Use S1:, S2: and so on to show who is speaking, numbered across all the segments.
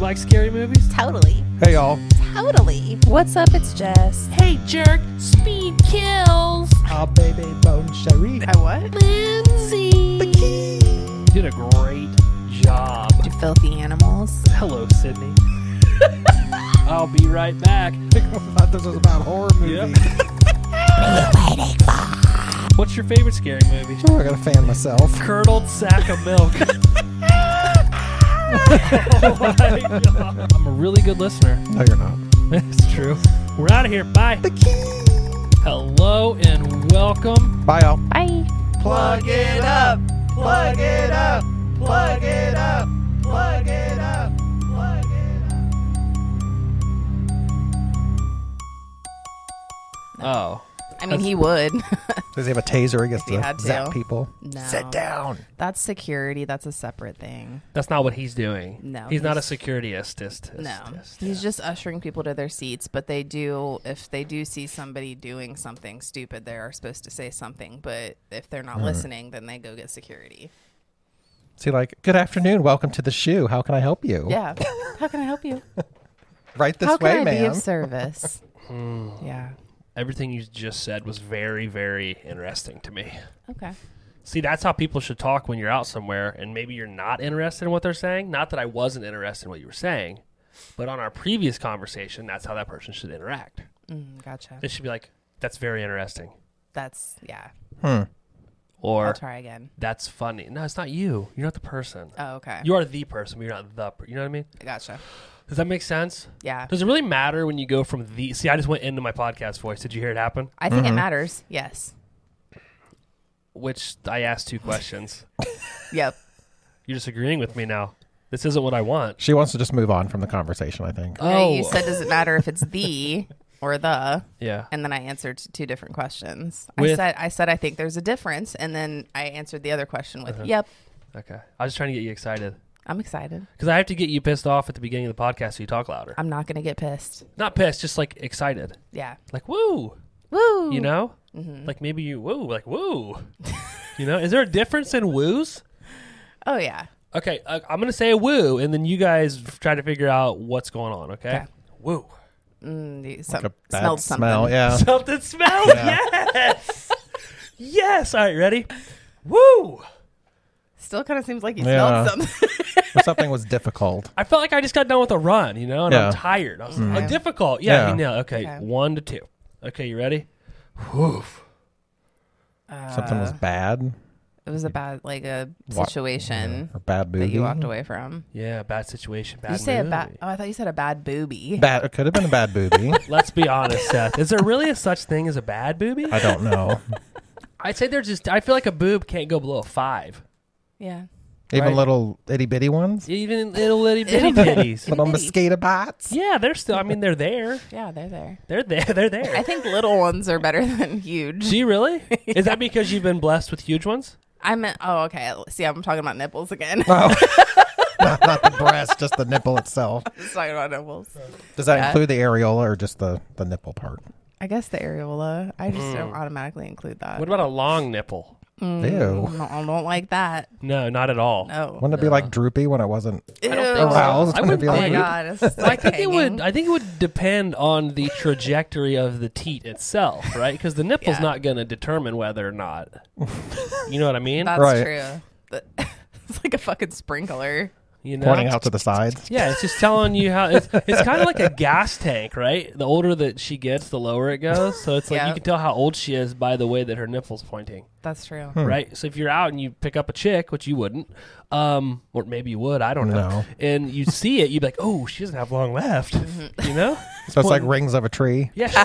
S1: like scary movies?
S2: Totally.
S3: Hey, y'all.
S2: Totally.
S4: What's up? It's Jess.
S5: Hey, jerk. Speed kills.
S3: Ah, baby, bone Cherie.
S2: I what?
S5: Lindsay.
S1: You did a great job.
S2: You filthy animals.
S1: Hello, Sydney. I'll be right back.
S3: thought this was about horror movies.
S1: What's your favorite scary movie?
S3: Oh, I gotta fan myself.
S1: Curdled sack of milk. Oh my God. I'm a really good listener.
S3: No, you're not.
S1: That's true. We're out of here. Bye. Hello and welcome.
S3: Bye, y'all.
S4: Bye.
S3: Plug it up. Plug it up. Plug it up. Plug it up. Plug it up.
S1: Oh.
S2: I mean, he would.
S3: Does he have a taser? He gets
S2: He
S3: to
S2: had to.
S3: zap people.
S2: No.
S3: Sit down.
S2: That's security. That's a separate thing.
S1: That's not what he's doing.
S2: No,
S1: He's, not a
S2: he's-
S1: security assist.
S2: No. He's just ushering people to their seats, but they do, if they do see somebody doing something stupid, they are supposed to say something. But if they're
S1: Mm.
S2: not listening, then they go get security.
S3: See, like, good afternoon. Welcome to the shoe. How can I help you?
S2: Yeah. How can I help you?
S3: Right this
S2: How
S3: way,
S2: can I
S3: man.
S2: be of service?
S1: Hmm.
S2: yeah.
S1: Everything you just said was very, very interesting to me.
S2: Okay.
S1: See, that's how people should talk when you're out somewhere and maybe you're not interested in what they're saying. Not that I wasn't interested in what you were saying, but on our previous conversation, that's how that person should interact.
S2: Mm, gotcha.
S1: They should be like, that's very interesting.
S2: That's, yeah. I'll
S1: Or
S2: try again.
S1: that's funny. No, it's not you. You're not the person.
S2: Oh, okay.
S1: You are the person, but you're not the per- You know what I mean?
S2: Gotcha.
S1: Does that make sense?
S2: Yeah.
S1: Does it really matter when you go from the. See, I just went into my podcast voice. Did you hear it happen?
S2: I think
S3: Mm-hmm.
S2: it matters. Yes.
S1: Which I asked two questions.
S2: Yep.
S1: you're just agreeing with me now. This isn't what I want. Oh,
S3: She wants to just move on from the conversation, I think.
S2: No, you said does it matter if it's the or the?
S1: yeah.
S2: And then I answered two different questions. I
S1: With-
S2: said I said I think there's a difference, and then I answered the other question
S3: Uh-huh.
S2: with yep.
S1: Okay. I was just trying to get you excited.
S2: I'm excited.
S1: Because I have to get you pissed off at the beginning of the podcast so you talk louder.
S2: I'm not gonna get pissed.
S1: Not pissed, just like excited.
S2: Yeah.
S1: Like, woo.
S2: Woo.
S1: You know? Like maybe you, woo, like, woo. you know? Is there a difference in woos?
S2: Oh yeah.
S1: Okay. Uh, I'm going to say woo, and then you guys f- try to figure out what's going on, okay?
S2: Okay.
S1: Woo.
S2: Mm, you some-
S3: Like a bad
S2: smelled something.
S3: smell. Yeah.
S1: Something smells. Yes. yes. All right, ready? Woo.
S2: Still kind of seems like you
S3: Yeah.
S2: smelled something.
S3: But something was difficult.
S1: I felt like I just got done with a run, you know, and
S3: Yeah.
S1: I'm tired. I was like, oh, difficult. Mm-hmm. Yeah,
S3: Yeah.
S1: you know, okay,
S2: Okay.
S1: one to two. Okay, you ready? Whew.
S3: Something
S2: Uh,
S3: was bad
S2: it was about like a
S3: Wa-
S2: situation
S3: or bad
S2: mm-hmm. that
S3: movie.
S2: you walked away from.
S1: Yeah, bad situation, bad
S2: Did you say
S1: movie.
S2: a bad? Oh, I thought you said a bad booby.
S3: Bad. It could have been a bad booby.
S1: Let's be honest, Seth. Is there really a such thing as a bad booby?
S3: I don't know.
S1: I'd say there's just. I feel like a boob can't go below a five.
S2: yeah.
S3: Even
S1: Right.
S3: little itty bitty ones,
S1: Even little litty bitty bitties.
S3: little
S2: bitty.
S3: mosquito bites.
S1: Yeah, they're still. I mean, they're there.
S2: Yeah, they're there.
S1: They're there. They're
S2: I
S1: there.
S2: think little ones are better than huge.
S1: Do you really? Is that because you've been blessed with huge ones?
S2: I meant, oh, okay. See, I'm talking about nipples again.
S3: Oh. not, not the breast, just the nipple itself.
S2: Just talking about nipples.
S3: Does that
S2: Yeah.
S3: include the areola or just the, the nipple part?
S2: I guess the areola. I just don't automatically include that.
S1: What about a long nipple?
S2: Mm.
S3: Ew.
S2: No, I don't like that.
S1: No, not at all.
S2: No.
S3: Wouldn't it be like droopy when I wasn't?
S1: I don't
S2: Ew.
S1: think so.
S3: Aroused.
S1: I
S3: Gonna
S1: wouldn't
S3: be
S2: Oh my
S3: like-
S1: think-
S2: god. It's just,
S1: I
S2: like,
S1: think it would.
S2: hanging.
S1: I think it would depend on the trajectory of the teat itself, right? Because the nipple's
S2: Yeah.
S1: not going to determine whether or not. You know what I mean?
S2: That's
S3: Right.
S2: true. But- it's like a fucking sprinkler.
S1: you know,
S3: Pointing out to the sides.
S1: Yeah, it's just telling you how it's. It's kind of like a gas tank, right? The older that she gets, the lower it goes. So it's like
S2: Yeah.
S1: you can tell how old she is by the way that her nipple's pointing,
S2: That's true.
S1: right? So if you're out and you pick up a chick, which you wouldn't, um, or maybe you would, I don't know,
S3: No.
S1: and you see it, you'd be like, "Oh, she doesn't have long left," you know?
S3: So it's like
S1: Pointing-
S3: rings of a tree.
S1: yeah, she-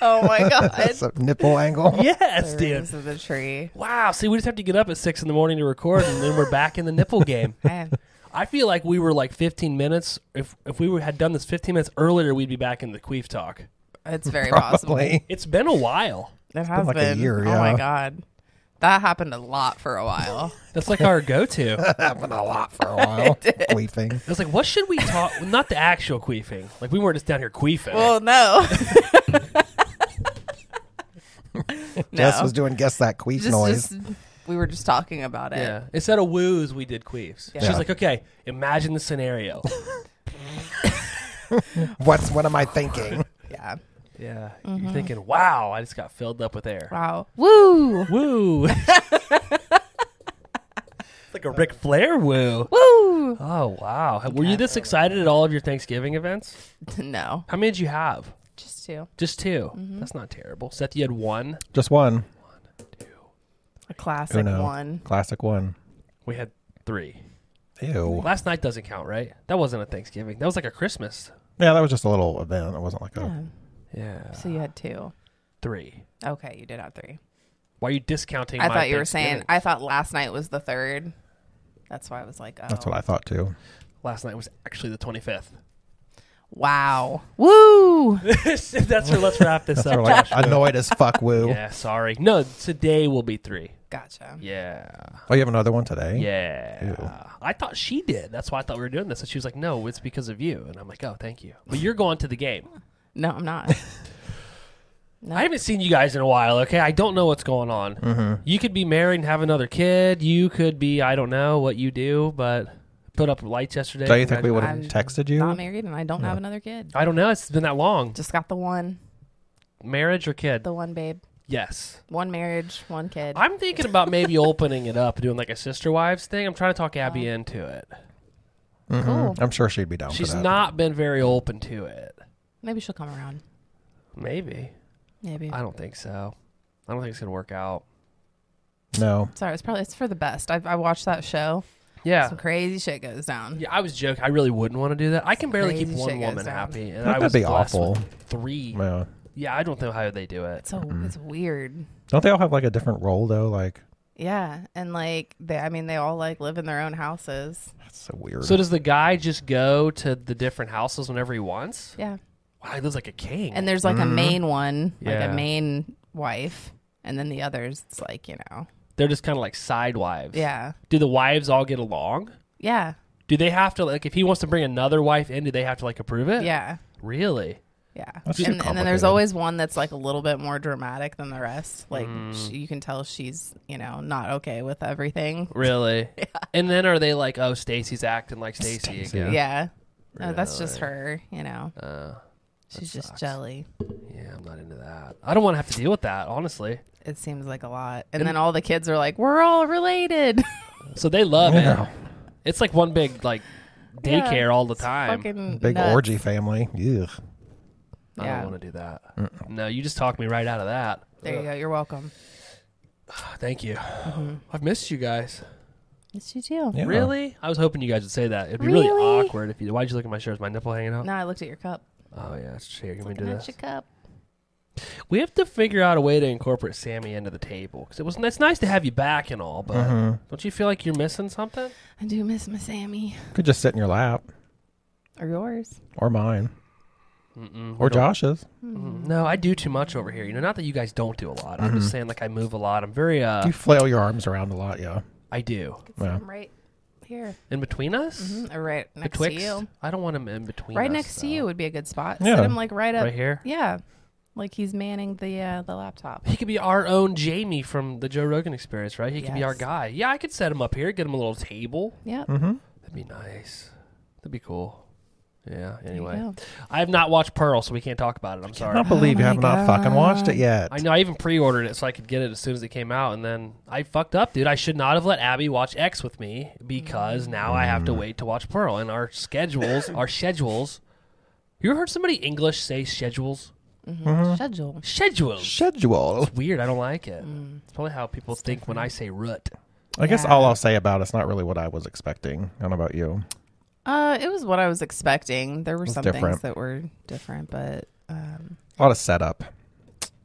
S2: Oh my god.
S3: It's a nipple angle.
S1: yes,
S2: The
S1: dude.
S2: roots of the tree.
S1: Wow. See, we just have to get up at six in the morning to record, and then we're back in the nipple game.
S2: Man,
S1: I feel like we were like 15 minutes. If if we were, had done this 15 minutes earlier, we'd be back in the queef talk.
S2: it's very possible.
S3: Probably.
S1: It's been a while.
S2: It has been
S3: like a year,
S2: Oh
S3: yeah.
S2: my god. That happened a lot for a while.
S1: That's like our go-to.
S3: Happened a lot for a while. Queefing.
S1: It's like, what should we talk? Not the actual queefing. Like we weren't just down here queefing.
S2: well, no.
S3: Jess was doing guess that queef
S2: just,
S3: noise.
S2: just we were just talking about it.
S1: Yeah. Instead of woos, we did queefs.
S2: Yeah.
S1: She's
S2: Yeah.
S1: like, okay, imagine the scenario.
S3: What's what am I thinking?
S2: Yeah.
S1: yeah. You're thinking, wow, I just got filled up with air.
S2: Wow. Woo.
S1: Woo. it's like a Ric Flair woo.
S2: Woo.
S1: Oh, wow. Were you this excited at all of your Thanksgiving events?
S2: no.
S1: How many did you have?
S2: Just two.
S1: Just 2 That's not terrible. Seth, you had one.
S3: Just one.
S2: A classic
S3: Uno.
S2: one.
S3: Classic one.
S1: We had three.
S3: Ew.
S1: Last night doesn't count, right? That wasn't a Thanksgiving. That was like a Christmas.
S3: Yeah, that was just a little event. It wasn't like a.
S2: Yeah.
S1: Yeah.
S2: So you had two.
S1: Three.
S2: Okay, you did have three.
S1: Why are you discounting
S2: I
S1: my
S2: thought you were saying
S1: Thanksgiving?
S2: I thought last night was the third. That's why I was like, oh,
S3: That's what I thought too.
S1: Last night was actually the 25th.
S2: wow, woo,
S1: That's where let's wrap
S3: That's
S1: this
S3: sort
S1: up.
S3: of like
S1: Josh.
S3: annoyed as fuck. Woo.
S1: Yeah, sorry. No, today will be three.
S2: gotcha.
S1: Yeah.
S3: Oh, you have another one today?
S1: Yeah.
S3: Ew.
S1: I thought she did. That's why I thought we were doing this. And she was like, no, it's because of you. And I'm like, oh, thank you. But you're going to the game.
S2: No, I'm not. No.
S1: I haven't seen you guys in a while, okay? I don't know what's going on.
S3: Mm-hmm.
S1: You could be married and have another kid. You could be, I don't know what you do, but put up lights yesterday.
S3: Don't you think we would have
S2: Congratulations.
S3: texted you?
S2: not married, and I don't have another kid.
S1: I don't know. It's been that long.
S2: Just got the one,
S1: Marriage or kid?
S2: the one babe,
S1: Yes.
S2: one marriage, one kid.
S1: I'm thinking about maybe opening it up, doing like a sister wives thing. I'm trying to talk Abby into it.
S3: Mhm.
S2: Cool.
S3: I'm sure she'd be down
S1: She's
S3: for that.
S1: not been very open to it.
S2: Maybe she'll come around.
S1: Maybe.
S2: Maybe.
S1: I don't think so. I don't think it's going to work out.
S3: No.
S2: Sorry, it's probably it's for the best. I, I watched that show.
S1: Yeah.
S2: Some crazy shit goes down.
S1: Yeah, I was joking. I really wouldn't want to do that. I can barely keep
S2: Crazy
S1: one
S2: shit goes
S1: woman
S2: down.
S1: happy, and
S3: That'd
S1: I was
S3: be
S1: blessed with
S3: awful.
S1: Three.
S3: Yeah.
S1: Yeah, I don't know how they do it.
S2: So
S3: Mm-hmm.
S2: it's weird.
S3: Don't they all have like a different role though? Like
S2: Yeah, and like they, I mean, they all like live in their own houses.
S3: that's so weird.
S1: So does the guy just go to the different houses whenever he wants?
S2: Yeah.
S1: Wow, he lives like a king.
S2: And there's like
S3: Mm-hmm.
S2: a main one, like
S1: Yeah.
S2: a main wife, and then the others, it's like, you know.
S1: they're just kind of like side wives.
S2: Yeah.
S1: Do the wives all get along?
S2: Yeah.
S1: Do they have to like if he wants to bring another wife in? Do they have to like approve it?
S2: Yeah.
S1: Really?
S2: Yeah.
S3: That's too
S2: and, and then
S3: complicated.
S2: there's always one that's like a little bit more dramatic than the rest. Like
S1: Mm.
S2: sh you can tell she's, you know, not okay with everything.
S1: Really? And then are they like, oh, Stacy's acting like Stacy
S3: Stacey.
S1: again?
S2: Yeah. No, that's just her, you know.
S1: Uh,
S2: she's just jelly.
S1: yeah, I'm not into that. I don't want to have to deal with that, honestly.
S2: It seems like a lot. And, then all the kids are like, we're all related.
S1: So they love
S3: Yeah.
S1: it. It's like one big like
S2: Yeah,
S1: daycare all the time.
S2: Fucking
S3: big
S2: nuts.
S3: orgy family. Ugh.
S1: I
S2: Yeah.
S1: don't want to do that. No, you just talked me right out of that.
S2: There you go. You're welcome.
S1: Thank you.
S2: Mm-hmm.
S1: I've missed you guys.
S2: It's you too.
S3: Yeah.
S1: Really? I was hoping you guys would say that. It'd be really,
S2: Really?
S1: awkward if you. Why'd you look at my shirt? Is my nipple hanging out?
S2: No, I looked at your cup.
S1: Oh yeah, it's here. Can we do
S2: Looking at
S1: this?
S2: your cup.
S1: We have to figure out a way to incorporate Sammy into the table because it was. It's nice to have you back and all, but
S3: Mm-hmm.
S1: don't you feel like you're missing something?
S2: I do miss my Sammy.
S3: Could just sit in your lap
S2: Or yours.
S3: or mine
S1: Mm-mm,
S3: or Josh's.
S1: No, I do too much over here. You know, not that you guys don't do a lot. I'm just saying, like I move a lot. I'm very. uh
S3: Mm-hmm. You flail your arms around a lot, yeah.
S1: I do
S3: Yeah.
S2: I'm right here.
S1: in between us.
S2: Mm, Or right next
S1: Betwixt.
S2: to you.
S1: I don't want him in between.
S2: Right
S1: us,
S2: next to
S1: though.
S2: you would be a good spot.
S3: Yeah.
S2: Sit him like right up.
S1: Right here?
S2: Yeah. Like he's manning the uh, the laptop.
S1: He could be our own Jamie from the Joe Rogan Experience, right? He could be our
S2: Yes.
S1: guy. Yeah, I could set him up here, get him a little table.
S2: Yep.
S3: Mm-hmm.
S1: That'd be nice. That'd be cool. Yeah. Anyway,
S2: go.
S1: I have not watched Pearl, so we can't talk about it. I'm
S3: I
S1: sorry.
S3: don't believe you
S2: Oh my
S3: have not fucking watched it yet.
S1: I know. I even pre-ordered it so I could get it as soon as it came out, and then I fucked up, dude. I should not have let Abby watch X with me because now I have to wait to watch Pearl, and our schedules, our schedules. You ever heard somebody English say schedules?
S3: Mm-hmm.
S2: Schedule.
S1: Schedules.
S3: Schedule.
S1: Weird. I don't like it. It's probably how people think when I say root.
S3: I guess
S2: Yeah.
S3: all I'll say about it's not really what I was expecting. I don't know about you.
S2: Uh, it was what I was expecting. There were
S3: was
S2: some
S3: different.
S2: things that were different, but um,
S3: A lot of setup.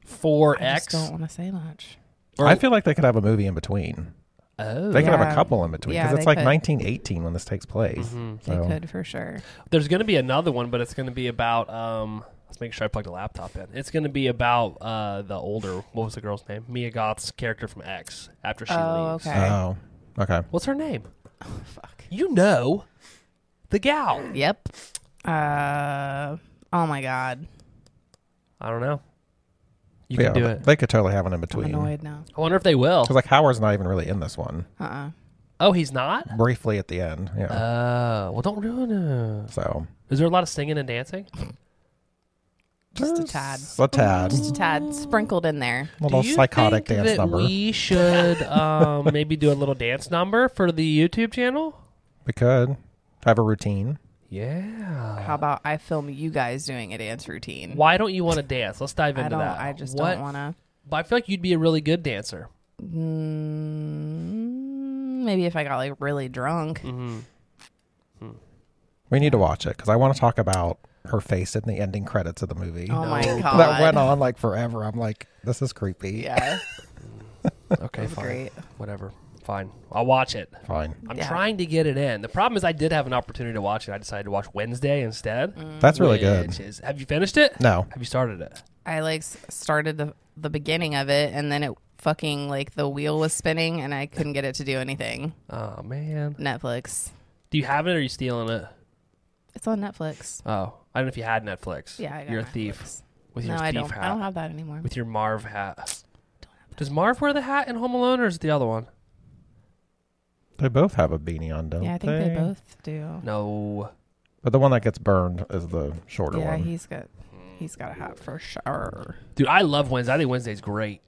S1: Four
S2: I just
S1: X.
S2: don't want to say much.
S1: Or-
S3: I feel like they could have a movie in between.
S1: Oh,
S3: They could have a
S2: Yeah.
S3: couple in between because
S2: Yeah,
S3: it's
S2: they
S3: like
S2: could.
S3: 1918 when this takes place.
S1: Mm-hmm.
S2: They
S3: So-
S2: could for sure.
S1: There's going to be another one, but it's going to be about. Um, let's make sure I plug the laptop in. It's going to be about uh, the older. What was the girl's name? Mia Goth's character from X after she
S2: Oh,
S1: leaves.
S2: okay.
S3: Oh, okay.
S1: What's her name?
S2: Fuck.
S1: You know, the gal.
S2: Yep. Uh. Oh my god.
S1: I don't know. You
S3: yeah,
S1: can do
S3: they,
S1: it.
S3: they could totally have one in
S2: I'm
S3: between.
S2: annoyed now.
S1: I wonder if they will.
S3: Because like Howard's not even really in this one.
S2: Uh uh
S1: Oh, he's not.
S3: Briefly at the end, yeah.
S1: Oh, well, don't ruin it.
S3: so
S1: Is there a lot of singing and dancing?
S2: Just a tad.
S3: a tad,
S2: Just a tad sprinkled in there.
S3: little
S1: Do you
S3: psychotic
S1: think
S3: dance
S1: that
S3: number.
S1: We should um, maybe do a little dance number for the YouTube channel.
S3: we could have a routine.
S1: Yeah.
S2: How about I film you guys doing a dance routine?
S1: Why don't you want to dance? Let's dive into
S2: I don't.
S1: that.
S2: I just
S1: What-
S2: don't want to.
S1: But I feel like you'd be a really good dancer.
S2: Mm, maybe if I got like really drunk.
S1: Mm,
S3: We need to watch it because I want to talk about her face in the ending credits of the movie.
S2: Oh my god.
S3: that went on like forever. I'm like, this is creepy.
S2: Yeah.
S1: Okay, fine.
S2: great.
S1: Whatever. Fine. I'll watch it.
S3: Fine.
S1: I'm
S2: Yeah.
S1: trying to get it in. The problem is I did have an opportunity to watch it. I decided to watch Wednesday instead.
S2: Mm.
S3: That's really
S1: which
S3: good.
S1: is- have you finished it?
S3: No.
S1: Have you started it?
S2: I like s- started the the beginning of it, and then it fucking like the wheel was spinning, and I couldn't get it to do anything.
S1: Oh man.
S2: Netflix.
S1: Do you have it or are you stealing it?
S2: It's on Netflix.
S1: Oh. I don't know if you had Netflix.
S2: Yeah, I got
S1: You're a
S2: Netflix.
S1: thief. With
S2: No,
S1: your
S2: I
S1: thief
S2: don't.
S1: hat.
S2: I don't have that anymore.
S1: With your Marv hat. Does Marv wear the hat in Home Alone or is it the other one?
S3: They both have a beanie on, don't
S2: Yeah, I think they both do.
S1: No.
S3: But the one that gets burned is the shorter
S2: Yeah,
S3: one.
S2: he's got he's got a hat for sure.
S1: Dude, I love Wednesday. I think Wednesday's great.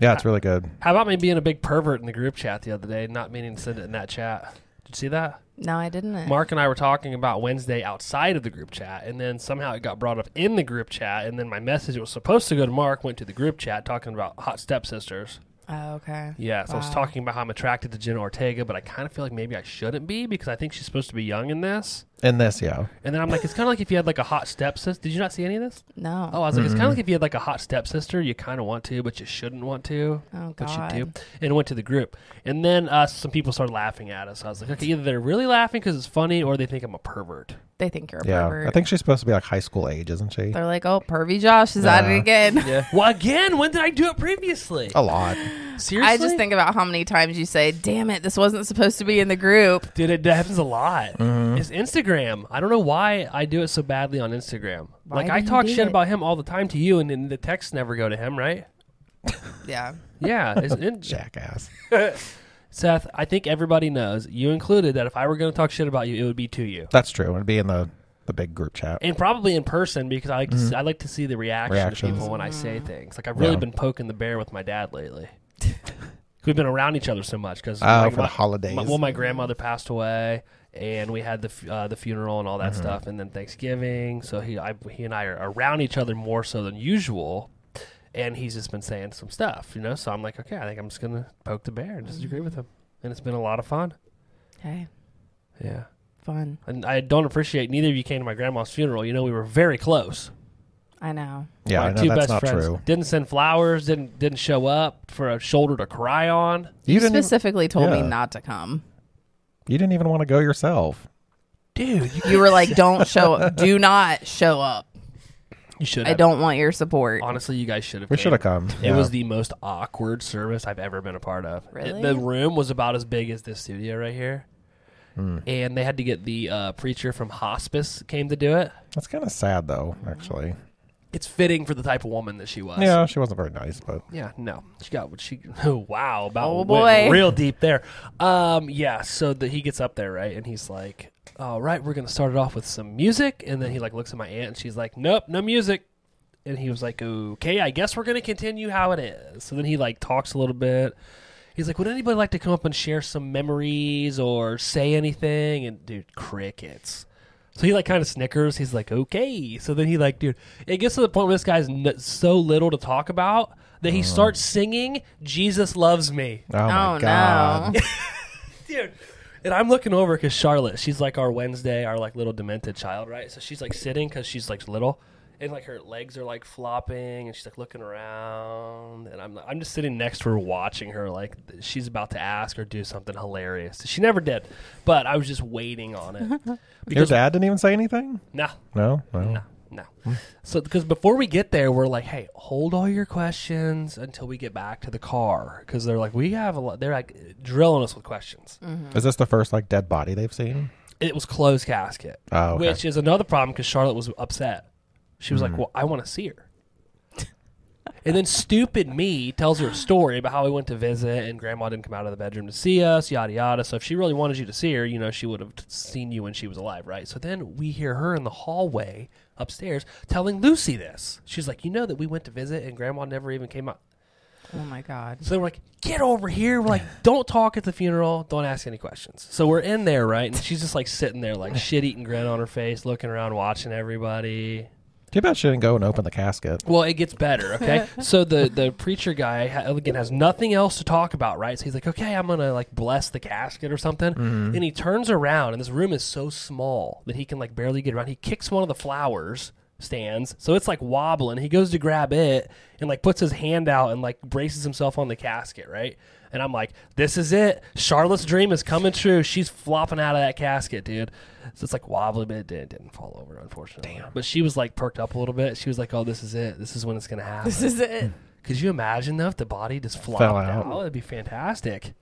S3: yeah, it's really good.
S1: How about me being a big pervert in the group chat the other day, and not meaning to send it in that chat? Did you see that?
S2: No, I didn't.
S1: Mark and I were talking about Wednesday outside of the group chat, and then somehow it got brought up in the group chat, and then my message that was supposed to go to Mark went to the group chat talking about hot stepsisters.
S2: Oh, okay.
S1: Yeah, so I was
S2: Wow.
S1: talking about how I'm attracted to Jenna Ortega, but I kind of feel like maybe I shouldn't be because I think she's supposed to be young in this.
S3: In this, yeah.
S1: And then I'm like, it's kind of like if you had like a hot stepsister. Did you not see any of this?
S2: No.
S1: Oh, I was like, it's kind of like if you had like a hot stepsister. You kind of want to, but you shouldn't want to.
S2: Oh,
S1: But
S2: God.
S1: you do. And it went to the group. And then uh, some people started laughing at us. I was like, okay, either they're really laughing because it's funny or they think I'm a pervert.
S2: They think you're a
S3: Yeah.
S2: pervert.
S3: I think she's supposed to be like high school age, isn't she?
S2: They're like, oh, pervy Josh is at it
S3: Yeah.
S2: again.
S1: well, again, when did I do it previously?
S3: A
S4: Oh,
S3: lot.
S1: Seriously?
S2: I just think about how many times you say, damn it, this wasn't supposed to be in the group.
S1: Dude, it happens a lot. It's Instagram. I don't know why I do it so badly on Instagram.
S2: Why
S1: like,
S2: do
S1: I
S2: you
S1: talk
S2: do
S1: shit
S2: it?
S1: about him all the time to you, and then the texts never go to him, right?
S2: Yeah.
S1: Yeah. It's, it,
S3: Jackass.
S1: Seth, I think everybody knows, you included, that if I were going to talk shit about you, it would be to you.
S3: That's true. It'd be in the, the big group chat.
S1: and probably in person because I like to see, I like to see the reaction
S3: Mm-hmm. Reactions.
S1: of people when I say things. Like I've really
S3: Yeah.
S1: been poking the bear with my dad lately. We've been around each other so much because
S3: Oh, for the holidays.
S1: well, my grandmother passed away, and we had the f- uh, the funeral and all
S3: Mm-hmm.
S1: that stuff, and then Thanksgiving. So he I, he and I are around each other more so than usual. And he's just been saying some stuff, you know. So I'm like, okay, I think I'm just gonna poke the bear and disagree with him. And it's been a lot of fun.
S2: Hey,
S1: Yeah,
S2: fun.
S1: and I don't appreciate neither of you came to my grandma's funeral. You know, we were very close.
S2: I know.
S3: yeah,
S1: my
S3: I know
S1: two
S3: that's
S1: best
S3: not
S1: friends
S3: true.
S1: didn't send flowers, didn't didn't show up for a shoulder to cry on.
S3: You didn't, even,
S2: Specifically told
S3: yeah.
S2: me not to come.
S3: you didn't even want to go yourself.
S1: Dude, you,
S2: You were like, don't show up. Do not show up.
S1: you should.
S2: I
S1: have.
S2: don't want your support.
S1: Honestly, you guys should have.
S3: We
S1: came.
S3: should have come.
S1: It was the most awkward service I've ever been a part of. It-
S2: Really?
S1: the room was about as big as this studio right here,
S3: Hmm.
S1: and they had to get the uh, preacher from hospice came to do it.
S3: That's kind of sad, though, actually.
S1: It's fitting for the type of woman that she was.
S3: Yeah, she wasn't very nice, but
S1: Yeah, no, she got what she. Oh, wow, about
S2: Oh,
S1: went
S2: boy.
S1: real deep there. Um, yeah, so that he gets up there, right, and he's like, "All right, we're gonna start it off with some music," and then he like looks at my aunt, and she's like, "Nope, no music," and he was like, "Okay, I guess we're gonna continue how it is." So then he like talks a little bit. He's like, "Would anybody like to come up and share some memories or say anything?" And dude, crickets. So he like kind of snickers. He's like, okay. So then he like, dude, it gets to the point where this guy's n- so little to talk about that he starts singing "Jesus Loves Me,"
S3: oh, my
S2: oh,
S3: god,
S2: no.
S1: dude. And I'm looking over because Charlotte, she's like our Wednesday, our like little demented child, right? So she's like sitting because she's like little, and like her legs are like flopping, and she's like looking around, and I'm I'm just sitting next to her watching her like th- she's about to ask or do something hilarious. She never did, but I was just waiting on it
S3: your
S1: because
S3: dad didn't even say anything.
S1: nah,
S3: No, no.
S1: no, no. So, because before we get there, we're like, hey, hold all your questions until we get back to the car. Because they're like, we have a lot. They're like drilling us with questions.
S2: Mm-hmm.
S3: Is this the first like dead body they've seen?
S1: It was closed casket,
S3: Oh, okay. Mm.
S1: which is another problem because Charlotte was upset. She was like, well, I want to see her. And then stupid me tells her a story about how we went to visit and grandma didn't come out of the bedroom to see us, yada yada. So if she really wanted you to see her, you know, she would have t- seen you when she was alive, right? So then we hear her in the hallway upstairs telling Lucy this. She's like, You know that we went to visit and grandma never even came out.
S2: Oh my god.
S1: So we're like, get over here. We're like, don't talk at the funeral. Don't ask any questions. So we're in there, right? And she's just like sitting there, like shit eating grin on her face, looking around, watching everybody.
S4: Too bad she didn't go and open the casket.
S1: Well, it gets better, okay? so the the preacher guy ha- again has nothing else to talk about, right? So he's like, "Okay, I'm going to like bless the casket or something." And he turns around and this room is so small that he can like barely get around. He kicks one of the flowers stands. So it's like wobbling. He goes to grab it and like puts his hand out and like braces himself on the casket, right? And I'm like, "This is it. Charlotte's dream is coming true. She's flopping out of that casket, dude." So it's like wobbly, but it didn't, didn't fall over, unfortunately. But she was like perked up a little bit. She was like, "Oh, this is it. This is when it's gonna happen."
S2: This is it.
S1: Could you imagine though if the body just flopped
S4: Fell
S1: out?
S4: out.
S1: That'd be fantastic.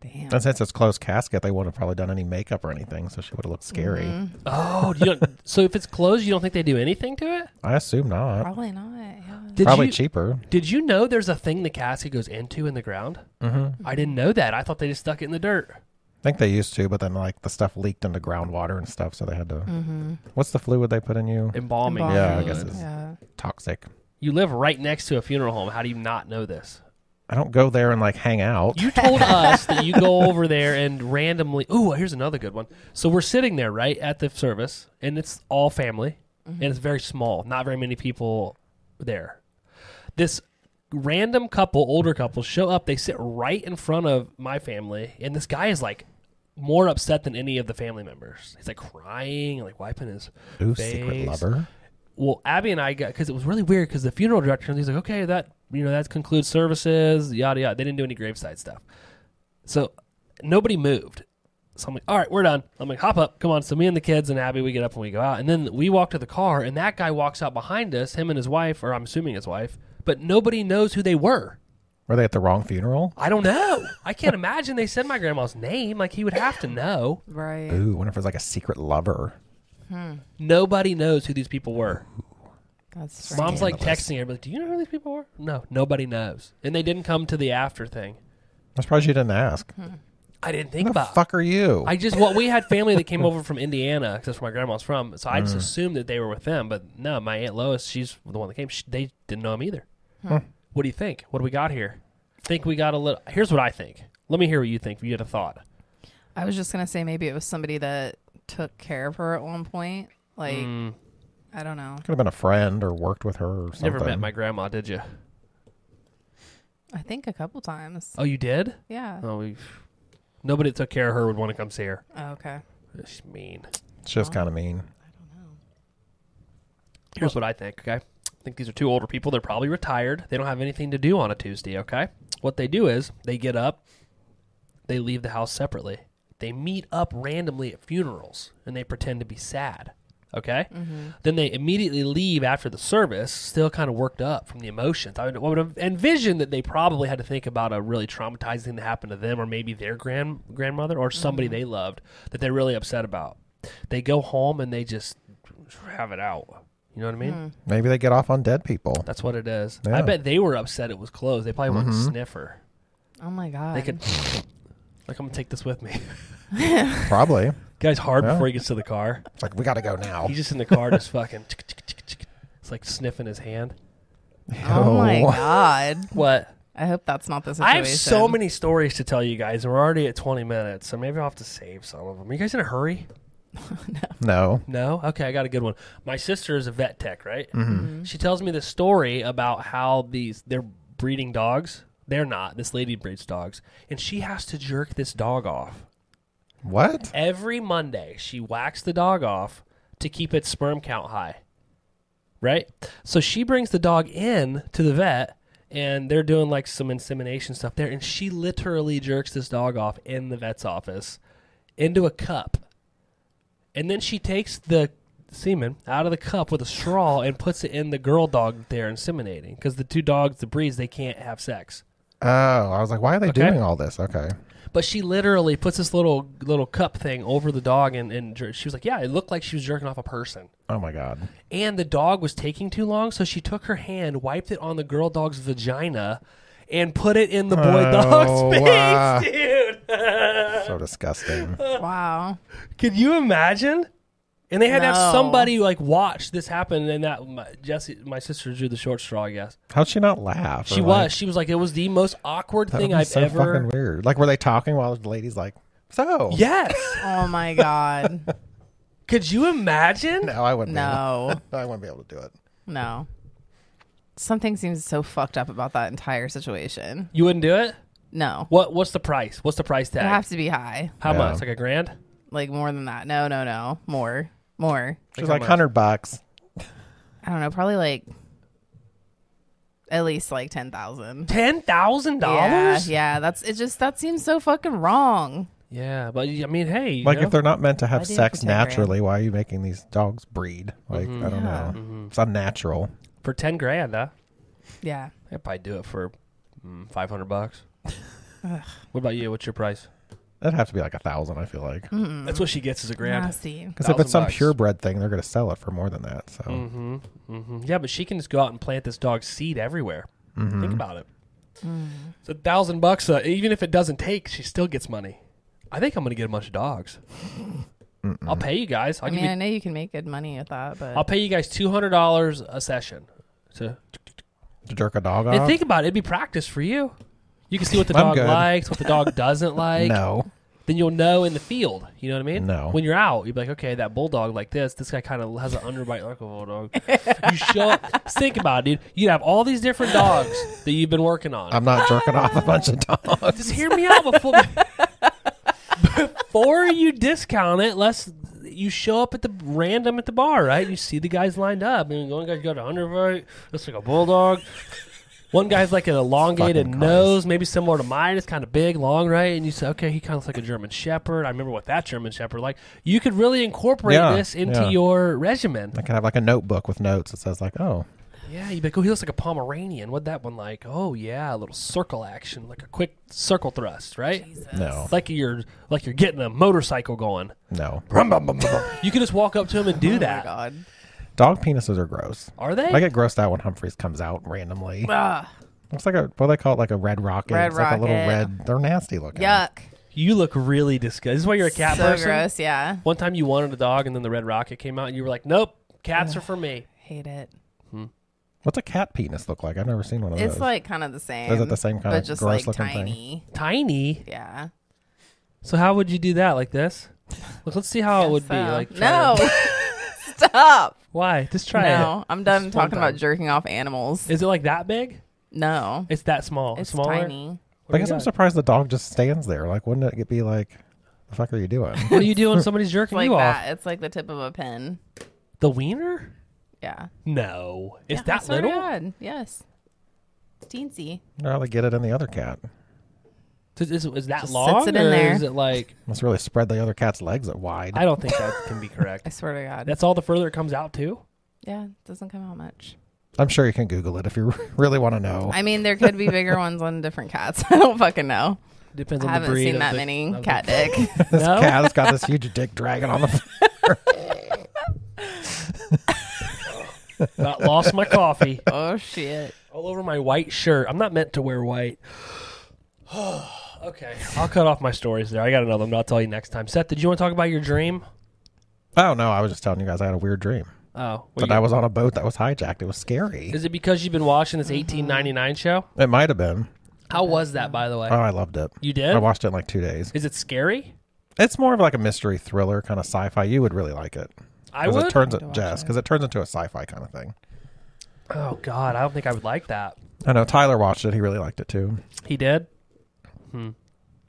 S2: Damn.
S4: And since it's closed casket, they wouldn't have probably done any makeup or anything, so she would have looked scary.
S1: Oh, you don't, so if it's closed, you don't think they do anything to it?
S4: I assume not.
S2: Probably
S4: Probably,
S2: not. Yeah.
S1: Did you,
S4: cheaper.
S1: Did you know there's a thing the casket goes into in the ground? Mm-hmm. I didn't know that. I thought they just stuck it in the dirt.
S4: I think they used to, but then like the stuff leaked into groundwater and stuff, so they had to. What's the fluid they put in you?
S1: Embalming.
S2: Embalming.
S4: Yeah, I guess it's
S2: Yeah.
S4: toxic.
S1: You live right next to a funeral home. How do you not know this?
S4: I don't go there and like hang out.
S1: You told us that you go over there and randomly. Ooh, here's another good one. So we're sitting there, right, at the service, and it's all family, and it's very small, not very many people there. This random couple, older couple, show up. They sit right in front of my family, and this guy is like more upset than any of the family members. He's like crying, like wiping his
S4: Ooh,
S1: face
S4: secret lover.
S1: well, Abby and I got because it was really weird because the funeral director he's like, okay, that you know that concludes services, yada yada. They didn't do any graveside stuff, so nobody moved. So I'm like, all right, we're done. I'm like, hop up, come on. So me and the kids and Abby, we get up and we go out, and then we walk to the car, and that guy walks out behind us, him and his wife, or I'm assuming his wife, but nobody knows who they were.
S4: Were they at the wrong funeral?
S1: I don't know. I can't imagine they said my grandma's name. Like he would have to know.
S2: Right.
S4: Ooh, wonder if it's like a secret lover.
S1: Nobody knows who these people were.
S2: That's strange.
S1: Mom's like
S4: Scandalous.
S1: texting her, like, "Do you know who these people are?" No, nobody knows, and they didn't come to the after thing.
S4: I'm surprised you didn't ask.
S1: I didn't think
S4: Who the
S1: about.
S4: fuck are you?
S1: I just well, we had family that came over from Indiana because that's where my grandma's from, so I
S4: Mm.
S1: just assumed that they were with them. But no, my aunt Lois, she's the one that came. She, they didn't know him either.
S4: Hmm.
S1: What do you think? What do we got here? Think we got a little? Here's what I think. Let me hear what you think. If you had a thought,
S2: I was just gonna say maybe it was somebody that took care of her at one point. Like
S1: Hmm.
S2: I don't know.
S4: Could have been a friend or worked with her or something.
S1: never met my grandma, did you?
S2: I think a couple times.
S1: Oh, you did?
S2: Yeah.
S1: Oh, we. Nobody that took care of her would want to come see her.
S2: Oh, okay.
S1: She's mean.
S4: It's just kind of mean.
S1: Here's what I think, okay? I think these are two older people. They're probably retired. They don't have anything to do on a Tuesday, okay? What they do is they get up, they leave the house separately. They meet up randomly at funerals and they pretend to be sad, okay? Then they immediately leave after the service, still kind of worked up from the emotions. I would, I would envision that they probably had to think about a really traumatizing thing that happened to them or maybe their grand grandmother or somebody they loved that they're really upset about. They go home and they just have it out. You know what I mean?
S4: Maybe they get off on dead people.
S1: That's what it is. I
S4: Yeah. Mm-hmm.
S1: bet they were upset it was closed. They probably wouldn't sniffer.
S2: Oh my god.
S1: They could, like, I'm gonna take this with me.
S4: Probably.
S1: Guy's hard
S4: Yeah.
S1: before he gets to the car.
S4: It's like we got to go now.
S1: He's just in the car, just fucking. tick, tick, tick, tick. It's like sniffing his hand.
S2: Oh my
S4: Ew.
S2: god.
S1: What?
S2: I hope that's not the situation.
S1: I have so many stories to tell you guys. We're already at 20 minutes, so maybe I'll have to save some of them. Are you guys in a hurry?
S4: No.
S1: No? Okay, I got a good one. My sister is a vet tech, right?
S4: Mm-hmm.
S1: She tells me this story about how these they're breeding dogs. They're not. This lady breeds dogs, and she has to jerk this dog off
S4: What?
S1: every Monday she whacks the dog off to keep its sperm count high. Right? So she brings the dog in to the vet and they're doing like some insemination stuff there and she literally jerks this dog off in the vet's office into a cup. And then she takes the semen out of the cup with a straw and puts it in the girl dog they're inseminating because the two dogs the breeds they can't have sex.
S4: Oh, I was like, why are they
S1: Okay.
S4: doing all this? Okay.
S1: But she literally puts this little little cup thing over the dog, and, and jer- she was like, "Yeah, it looked like she was jerking off a person."
S4: Oh my god.
S1: And the dog was taking too long, so she took her hand, wiped it on the girl dog's vagina, and put it in the boy
S4: Oh,
S1: dog's face,
S4: wow.
S1: dude.
S4: So disgusting.
S2: Wow.
S1: Could you imagine? And they had to have
S2: No.
S1: somebody like watch this happen, and that my, Jesse, my sister, drew the short straw. I guess
S4: How'd she not laugh?
S1: she
S4: Or,
S1: was.
S4: like,
S1: she was like, it was the most awkward
S4: that would
S1: thing
S4: be
S1: I've
S4: so
S1: ever.
S4: fucking weird. Like were they talking while the lady's like, so
S1: Yes.
S2: Oh my god.
S1: Could you imagine?
S4: No, I wouldn't.
S2: no.
S4: Be able, I wouldn't be able to do it.
S2: No. Something seems so fucked up about that entire situation.
S1: You wouldn't do it.
S2: No.
S1: What? What's the price? What's the price
S2: It
S1: tag?
S2: would have to be high.
S1: How
S4: Yeah.
S1: much? Like a grand?
S2: Like more than that. No, no, no. More. More.
S4: She's
S1: how
S4: like
S1: much?
S4: hundred bucks.
S2: I don't know, probably like at least like 10,000.
S1: Ten thousand
S2: Yeah,
S1: dollars?
S2: yeah, that's it just that seems so fucking wrong.
S1: Yeah, but I mean, hey, you
S4: Like
S1: know?
S4: if they're not meant to
S2: I
S4: have
S2: do
S4: sex
S2: for 10 grand.
S4: naturally, why are you making these dogs breed? Like
S1: Mm-hmm.
S4: I don't
S2: Yeah.
S4: know. It's unnatural.
S1: for ten grand, huh?
S2: Yeah.
S1: I'd probably do it for mm, five hundred bucks. what about you? What's your price?
S4: It'd have to be like a thousand. I feel like because
S2: Mm.
S1: That's what she gets is a grand.
S2: Nasty.
S4: if it's
S1: 1,000
S4: some
S1: Mm. bucks.
S4: purebred thing, they're going to sell it for more than that. So
S1: hmm hmm Yeah, but she can just go out and plant this dog's seed everywhere.
S4: Mm-hmm.
S1: Think about it.
S2: Mm.
S1: It's a thousand bucks. Uh, even if it doesn't take, she still gets money. I think I'm going to get a bunch of dogs. I'll pay you guys. I'll
S2: I
S1: give
S2: mean,
S1: you.
S2: I know you can make good money at that, but
S1: I'll pay you guys two hundred dollars a session. To
S4: to jerk a dog
S1: and
S4: off.
S1: think about it, it'd be practice for you. You can see what the
S4: I'm
S1: dog
S4: good.
S1: likes, what the dog doesn't like.
S4: no,
S1: Then you'll know in the field. You know what I mean?
S4: No.
S1: When you're out, you'll be like, okay, that bulldog like this. This guy kind of has an underbite like a bulldog. You show up. Think about it, dude. You have all these different dogs that you've been working on.
S4: I'm not jerking off a bunch of dogs.
S1: Just hear me out before before you discount it. Let's you show up at the random at the bar, right? You see the guys lined up, and one guy's got an underbite, looks like a bulldog. One guy's like an elongated
S4: Fucking Christ.
S1: nose, maybe similar to mine. It's kind of big, long, right? And you say, okay, he kind of looks like a German Shepherd. I remember what that German Shepherd like. You could really incorporate
S4: Yeah,
S1: this into
S4: yeah.
S1: your regimen.
S4: I can have like a notebook with notes that says like, oh,
S1: Yeah, you'd be like, oh, he looks like a Pomeranian. What'd that one like? Oh, yeah, a little circle action, like a quick circle thrust, right?
S4: no,
S1: It's like you're like you're getting a motorcycle going.
S4: no.
S1: You can just walk up to him and do
S2: oh my
S1: that.
S2: god.
S4: Dog penises are gross.
S1: Are they?
S4: I get grossed out when Humphreys comes out randomly.
S2: Ugh,
S4: Looks like a what do they call it? Like a red rocket.
S2: Red
S4: it's like a little
S2: rocket.
S4: red. They're nasty looking.
S2: yuck.
S1: you look really disgusting. This is why you're a cat
S2: so
S1: person.
S2: gross, yeah.
S1: One time you wanted a dog, and then the red rocket came out, and you were like, "Nope, cats are for me."
S2: Hate it.
S4: What's a cat penis look like? I've never seen one of
S2: It's
S4: those.
S2: like kind of the same.
S4: Is it the same kind
S2: but
S4: of
S2: just
S4: gross
S2: like
S4: looking thing?
S2: tiny.
S1: Tiny.
S2: Yeah.
S1: So how would you do that? Like this? Look, let's see how it would be.
S2: So-
S1: Like try
S2: no.
S1: to-
S2: Stop.
S1: why? Just try
S2: no, I'm done
S1: Just one
S2: talking about
S1: time.
S2: jerking off animals.
S1: it. Is it like that big?
S2: no.
S1: It's that small.
S2: It's
S1: Smaller?
S2: tiny.
S1: What do
S4: I
S1: you
S4: guess I'm
S1: got?
S4: surprised the dog just stands there. Like, wouldn't it be like, the fuck are you doing?
S1: What do you do when somebody's jerking
S2: like
S1: you uh, off?
S2: that. It's like the tip of a pin.
S1: The wiener?
S2: Yeah.
S1: No,
S2: Is
S1: it's that little.
S2: Yes. It's teensy.
S4: I'd rather get it in the other cat.
S1: Is, is- is that
S2: Just
S1: long?
S2: sits it in
S1: or
S2: there.
S1: is it like?
S4: Must really spread the other cat's legs wide.
S1: I don't think that can be correct.
S2: I swear to God.
S1: That's all the further it comes out to.
S2: yeah, it doesn't come out much.
S4: I'm sure you can Google it if you really want to know.
S2: I mean, there could be bigger ones on different cats. I don't fucking know.
S1: Depends
S2: I
S1: on the
S2: haven't
S1: breed.
S2: seen
S1: of
S2: that
S1: the-
S2: many
S1: of the-
S2: cat dick.
S4: this
S1: No?
S4: cat has got this huge dick dragging on the.
S1: Not lost my coffee
S2: oh shit.
S1: all over my white shirt. I'm not meant to wear white. okay, I'll cut off my stories there. I got another one. I'll tell you next time. Seth, did you want to talk about your dream?
S4: Oh no! I was just telling you guys I had a weird dream
S1: Oh, what
S4: that
S1: you-
S4: I was on a boat that was hijacked. It was scary.
S1: is it because you've been watching
S2: Mm-hmm.
S1: this 1899 show?
S4: It might have been.
S1: How was that, by the way?
S4: Oh, I loved it.
S1: you
S4: I
S1: did.
S4: watched it in like two days.
S1: Is it scary?
S4: It's more of like a mystery thriller kind of sci-fi. You would really like it.
S1: I
S4: 'Cause
S1: would.
S4: It turns
S2: to
S4: it
S2: watch
S4: Jess because it turns into a sci-fi kind of thing.
S1: oh God, I don't think I would like that.
S4: I know Tyler watched it. He really liked it too.
S1: He did. Hmm.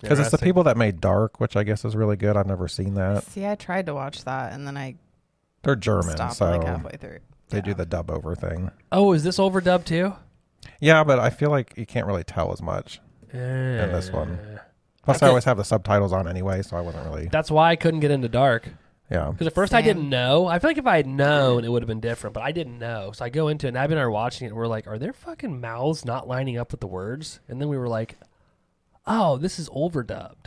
S4: Because it's the
S1: Interesting.
S4: people that made Dark, which I guess is really good. I've never seen that.
S2: See, I tried to watch that and then I
S4: They're German,
S2: stopped
S4: so
S2: like halfway through.
S4: they do the dub over thing.
S1: Oh, is this overdubbed too?
S4: Yeah, but I feel like you can't really tell as much in this one. Plus, I
S1: Okay.
S4: always have the subtitles on anyway, so I wasn't really.
S1: That's why I couldn't get into dark.
S4: Yeah.
S1: Because at first I
S2: Same.
S1: didn't know. I feel like if I had known, it would have been different. But I didn't know, so I go into it. and Abby and I are watching it. And we're like, "Are their fucking mouths not lining up with the words?" And then we were like, "Oh, this is overdubbed."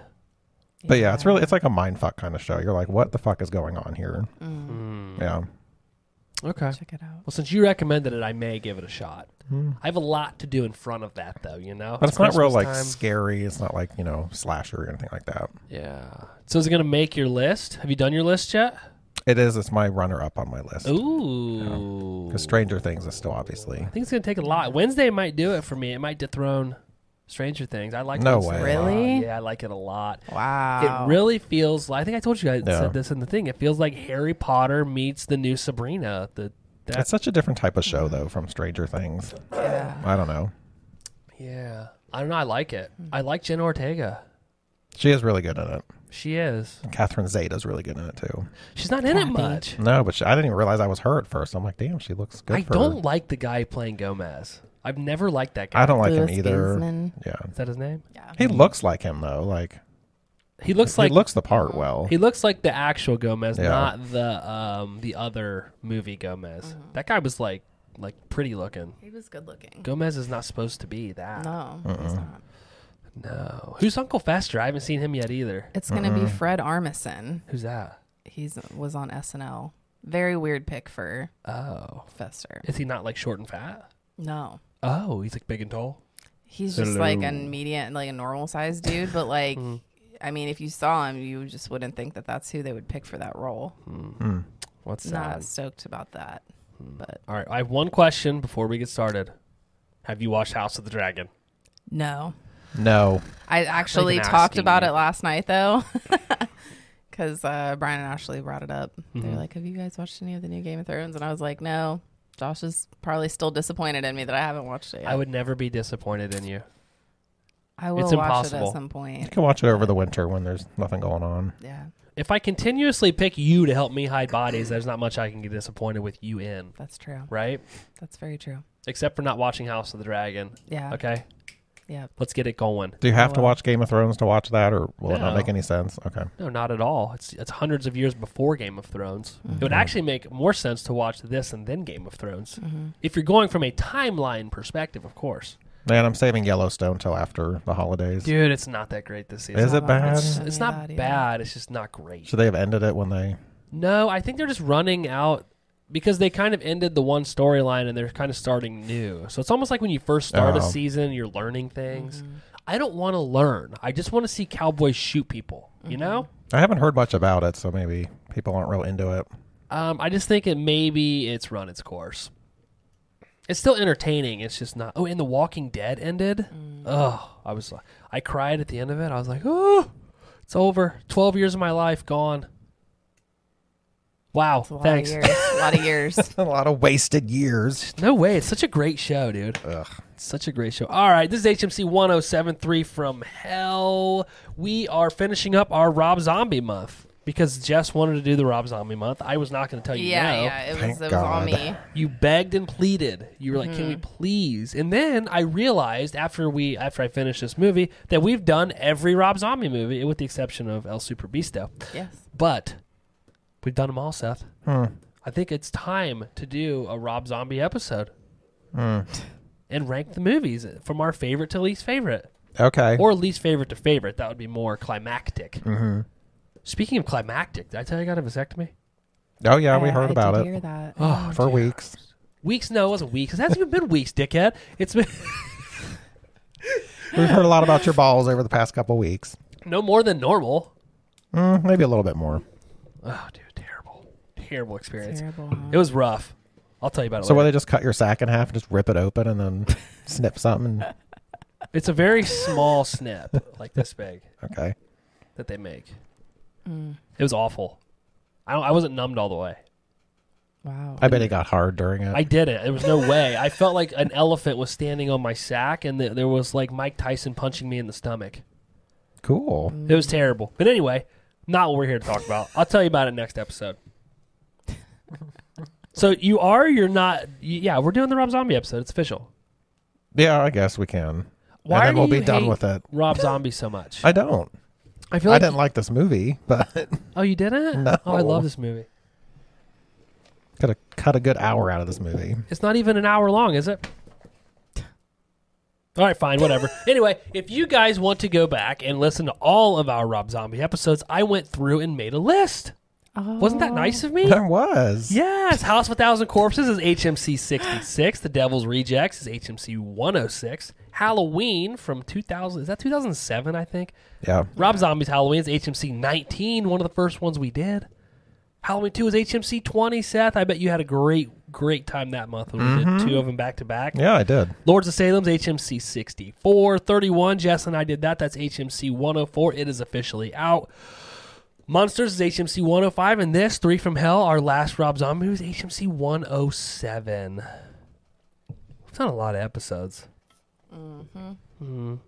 S4: But yeah, it's really it's like a mind fuck kind of show. You're like, what the fuck is going on here?
S1: Mm.
S4: Yeah.
S1: Okay.
S2: Check it out.
S1: Well, since you recommended it, I may give it a shot. I have a lot to do in front of that, though. You know,
S4: Hmm. But it's, not real
S1: Christmas
S4: like
S1: time.
S4: scary. It's not like, you know, slasher or anything like that.
S1: yeah. So is it gonna make your list? Have you done your list yet?
S4: It is, it's my runner up on my list.
S1: Ooh.
S4: Because Stranger Things is still obviously.
S1: I think it's gonna take a lot. Wednesday might do it for me. It might dethrone Stranger Things. I like
S4: No
S1: Wednesday
S4: way.
S1: a lot.
S2: Really?
S1: Yeah, I like it a lot.
S2: Wow.
S1: It really feels. like I think I told you guys
S4: Yeah.
S1: said this in the thing. It feels like Harry Potter meets the new Sabrina. The
S4: It's
S1: that's
S4: such a different type of show though from Stranger Things.
S2: Yeah.
S4: I don't know.
S1: yeah. I don't know. I like it. I like Jenna Ortega.
S4: She is really good in it.
S1: She is.
S4: Catherine Zeta's really good in it too.
S1: She's not in it
S2: Kathy.
S1: much.
S4: No, but she, I didn't even realize I was her at first. I'm like, damn, she looks good
S1: I
S4: for
S1: don't
S4: her.
S1: like the guy playing Gomez. I've never liked that guy.
S4: I don't like him
S2: Louis
S4: either.
S2: Ginsman.
S4: Yeah.
S1: Is that his name?
S4: He looks like him though. Like
S1: He looks like
S4: he looks the part well.
S1: He looks like the actual Gomez,
S4: Yeah.
S1: not the um the other movie Gomez.
S2: Mm-hmm.
S1: That guy was like like pretty looking.
S2: He was good looking.
S1: Gomez is not supposed to be that.
S2: No,
S4: Uh-uh.
S2: he's not.
S1: No. Who's Uncle Fester? I haven't seen him yet either.
S2: It's gonna
S4: Uh-uh.
S2: be Fred Armisen.
S1: Who's that?
S2: He's was on SNL. Very weird pick for
S1: Oh.
S2: Fester.
S1: Is he not like short and fat?
S2: No.
S1: Oh, he's like big and tall.
S2: He's just like a medium, like a normal sized dude, but like, I mean, if you saw him, you just wouldn't think that that's who they would pick for that role.
S1: Hmm.
S4: Hmm.
S1: What's
S2: Not
S1: that? Hmm.
S2: stoked about that. But
S1: All right. I have one question before we get started. Have you watched House of the Dragon?
S2: no,
S4: No.
S2: I actually
S1: asking
S2: talked about
S1: you.
S2: it last night though, because uh, Brian and Ashley brought it up. They
S1: Mm-hmm.
S2: were like, "Have you guys watched any of the new Game of Thrones?" And I was like, "No." Josh is probably still disappointed in me that I haven't watched it. Yet.
S1: I would never be disappointed in you.
S2: I will
S1: It's
S2: watch it
S1: impossible.
S2: at some
S4: You
S2: point.
S4: can watch it over the winter when there's nothing going on.
S2: Yeah,
S1: If I continuously pick you to help me hide bodies, there's not much I can get disappointed with you in,
S2: that's true.
S1: right?
S2: That's very true.
S1: Except for not watching House of the Dragon.
S2: Yeah.
S1: Okay,
S2: Yeah.
S1: let's get it going.
S4: Do you have to
S2: Oh, well.
S4: watch Game of Thrones to watch that, or will it
S1: No.
S4: not make any sense? Okay.
S1: No, not at all. It's it's hundreds of years before Game of Thrones. It
S4: Mm-hmm.
S1: would actually make more sense to watch this and then Game of Thrones,
S4: Mm-hmm.
S1: if you're going from a timeline perspective, of course.
S4: Man, I'm saving Yellowstone till after the holidays.
S1: Dude, it's not that great this season.
S4: Is it
S2: Not
S4: bad?
S2: watched any
S1: It's
S2: of
S1: not
S2: that either.
S1: bad. It's just not great.
S4: Should they have ended it when they?
S1: No, I think they're just running out because they kind of ended the one storyline and they're kind of starting new. So it's almost like when you first start a
S4: Oh.
S1: season, you're learning things. I don't want to learn. I just want to see cowboys shoot people. You know.
S4: I haven't heard much about it, so maybe people aren't real into it.
S1: Um, I just think it maybe it's run its course. It's still entertaining. It's just not. Oh, and The Walking Dead ended.
S2: Mm.
S1: Oh, I was like, I cried at the end of it. I was like, oh, it's over. Twelve years of my life gone. Wow.
S2: It's a lot
S1: Thanks.
S2: of years. A lot of years.
S4: A lot of wasted years.
S1: No way. It's such a great show, dude.
S4: Ugh.
S1: It's such a great show. All right. This is HMC 1073 from hell. We are finishing up our Rob Zombie month because Jess wanted to do the Rob Zombie month. I was not going to tell you
S2: yeah,
S1: no.
S2: yeah. It was.
S4: Thank
S2: it was all
S4: God.
S2: me.
S1: You begged and pleaded. You were like, "Can we please?" And then I realized after we after I finished this movie that we've done every Rob Zombie movie with the exception of El Super Bisto.
S2: Yes.
S1: But we've done them all, Seth.
S4: Hmm,
S1: I think it's time to do a Rob Zombie episode
S4: hmm.
S1: and rank the movies from our favorite to least favorite,
S4: Okay.
S1: or least favorite to favorite. That would be more climactic.
S4: Mm-hmm.
S1: Speaking of climactic, did I tell you I got a vasectomy?
S4: oh yeah, we
S2: I- I
S4: heard about
S2: did
S4: it
S2: Hear that. Oh,
S4: for weeks.
S1: Weeks? No, it wasn't weeks. It hasn't even been weeks, dickhead. It's been
S4: We've heard a lot about your balls over the past couple weeks.
S1: no more than normal.
S4: Mm, maybe a little bit more.
S1: Oh, dude, terrible, terrible experience.
S2: Terrible. Huh?
S1: It was rough. I'll tell you about it.
S4: So, will
S1: later.
S4: they just cut your sack in half and just rip it open and then snip something?
S1: it's a very small snip, like this big,
S4: Okay.
S1: that they make. It was awful. I don't, I wasn't numbed all the way.
S2: Wow.
S4: I bet it got hard during it.
S1: I did it. There was no way. I felt like an elephant was standing on my sack, and th- there was like Mike Tyson punching me in the stomach.
S4: cool.
S1: It was terrible. But anyway, not what we're here to talk about. I'll tell you about it next episode. so you are, you're not. y- Yeah, we're doing the Rob Zombie episode. It's official.
S4: Yeah, I guess we can.
S1: Why
S4: and then
S1: do
S4: we'll be
S1: you
S4: done
S1: hate
S4: with it.
S1: Rob Zombie so much.
S4: I don't.
S1: I feel
S4: I
S1: like
S4: didn't like this movie, but
S1: Oh, you didn't?
S4: No.
S1: Oh, I love this movie.
S4: could have cut a good hour out of this movie.
S1: It's not even an hour long, is it? All right, fine, whatever. anyway, if you guys want to go back and listen to all of our Rob Zombie episodes, I went through and made a list. Wasn't that nice of me?
S4: There was.
S1: Yes, House of a Thousand Corpses is HMC 66. The Devil's Rejects is HMC 106. Halloween from 2000, is that 2007, I think?
S4: Yeah.
S1: Rob Zombie's Halloween is HMC 19, one of the first ones we did. Halloween 2 is HMC 20, Seth. I bet you had a great, great time that month when we did two of them back to back.
S4: Yeah, I did.
S1: Lords of Salem's HMC 64, 31. Jess and I did that. That's HMC 104. It is officially out. Monsters is HMC 105, and this, Three from Hell, our last Rob Zombie, was HMC 107. It's not a lot of episodes. Mm,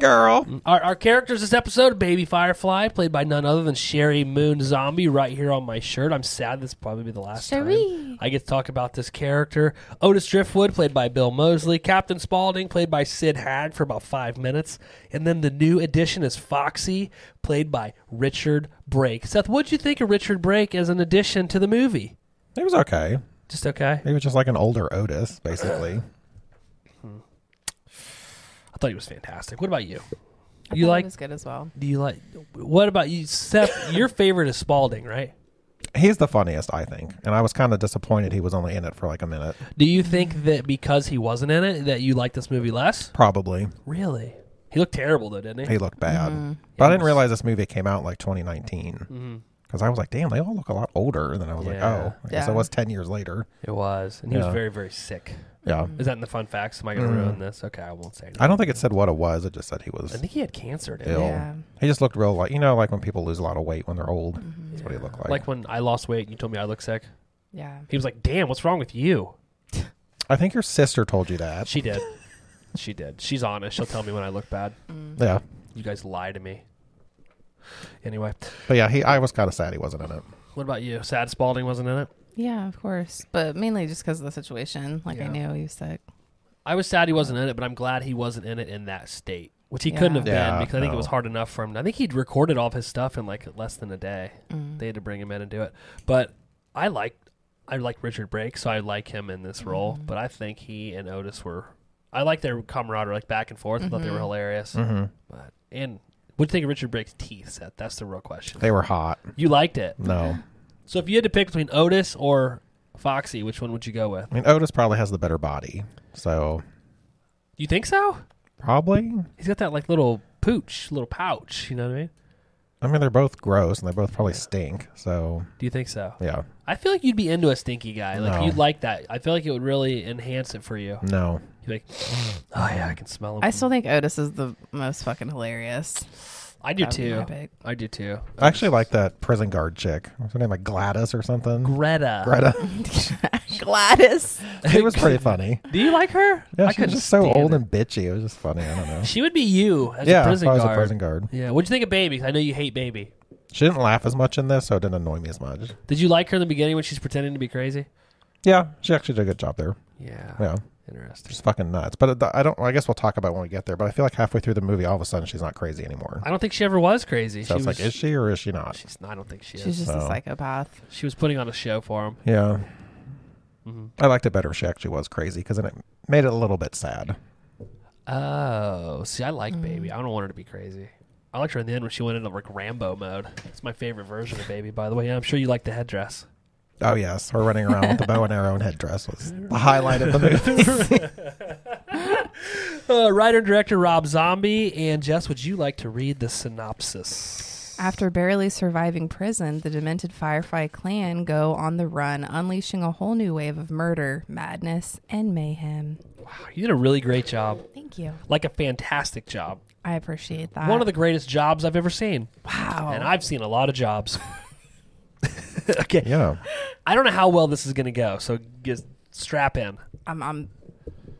S4: Girl.
S1: Our, our characters this episode Baby Firefly, played by none other than Sherry Moon Zombie, right here on my shirt. I'm sad this will probably be the
S2: Oh,
S1: last time
S5: Sheree.
S1: I get to talk about this character. Otis Driftwood, played by Bill Mosley. Captain Spaulding, played by Sid Haig for about five minutes. And then the new addition is Foxy, played by Richard Brake. Seth, what'd you think of Richard Brake as an addition to the movie?
S4: It was okay.
S1: Just okay?
S4: He was just like an older Otis, basically.
S1: I thought he was fantastic. What about you?
S2: I
S1: You like,
S2: thought it was good as well.
S1: do you like, what about you, Seth? your favorite is Spaulding, right?
S4: He's the funniest, I think. And I was kind of disappointed he was only in it for like a minute.
S1: Do you think that because he wasn't in it that you like this movie less?
S4: Probably.
S1: Really? He looked terrible though, didn't he?
S4: He looked bad.
S1: Mm-hmm.
S4: But I didn't realize this movie came out in like 2019. Because I was like, damn, they all look a lot older. And then I was like,
S1: Mm. Yeah.
S4: oh, I guess
S2: Yeah.
S4: it was 10 years later.
S1: It was, and he was
S4: Yeah.
S1: very, very sick.
S4: Yeah.
S2: Mm.
S1: Is that in the fun facts? Am I going to ruin this? Okay, I won't say. Anything.
S4: I don't think it said what it was. It just said he
S1: I
S4: was
S1: think he had cancer. Didn't
S4: ill.
S1: he?
S2: Yeah.
S4: He just looked real like, you know, like when people lose a lot of weight when they're old.
S1: Mm-hmm.
S4: That's what he looked like.
S1: Like when I lost weight, and you told me I look sick.
S2: Yeah.
S1: He was like, "Damn, what's wrong with you?"
S4: I think your sister told you that.
S1: She did. she did. She's honest. She'll tell me when I look bad.
S4: Yeah.
S1: You guys lie to me. Anyway,
S4: But yeah, he. I was kind of sad he wasn't in it.
S1: what about you? Sad Spalding wasn't in it.
S2: Yeah, of course. But mainly just because of the situation. Like,
S1: Yeah.
S2: I knew he was sick.
S1: I was sad he wasn't in it, but I'm glad he wasn't in it in that state, which he
S2: Yeah.
S1: couldn't have
S4: Yeah,
S1: been because I think it was
S4: no.
S1: hard enough for him. I think he'd recorded all of his stuff in like less than a day. They had to bring him in and do it. But I like I like Richard Brake, so I like him in this role. But I think he and Otis were I like their camaraderie, like back and forth. I thought they were hilarious.
S4: Mm-hmm.
S1: But and what do you think of Richard Brake's teeth, Seth? That's the real question.
S4: They were hot.
S1: You liked it,
S4: No.
S1: so if you had to pick between Otis or Foxy, which one would you go with?
S4: I mean, Otis probably has the better body. So
S1: You think so?
S4: probably.
S1: He's got that like little pooch, little pouch. You know what I mean?
S4: I mean, they're both gross and they both probably stink. So
S1: Do you think so?
S4: yeah.
S1: I feel like you'd be into a stinky guy. Like
S4: No.
S1: you'd like that. I feel like it would really enhance it for you.
S4: No.
S1: You'd be like, oh yeah, I can smell him.
S2: I still think Otis is the most fucking hilarious.
S1: I do
S2: that would be my
S1: too.
S2: pick.
S1: I do too.
S4: I actually like that prison guard chick. What's her name? Like Gladys or something?
S1: Greta.
S4: Greta.
S2: Gladys.
S4: She was pretty funny.
S1: Do you like her? I
S4: Yeah, she was
S1: couldn't
S4: just so
S1: stand
S4: old
S1: her.
S4: and bitchy. It was just funny. I don't know.
S1: She would be you as
S4: yeah,
S1: a prison
S4: if I was
S1: guard.
S4: a prison guard.
S1: Yeah. What'd you think of Baby? 'Cause I know you hate Baby.
S4: She didn't laugh as much in this, so it didn't annoy me as much.
S1: Did you like her in the beginning when she's pretending to be crazy?
S4: Yeah, she actually did a good job there.
S1: Yeah.
S4: Yeah,
S1: Interesting.
S4: she's fucking nuts. But I don't. I guess we'll talk about it when we get there. But I feel like halfway through the movie, all of a sudden, she's not crazy anymore.
S1: I don't think she ever was crazy.
S4: So
S1: she
S4: it's
S1: was
S4: like, is she or is she not?
S1: she's I don't think she
S2: She's
S1: is.
S2: just a
S4: So.
S2: psychopath.
S1: She was putting on a show for him. Mm-hmm.
S4: Yeah. I liked it better if she actually was crazy because then it made it a little bit sad.
S1: Oh, see, I like
S2: Mm.
S1: Baby. I don't want her to be crazy. I liked her in the end when she went into like Rambo mode. It's my favorite version of Baby, by the way. And I'm sure you like the headdress.
S4: Oh yes, her running around with the bow and arrow and headdress was the highlight of the movie.
S1: Uh, writer and director Rob Zombie and Jess, would you like to read the synopsis?
S2: After barely surviving prison, the demented Firefly clan go on the run, unleashing a whole new wave of murder, madness, and mayhem.
S1: Wow, you did a really great job,
S2: Thank you.
S1: like a fantastic job.
S2: I appreciate that.
S1: One of the greatest jobs I've ever seen,
S2: wow.
S1: and I've seen a lot of jobs. okay,
S4: yeah,
S1: I don't know how well this is going to go, so just strap in.
S2: I'm, I'm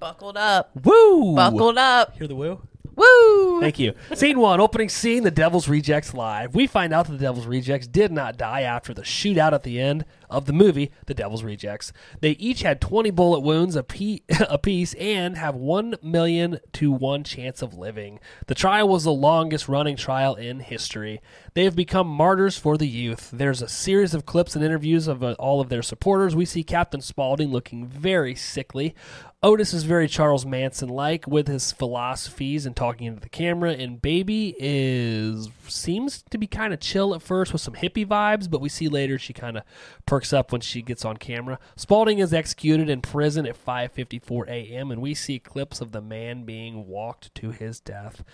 S2: buckled up.
S1: Woo!
S2: Buckled up.
S1: Hear the woo?
S2: Woo!
S1: Thank you. Scene one, opening scene, the Devil's Rejects live. We find out that the Devil's Rejects did not die after the shootout at the end of the movie, The Devil's Rejects. They each had 20 bullet wounds api- apiece and have 1 million to 1 chance of living. The trial was the longest running trial in history. They have become martyrs for the youth. There's a series of clips and interviews of uh, all of their supporters. We see Captain Spaulding looking very sickly. Otis is very Charles Manson like with his philosophies and talking into the camera, and Baby is seems to be kind of chill at first with some hippie vibes, but we see later she kind of perks up when she gets on camera. Spaulding is executed in prison at 5:54 a.m., and we see clips of the man being walked to his death.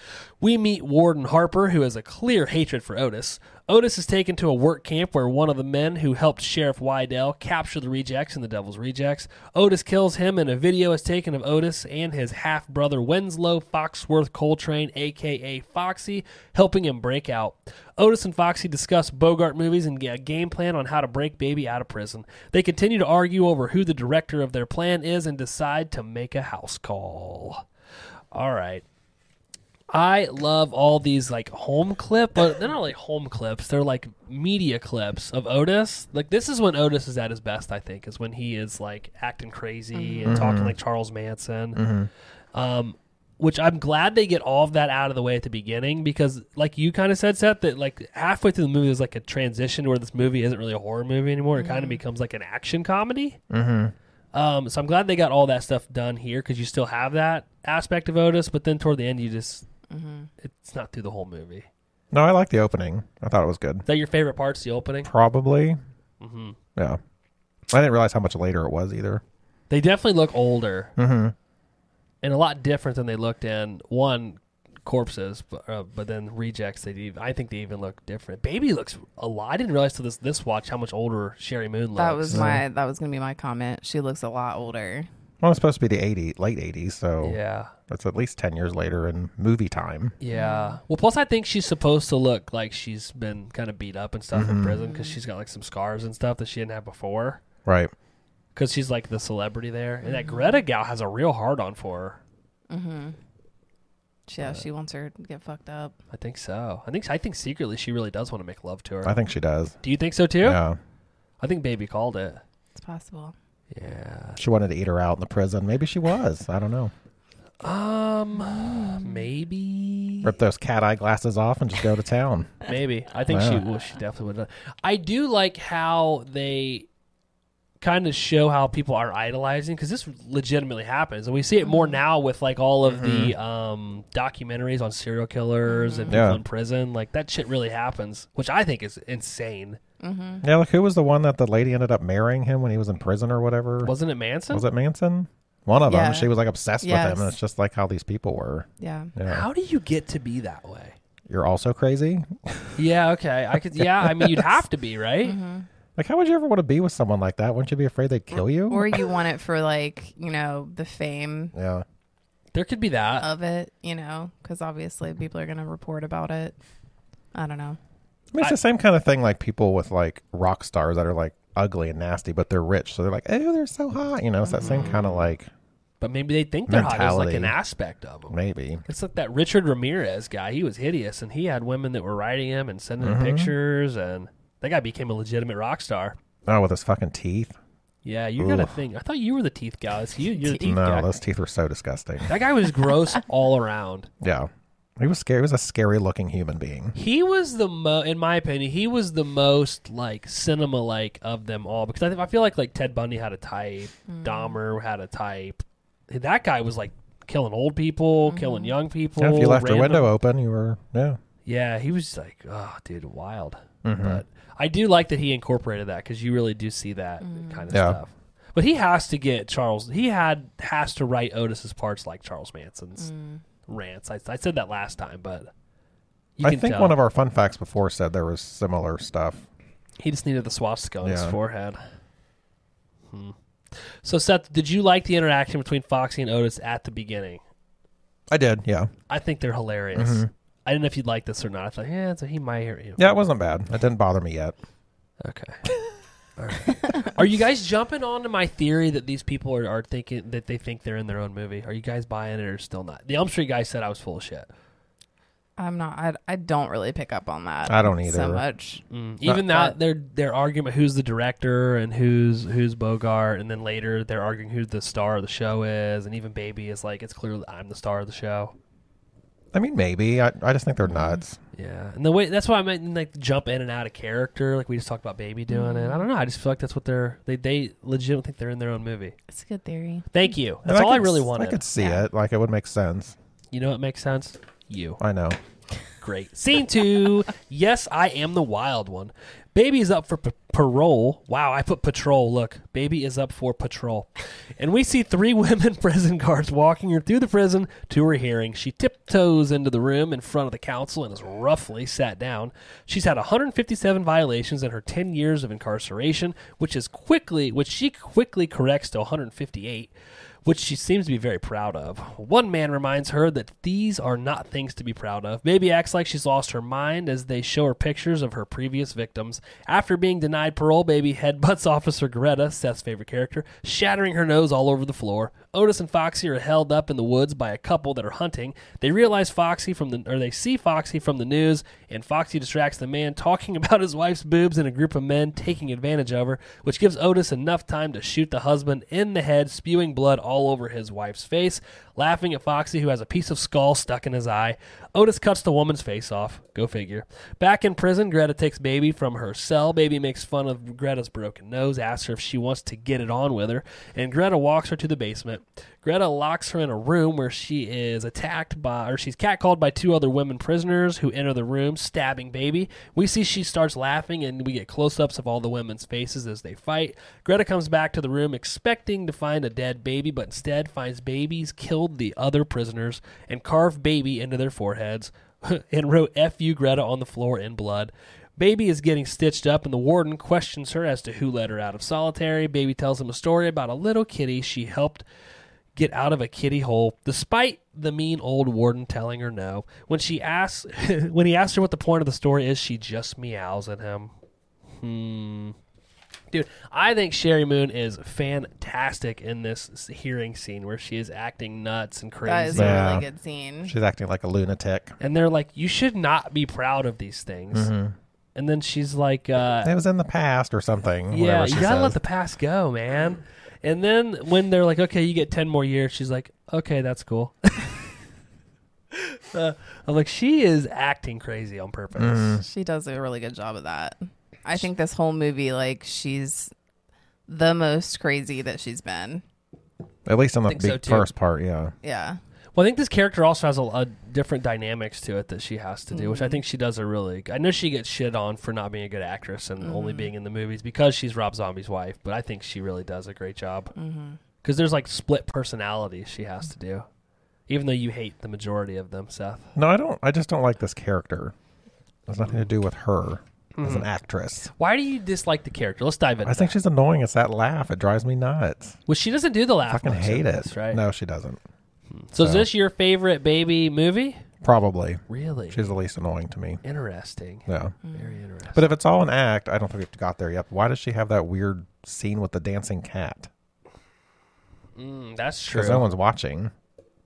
S1: We meet Warden Harper, who has a clear hatred for Otis. Otis is taken to a work camp where one of the men who helped Sheriff Wydell capture the rejects and the Devil's Rejects. Otis kills him, and a video is taken of Otis and his half brother Winslow Foxworth Coltrane, aka Foxy, helping him break out. Otis and Foxy discuss Bogart movies and a game plan on how to break Baby out of prison. They continue to argue over who the director of their plan is and decide to make a house call. All right. I love all these like home clip, but they're not like home clips. They're like media clips of Otis. Like this is when Otis is at his best. I think is when he is like acting crazy and talking like Charles Manson. Um, which I'm glad they get all of that out of the way at the beginning because, like you kind of said, Seth, that like halfway through the movie is like a transition where this movie isn't really a horror movie anymore. It kind of becomes like an action comedy. Um, so I'm glad they got all that stuff done here because you still have that aspect of Otis, but then toward the end you just it's not through the whole movie.
S4: No, I like the opening. I thought it was good.
S1: Is that your favorite parts? The opening?
S4: Probably. Mm-hmm. Yeah. I didn't realize how much later it was either.
S1: They definitely look older and a lot different than they looked in one corpses, but, uh, but then rejects. They even, I think they even look different. Baby looks a lot. I didn't realize till this this watch how much older Sherry Moon looks.
S2: That was my that was gonna be my comment. She looks a lot older.
S4: Well, it's supposed to be the 80, late 80s, so
S1: yeah.
S4: that's at least 10 years later in movie time.
S1: Yeah.
S2: Mm-hmm.
S1: Well, plus I think she's supposed to look like she's been kind of beat up and stuff in prison because she's got like some scars and stuff that she didn't have before.
S4: Right.
S1: because she's like the celebrity there, and
S2: Mm-hmm.
S1: that Greta gal has a real hard on for her.
S2: She, yeah, she wants her to get fucked up.
S1: I think so. I think I think secretly she really does want to make love to her.
S4: I think she does.
S1: Do you think so too?
S4: Yeah.
S1: I think Baby called it.
S2: It's possible.
S1: Yeah.
S4: She wanted to eat her out in the prison. Maybe she was. I don't know.
S1: Um. Maybe.
S4: Rip those cat eye glasses off and just go to town.
S1: Maybe. I think she.
S4: Wow.
S1: Well, she definitely would. have done- I do like how they kind of show how people are idolizing because this legitimately happens, and we see it more now with like all of the um, documentaries on serial killers and people
S4: Yeah.
S1: in prison. Like that shit really happens, which I think is insane.
S4: Yeah, like who was the one that the lady ended up marrying him when he was in prison or whatever?
S1: Wasn't it Manson?
S4: Was it Manson? One of
S2: Yeah.
S4: them. She was like obsessed with
S2: Yes.
S4: him. And it's just like how these people were.
S2: Yeah.
S4: Yeah.
S1: How do you get to be that way?
S4: You're also crazy.
S1: Yeah, okay. I could yeah, I mean you'd have to be, right?
S4: Like, how would you ever want to be with someone like that? Wouldn't you be afraid they'd kill you?
S2: Or you want it for like you know the fame
S4: yeah.
S1: There could be
S4: Uh.
S1: that.
S2: of it, you know, because obviously people are gonna report about it. I don't know.
S4: I mean, it's
S1: I-
S4: the same kind of thing like people with like rock stars that are like ugly and nasty, but they're rich. So they're like, oh, they're so hot. You know, it's that same kind of like
S1: But maybe they think they're hot is like an
S4: Mentality.
S1: aspect of them.
S4: maybe.
S1: It's like that Richard Ramirez guy. He was hideous and he had women that were writing him and sending
S4: Mm-hmm.
S1: him pictures and that guy became a legitimate rock star.
S4: Oh, with his fucking teeth.
S1: Yeah, you got a
S4: Oof.
S1: thing. I thought you were the teeth guy. It's you you're the teeth
S4: No,
S1: guy.
S4: those teeth were so disgusting.
S1: That guy was gross all around.
S4: Yeah. He was scary. He was a scary looking human being.
S1: He was the mo, in my opinion, he was the most like cinema like of them all because I, th- I feel like like Ted Bundy had a type, Dahmer had a type. That guy was like killing old people, killing young people.
S4: Yeah, if you left your
S1: random-
S4: window open, you were, yeah.
S1: yeah, he was like, oh, dude, wild.
S4: Mm-hmm.
S1: But I do like that he incorporated that because you really do see that kind of
S4: Yeah.
S1: stuff. But he has to get Charles. He had has to write Otis's parts like Charles Manson's rants. I, I said that last time, but you
S4: I
S1: can
S4: think
S1: tell.
S4: one of our fun facts before said there was similar stuff.
S1: He just needed the swastika on his
S4: Yeah.
S1: forehead. Hmm. So, Seth, did you like the interaction between Foxy and Otis at the beginning?
S4: I did, yeah.
S1: I think they're hilarious. I didn't know if you'd like this or not. I thought, yeah, so he might hear you.
S4: Yeah, it wasn't bad. It didn't bother me yet.
S1: Okay. All right. Are you guys jumping onto my theory that these people are, are thinking that they think they're in their own movie? Are you guys buying it or still not? The Elm Street guy said I was full of shit.
S2: I'm not. I, I don't really pick up on that.
S4: I don't either.
S2: So much.
S1: Mm. Even that their their argument who's the director and who's who's Bogart, and then later they're arguing who the star of the show is, and even Baby is like it's clearly I'm the star of the show.
S4: I mean, maybe. I, I just think they're nuts.
S1: Yeah, and the way that's why I meant like jump in and out of character, like we just talked about Baby doing it. I don't know. I just feel like that's what they're they they legit think they're in their own movie.
S2: It's a good theory.
S1: Thank you.
S4: And
S1: That's all I,
S4: could
S1: really
S4: s-
S1: wanted.
S4: I could see
S2: Yeah.
S4: it. Like, it would make sense.
S1: You know, it makes sense. You.
S4: I know.
S1: Great. Scene two. yes, I am the wild one. Baby is up for p- parole. Wow, I put patrol. Look, baby is up for patrol. And we see three women prison guards walking her through the prison to her hearing. She tiptoes into the room in front of the council and is roughly sat down. She's had 157 violations in her 10 years of incarceration, which is quickly, which she quickly corrects to 158 which she seems to be very proud of. One man reminds her that these are not things to be proud of. Baby acts like she's lost her mind as they show her pictures of her previous victims. After being denied parole, Baby headbutts Officer Greta, Seth's favorite character, shattering her nose all over the floor. Otis and Foxy are held up in the woods by a couple that are hunting. They realize Foxy from the or they see Foxy from the news, and Foxy distracts the man talking about his wife's boobs and a group of men taking advantage of her, which gives Otis enough time to shoot the husband in the head, spewing blood all over his wife's face. Laughing at Foxy, who has a piece of skull stuck in his eye, Otis cuts the woman's face off. Go figure. Back in prison, Greta takes Baby from her cell. Baby makes fun of Greta's broken nose, asks her if she wants to get it on with her, and Greta walks her to the basement. Greta locks her in a room where she is attacked by, or she's catcalled by two other women prisoners who enter the room, stabbing Baby. We see she starts laughing, and we get close ups of all the women's faces as they fight. Greta comes back to the room expecting to find a dead baby, but instead finds babies killed the other prisoners and carved Baby into their foreheads and wrote FU Greta on the floor in blood. Baby is getting stitched up, and the warden questions her as to who let her out of solitary. Baby tells him a story about a little kitty she helped get out of a kitty hole despite the mean old warden telling her no when she asks when he asks her what the point of the story is she just meows at him hmm dude i think sherry moon is fantastic in this s- hearing scene where she is acting nuts and
S2: That is
S1: crazy
S2: a
S4: Yeah.
S2: really good scene.
S4: She's acting like a lunatic.
S1: and they're like you should not be proud of these things and then she's like uh,
S4: It was in the past or something.
S1: yeah,
S4: whatever she
S1: you gotta let
S4: says.
S1: the past go, man. And then when they're like, okay, you get 10 more years, she's like, okay, that's cool. Uh, I'm like, she is acting crazy on purpose.
S4: Mm-hmm.
S2: She does a really good job of that. I think this whole movie, like, she's the most crazy that she's been.
S4: At least in the
S1: think so,
S4: big
S1: too.
S4: first part, yeah.
S2: Yeah.
S1: Well, I think this character also has a, a different dynamics to it that she has to do, which I think she does a really. I know she gets shit on for not being a good actress and only being in the movies because she's Rob Zombie's wife, but I think she really does a great job because there's like split personalities she has to do, even though you hate the majority of them, Seth.
S4: No, I don't. I just don't like this character. It has nothing to do with her as
S1: Mm-hmm.
S4: an actress.
S1: Why do you dislike the character? Let's dive in.
S4: I think she's annoying. It's that laugh. It drives me nuts.
S1: Well, she doesn't do the laugh.
S4: I fucking
S1: much
S4: hate
S1: in
S4: it.
S1: this, right?
S4: No, she doesn't.
S1: So, is
S4: so.
S1: this your favorite baby movie?
S4: Probably.
S1: Really?
S4: She's the least annoying to me.
S1: interesting.
S4: Yeah.
S1: Very interesting.
S4: But if it's all an act, I don't think we've got there yet. Why does she have that weird scene with the dancing cat?
S1: Mm, that's true.
S4: Because no one's watching.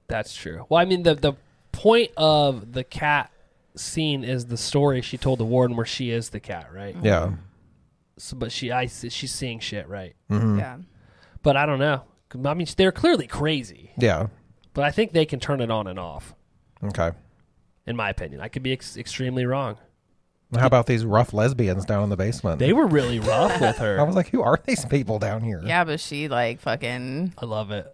S1: That's true. Well, I mean, the the point of the cat scene is the story she told the warden where she is the cat, right?
S4: Yeah.
S1: So, but she I she's seeing shit, right?
S4: Mm-hmm.
S2: Yeah.
S1: But I don't know. I mean, they're clearly crazy,
S4: Yeah.
S1: but I think they can turn it on and off.
S4: Okay.
S1: In my opinion, I could be ex- extremely wrong.
S4: How about these rough lesbians down in the basement?
S1: They were really rough with
S4: I
S1: her.
S4: was like, who are these people down here?
S2: Yeah, but she, like, fucking,
S1: I love it.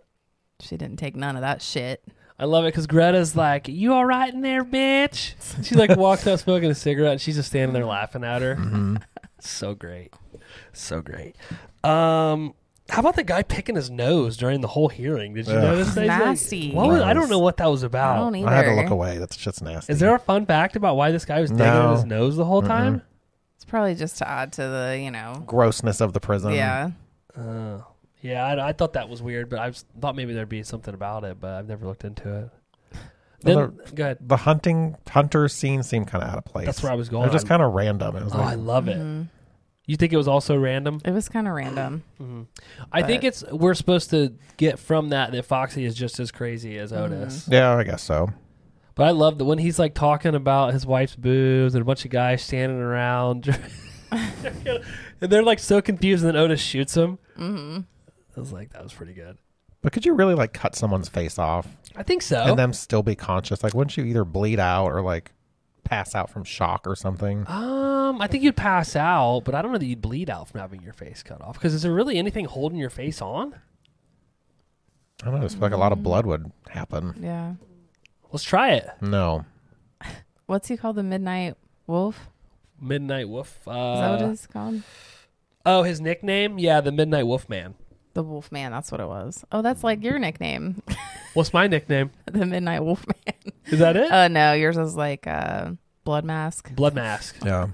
S2: she didn't take none of that shit.
S1: I love it because Greta's like, "You all right in there, bitch?" She like walks out smoking a cigarette, and she's just standing there laughing at her.
S4: Mm-hmm.
S1: so great, so great. Um, how about the guy picking his nose during the whole hearing? Did you
S4: Ugh.
S1: notice that? He's like-
S2: Nasty.
S1: what was- I don't
S4: Gross.
S1: know what that was
S2: I
S1: about.
S2: don't either.
S4: I had to look away. That's shit's nasty.
S1: Is there a fun fact about why this guy was digging at
S4: No.
S1: his nose the whole time?
S2: It's probably just to add to the, you know,
S4: grossness of the prison?
S2: yeah.
S1: Uh, yeah, I, I thought that was weird, but I was, thought maybe there'd be something about it, but I've never looked into it. Then,
S4: Well,
S1: go ahead.
S4: the hunting hunter scene seemed kind of out of place.
S1: That's where I was
S4: It
S1: going.
S4: was just kind of random. It was
S1: oh, I
S4: like,
S1: love
S2: Mm-hmm.
S1: it. You think it was also random?
S2: It was kind of random.
S1: I think
S2: but-
S1: it's we're
S2: Mm-hmm.
S1: supposed to get from that that Foxy is just as crazy as Otis,
S4: yeah, I guess so.
S1: but But I love that when he's like talking about his wife's boobs and a bunch of guys standing around, and they're like so confused, and then Otis shoots him. Mm-hmm. I was like, that was pretty good.
S4: But could you really like cut someone's face off
S1: I think so.
S4: and them still be conscious? Like, wouldn't you either bleed out or like pass out from shock or something?
S1: um, I think you'd pass out, but I don't know that you'd bleed out from having your face cut off. Because is there really anything holding your face on?
S4: I don't know. It's like a lot of blood would happen.
S2: Yeah.
S1: Let's try it.
S4: No.
S2: What's he called? The Midnight Wolf?
S1: Midnight Wolf. Uh,
S2: Is that what it's called?
S1: Oh, his nickname? Yeah, the Midnight Wolf Man.
S2: The Wolf Man. That's what it was. Oh, that's like your nickname,
S1: What's my nickname?
S2: the Midnight Wolf Man.
S1: Is that it?
S2: Oh no, yours is like uh, Blood Mask.
S1: Blood Mask.
S4: Yeah.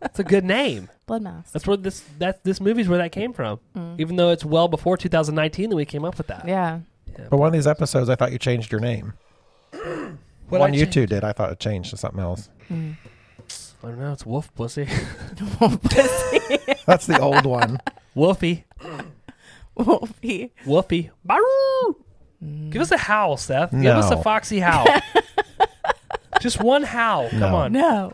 S1: That's a good name.
S2: Blood Mask.
S1: That's where this that this movie's where that came from. Even though it's well before 2019 that we came up with that.
S2: Yeah.
S4: But one of these episodes, I thought you changed your name.
S1: What'd
S4: one
S1: I
S4: you
S1: change?
S4: two did. I thought it changed to something else.
S1: I don't know. It's Wolf Pussy.
S4: That's the old one.
S1: Wolfie.
S2: Wolfie.
S1: Wolfie. Baroo! Give us a howl, Seth. Give us a
S4: No.
S1: foxy howl. Just one howl. Come
S4: No.
S1: on.
S2: No.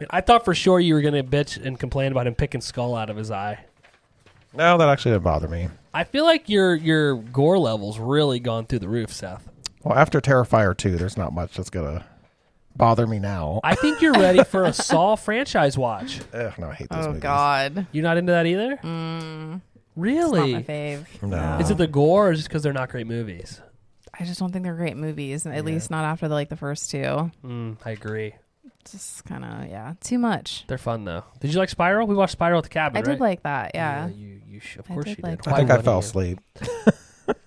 S1: Man, I thought for sure you were gonna bitch and complain about him picking skull out of his eye.
S4: No, that actually didn't bother me.
S1: I feel like your your gore level's really gone through the roof, Seth.
S4: Well, after Terrifier 2, there's not much that's going to bother me now.
S1: I think you're ready for a Saw franchise watch.
S4: Ugh, no, I hate those
S2: Oh
S4: movies.
S2: God.
S1: You're not into that either?
S2: Mm. Not
S1: really?
S2: my fave.
S4: No.
S1: Is it the gore or just because they're not great movies?
S2: I just don't think they're great movies. At least not after like the first two.
S1: Mm, I agree.
S2: Just kind of yeah, too much.
S1: They're fun though. Did you like Spiral? We watched Spiral at the cabin.
S2: I did
S1: right?
S2: like that. Yeah.
S1: you, you sh- of
S2: I
S1: course
S2: did
S1: you
S2: like
S1: did.
S2: that.
S4: I
S1: Why
S4: think I
S1: wouldn't
S4: fell
S1: you?
S4: asleep.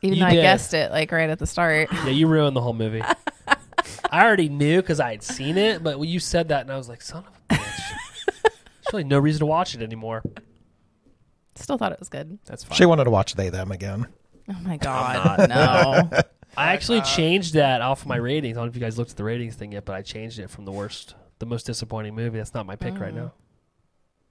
S2: Even
S1: You
S2: though
S1: did.
S2: I guessed it like right at the start.
S1: Yeah, you ruined the whole movie. I already knew because I had seen it, but when you said that, and I was like, "Son of a bitch!" There's really no reason to watch it anymore.
S2: Still thought it was good.
S1: That's fine.
S4: She wanted to watch They Them again.
S2: Oh my god. No.
S1: I
S2: Uh,
S1: actually changed that off my ratings. I don't know if you guys looked at the ratings thing yet, but I changed it from the worst, the most disappointing movie. That's not my pick
S2: Mm.
S1: right now.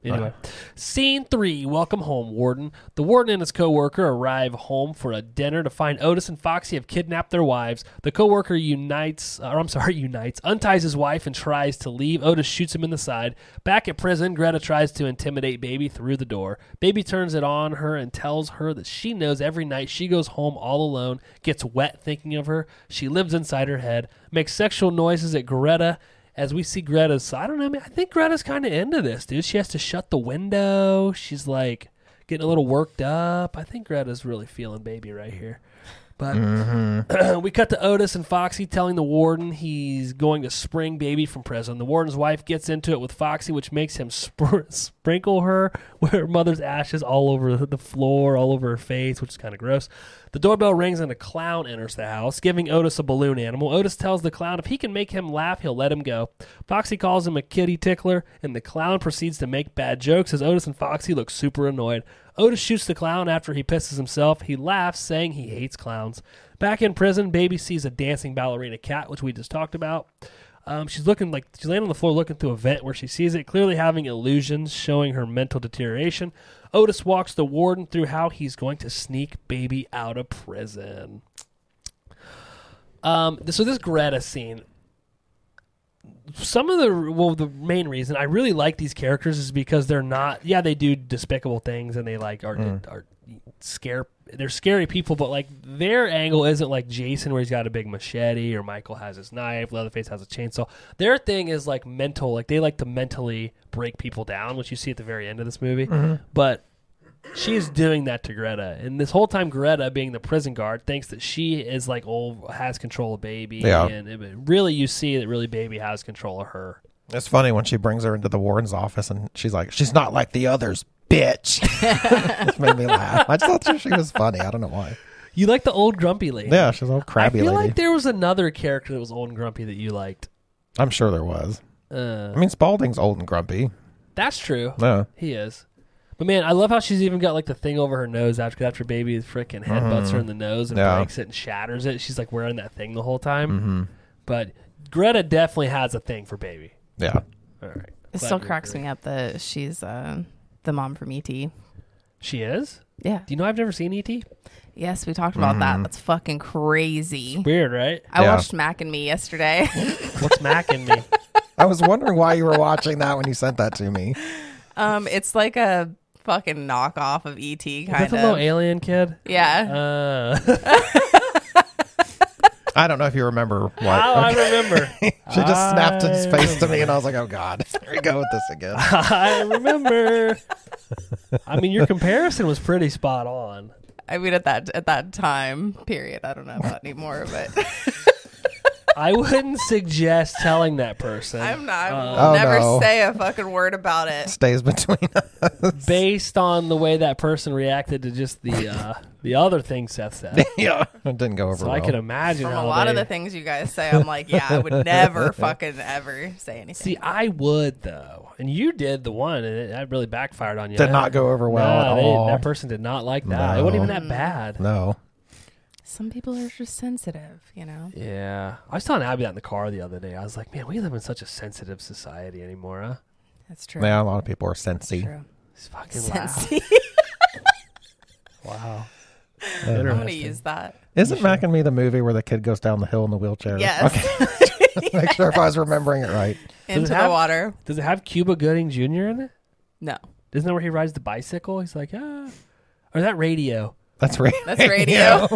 S1: Anyway, scene three. Welcome home, Warden. The warden and his coworker arrive home for a dinner to find Otis and Foxy have kidnapped their wives. The coworker unites, uh, or I'm sorry, unites, unties his wife and tries to leave. Otis shoots him in the side. Back at prison, Greta tries to intimidate Baby through the door. Baby turns it on her and tells her that she knows every night she goes home all alone, gets wet thinking of her. She lives inside her head, makes sexual noises at Greta as we see Greta's, so I don't know, man. I think Greta's kind of into this, dude. She has to shut the window. She's like getting a little worked up. I think Greta's really feeling baby right here. But Uh, we cut to Otis and Foxy telling the warden he's going to spring baby from prison. The warden's wife gets into it with Foxy, which makes him spr- sprinkle her with her mother's ashes all over the floor, all over her face, which is kind of gross. The doorbell rings and a clown enters the house, giving Otis a balloon animal. Otis tells the clown if he can make him laugh, he'll let him go. Foxy calls him a kitty tickler, and the clown proceeds to make bad jokes as Otis and Foxy look super annoyed. Otis shoots the clown after he pisses himself. He laughs, saying he hates clowns. Back in prison, Baby sees a dancing ballerina cat, which we just talked about. Um, she's looking like she's laying on the floor looking through a vent where she sees it, clearly having illusions showing her mental deterioration. Otis walks the warden through how he's going to sneak Baby out of prison. Um, th- so this Greta scene, some of the well, the main reason I really like these characters is because they're not. Yeah, they do despicable things and they like are are scare. They're scary people, but like their angle isn't like Jason, where he's got a big machete, or Michael has his knife, Leatherface has a chainsaw. Their thing is like mental. Like they like to mentally break people down, which you see at the very end of this movie. But she is doing that to Greta, and this whole time, Greta, being the prison guard, thinks that she is like old, has control of baby,
S4: Yeah.
S1: and it- but really, you see that really baby has control of her.
S4: It's funny when she brings her into the warden's office and she's like, she's not like the others, bitch. it made me laugh. I just thought she was funny. I don't know why.
S1: You like the old grumpy lady?
S4: Yeah, she's all
S1: I
S4: crabby
S1: feel
S4: lady.
S1: like there was another character that was old and grumpy that you liked.
S4: I'm sure there was.
S1: Uh,
S4: I mean, Spalding's old and grumpy.
S1: that's true.
S4: No.
S1: He is. But man, I love how she's even got like the thing over her nose after after baby freaking headbutts her in the nose and
S4: Mm-hmm. Yeah. Mm-hmm.
S1: breaks it and shatters it. She's like wearing that thing the whole time. But Greta definitely has a thing for baby.
S4: Yeah.
S1: All right.
S2: It still cracks me up that she's uh, the mom from ET.
S1: She is.
S2: Yeah.
S1: Do you know I've never seen E ET?
S2: Yes, we talked about
S1: Mm-hmm.
S2: that. That's fucking crazy.
S1: Weird, right?
S2: I
S4: Yeah.
S2: watched Mac and Me yesterday.
S1: What's Mac in me?
S4: I was wondering why you were watching that when you sent that to me.
S2: um, it's like a fucking knockoff of ET kind
S1: That's
S2: of.
S1: a little alien kid.
S2: yeah.
S1: Uh,
S4: I don't know if you remember what.
S1: how Oh, I remember.
S4: She just snapped his
S1: I
S4: face to me, and I was
S1: Ah.
S4: like, "Oh God, here we go with this again."
S1: I remember. I mean, your comparison was pretty spot on.
S2: I mean, at that at that time period, I don't know about anymore, but
S1: I wouldn't suggest telling that person.
S2: I'm not.
S1: Uh,
S2: I will
S4: Oh,
S2: never
S4: no.
S2: say a fucking word about it.
S4: Stays between us.
S1: based on the way that person reacted to just the uh, the other thing Seth said.
S4: yeah, it didn't go over.
S1: So
S4: well.
S1: I can imagine
S2: From
S1: how
S2: a lot of
S1: they-
S2: the things you guys say, I'm like, yeah, I would never fucking ever say anything.
S1: See, I would though, and you did the one, and it, that really backfired on you.
S4: Did not go over well
S1: No,
S4: at
S1: they-
S4: all.
S1: That person did not like that. It wasn't even that bad.
S4: no,
S2: Some people are just sensitive, you know.
S1: Yeah, I was telling Abby that in the car the other day. I was like, "Man, we live in such a sensitive society anymore." Huh?
S2: That's true.
S4: yeah, a lot of people are sensy.
S2: True.
S1: It's fucking loud.
S2: Sensi.
S1: Wow.
S2: I'm gonna
S1: Interesting.
S2: use that.
S4: Isn't Mac and Me the movie where the kid goes down the hill in the wheelchair?
S2: Yes.
S4: Okay, make sure if I was remembering it right.
S1: it
S2: Into the
S1: have-
S2: water.
S1: Does it have Cuba Gooding Jr. in it?
S2: No.
S1: Isn't that where he rides the bicycle? He's like, ah, or is that radio?
S4: That's right.
S2: That's radio.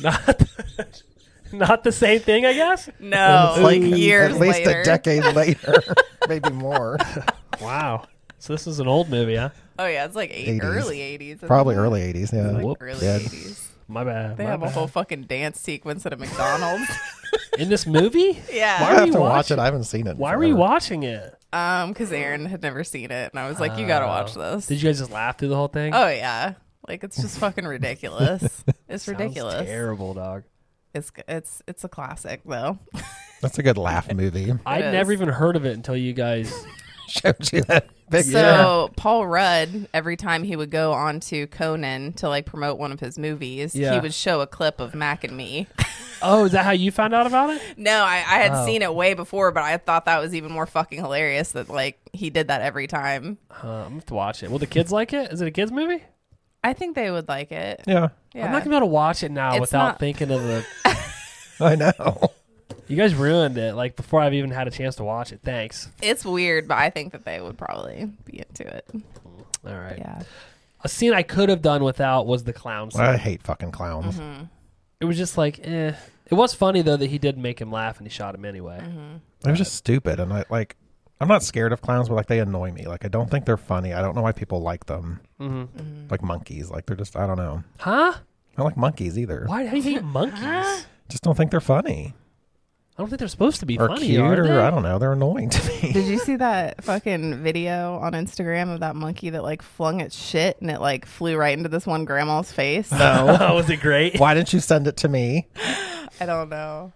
S1: Not, not the same thing, I guess.
S2: no.
S4: It's like
S2: years
S4: at least
S2: later.
S4: a decade later, maybe more.
S1: Wow. So this is an old movie, huh?
S2: Oh yeah, it's like eight,
S4: 80s.
S2: early eighties.
S4: Probably early '80s. Yeah.
S2: Like
S1: Whoop.
S2: early
S4: Yeah.
S2: eighties.
S1: My bad.
S2: They
S1: my
S2: have a
S1: bad.
S2: whole fucking dance sequence at a McDonald's.
S1: in this movie.
S4: I
S1: Why
S2: yeah.
S1: are
S4: have
S1: you
S4: to watch
S1: watching-
S4: it. I haven't seen it. in
S1: Why were you
S4: forever.
S1: watching it?
S2: Um, because Aaron had never seen it, and I was like, "You gotta watch this."
S1: Did you guys just laugh through the whole thing?
S2: Oh yeah, like it's just fucking ridiculous. It's
S1: Sounds
S2: ridiculous.
S1: Terrible, dog.
S2: It's it's it's a classic though.
S4: That's a good laugh movie.
S1: I'd
S2: is.
S1: never even heard of it until you guys.
S4: Showed you that picture.
S2: So Paul Rudd, every time he would go on to Conan to like promote one of his movies,
S1: Yeah.
S2: he would show a clip of Mac and Me.
S1: Oh, is that how you found out about it?
S2: No, I, I had
S1: Oh.
S2: seen it way before, but I thought that was even more fucking hilarious that like he did that every time.
S1: Uh, I'm gonna have to watch it. Will the kids like it? Is it a kids movie?
S2: I think they would like it.
S4: Yeah,
S2: Yeah.
S1: I'm not gonna be able to watch it now
S2: It's
S1: without
S2: not-
S1: thinking of the.
S4: I know.
S1: You guys ruined it. Like before I've even had a chance to watch it. Thanks.
S2: it's weird, but I think that they would probably be into it.
S1: All right.
S2: Yeah.
S1: A scene I could have done without was the clown scene.
S4: I hate fucking clowns.
S1: Mm-hmm. It was just like, eh. It was funny though that he did make him laugh and he shot him anyway.
S2: Mm-hmm.
S4: They're just stupid, and I like. I'm not scared of clowns, but like they annoy me. Like I don't think they're funny. I don't know why people like them.
S1: Mm.
S4: Like monkeys, like they're just I don't know.
S1: Mm-hmm. Huh?
S4: I don't like monkeys either.
S1: Why do you hate monkeys? I
S4: Just don't think they're funny
S1: don't think they're supposed to be
S4: or
S1: funny.
S4: cute
S1: are they?
S4: or I don't know. They're annoying to me.
S2: Did you see that fucking video on Instagram of that monkey that like flung its shit and it like flew right into this one grandma's face?
S4: no.
S1: Oh, was it great?
S4: Why didn't you send it to me?
S2: I don't know.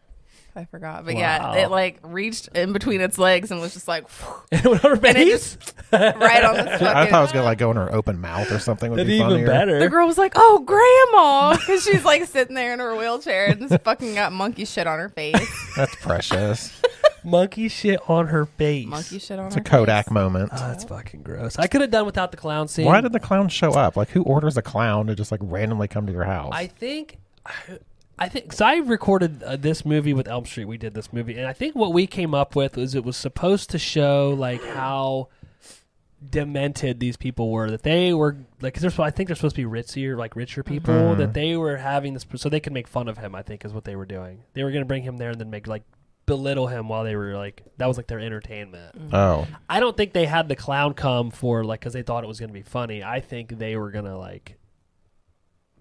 S2: I forgot. But
S1: Wow.
S2: yeah, it like reached in between its legs and was just like
S1: it went over
S2: And it
S1: base?
S2: right on this fucking.
S4: I thought I was gonna like go in her open mouth or something would
S1: That'd
S4: be
S1: be even
S4: funnier.
S2: the
S1: better.
S2: girl was like, "Oh, grandma," because she's like sitting there in her wheelchair and this fucking got monkey shit on her face.
S4: That's precious.
S1: Monkey shit on her face.
S2: Monkey shit on
S4: It's
S2: her.
S4: a Kodak moment.
S1: Oh, that's fucking gross. I could have done without the clown scene.
S4: Why did the clown show up? Like who orders a clown to just like randomly come to your house?
S1: I think? I think because I recorded uh, this movie with Elm Street. We did this movie, and I think what we came up with was it was supposed to show like how demented these people were that they were like because I think they're supposed to be richer like richer people
S4: Mm-hmm.
S1: that they were having this so they could make fun of him I think is what they were doing they were gonna bring him there and then make like belittle him while they were like that was like their entertainment
S4: oh,
S1: I don't think they had the clown come for like because they thought it was gonna be funny I think they were gonna like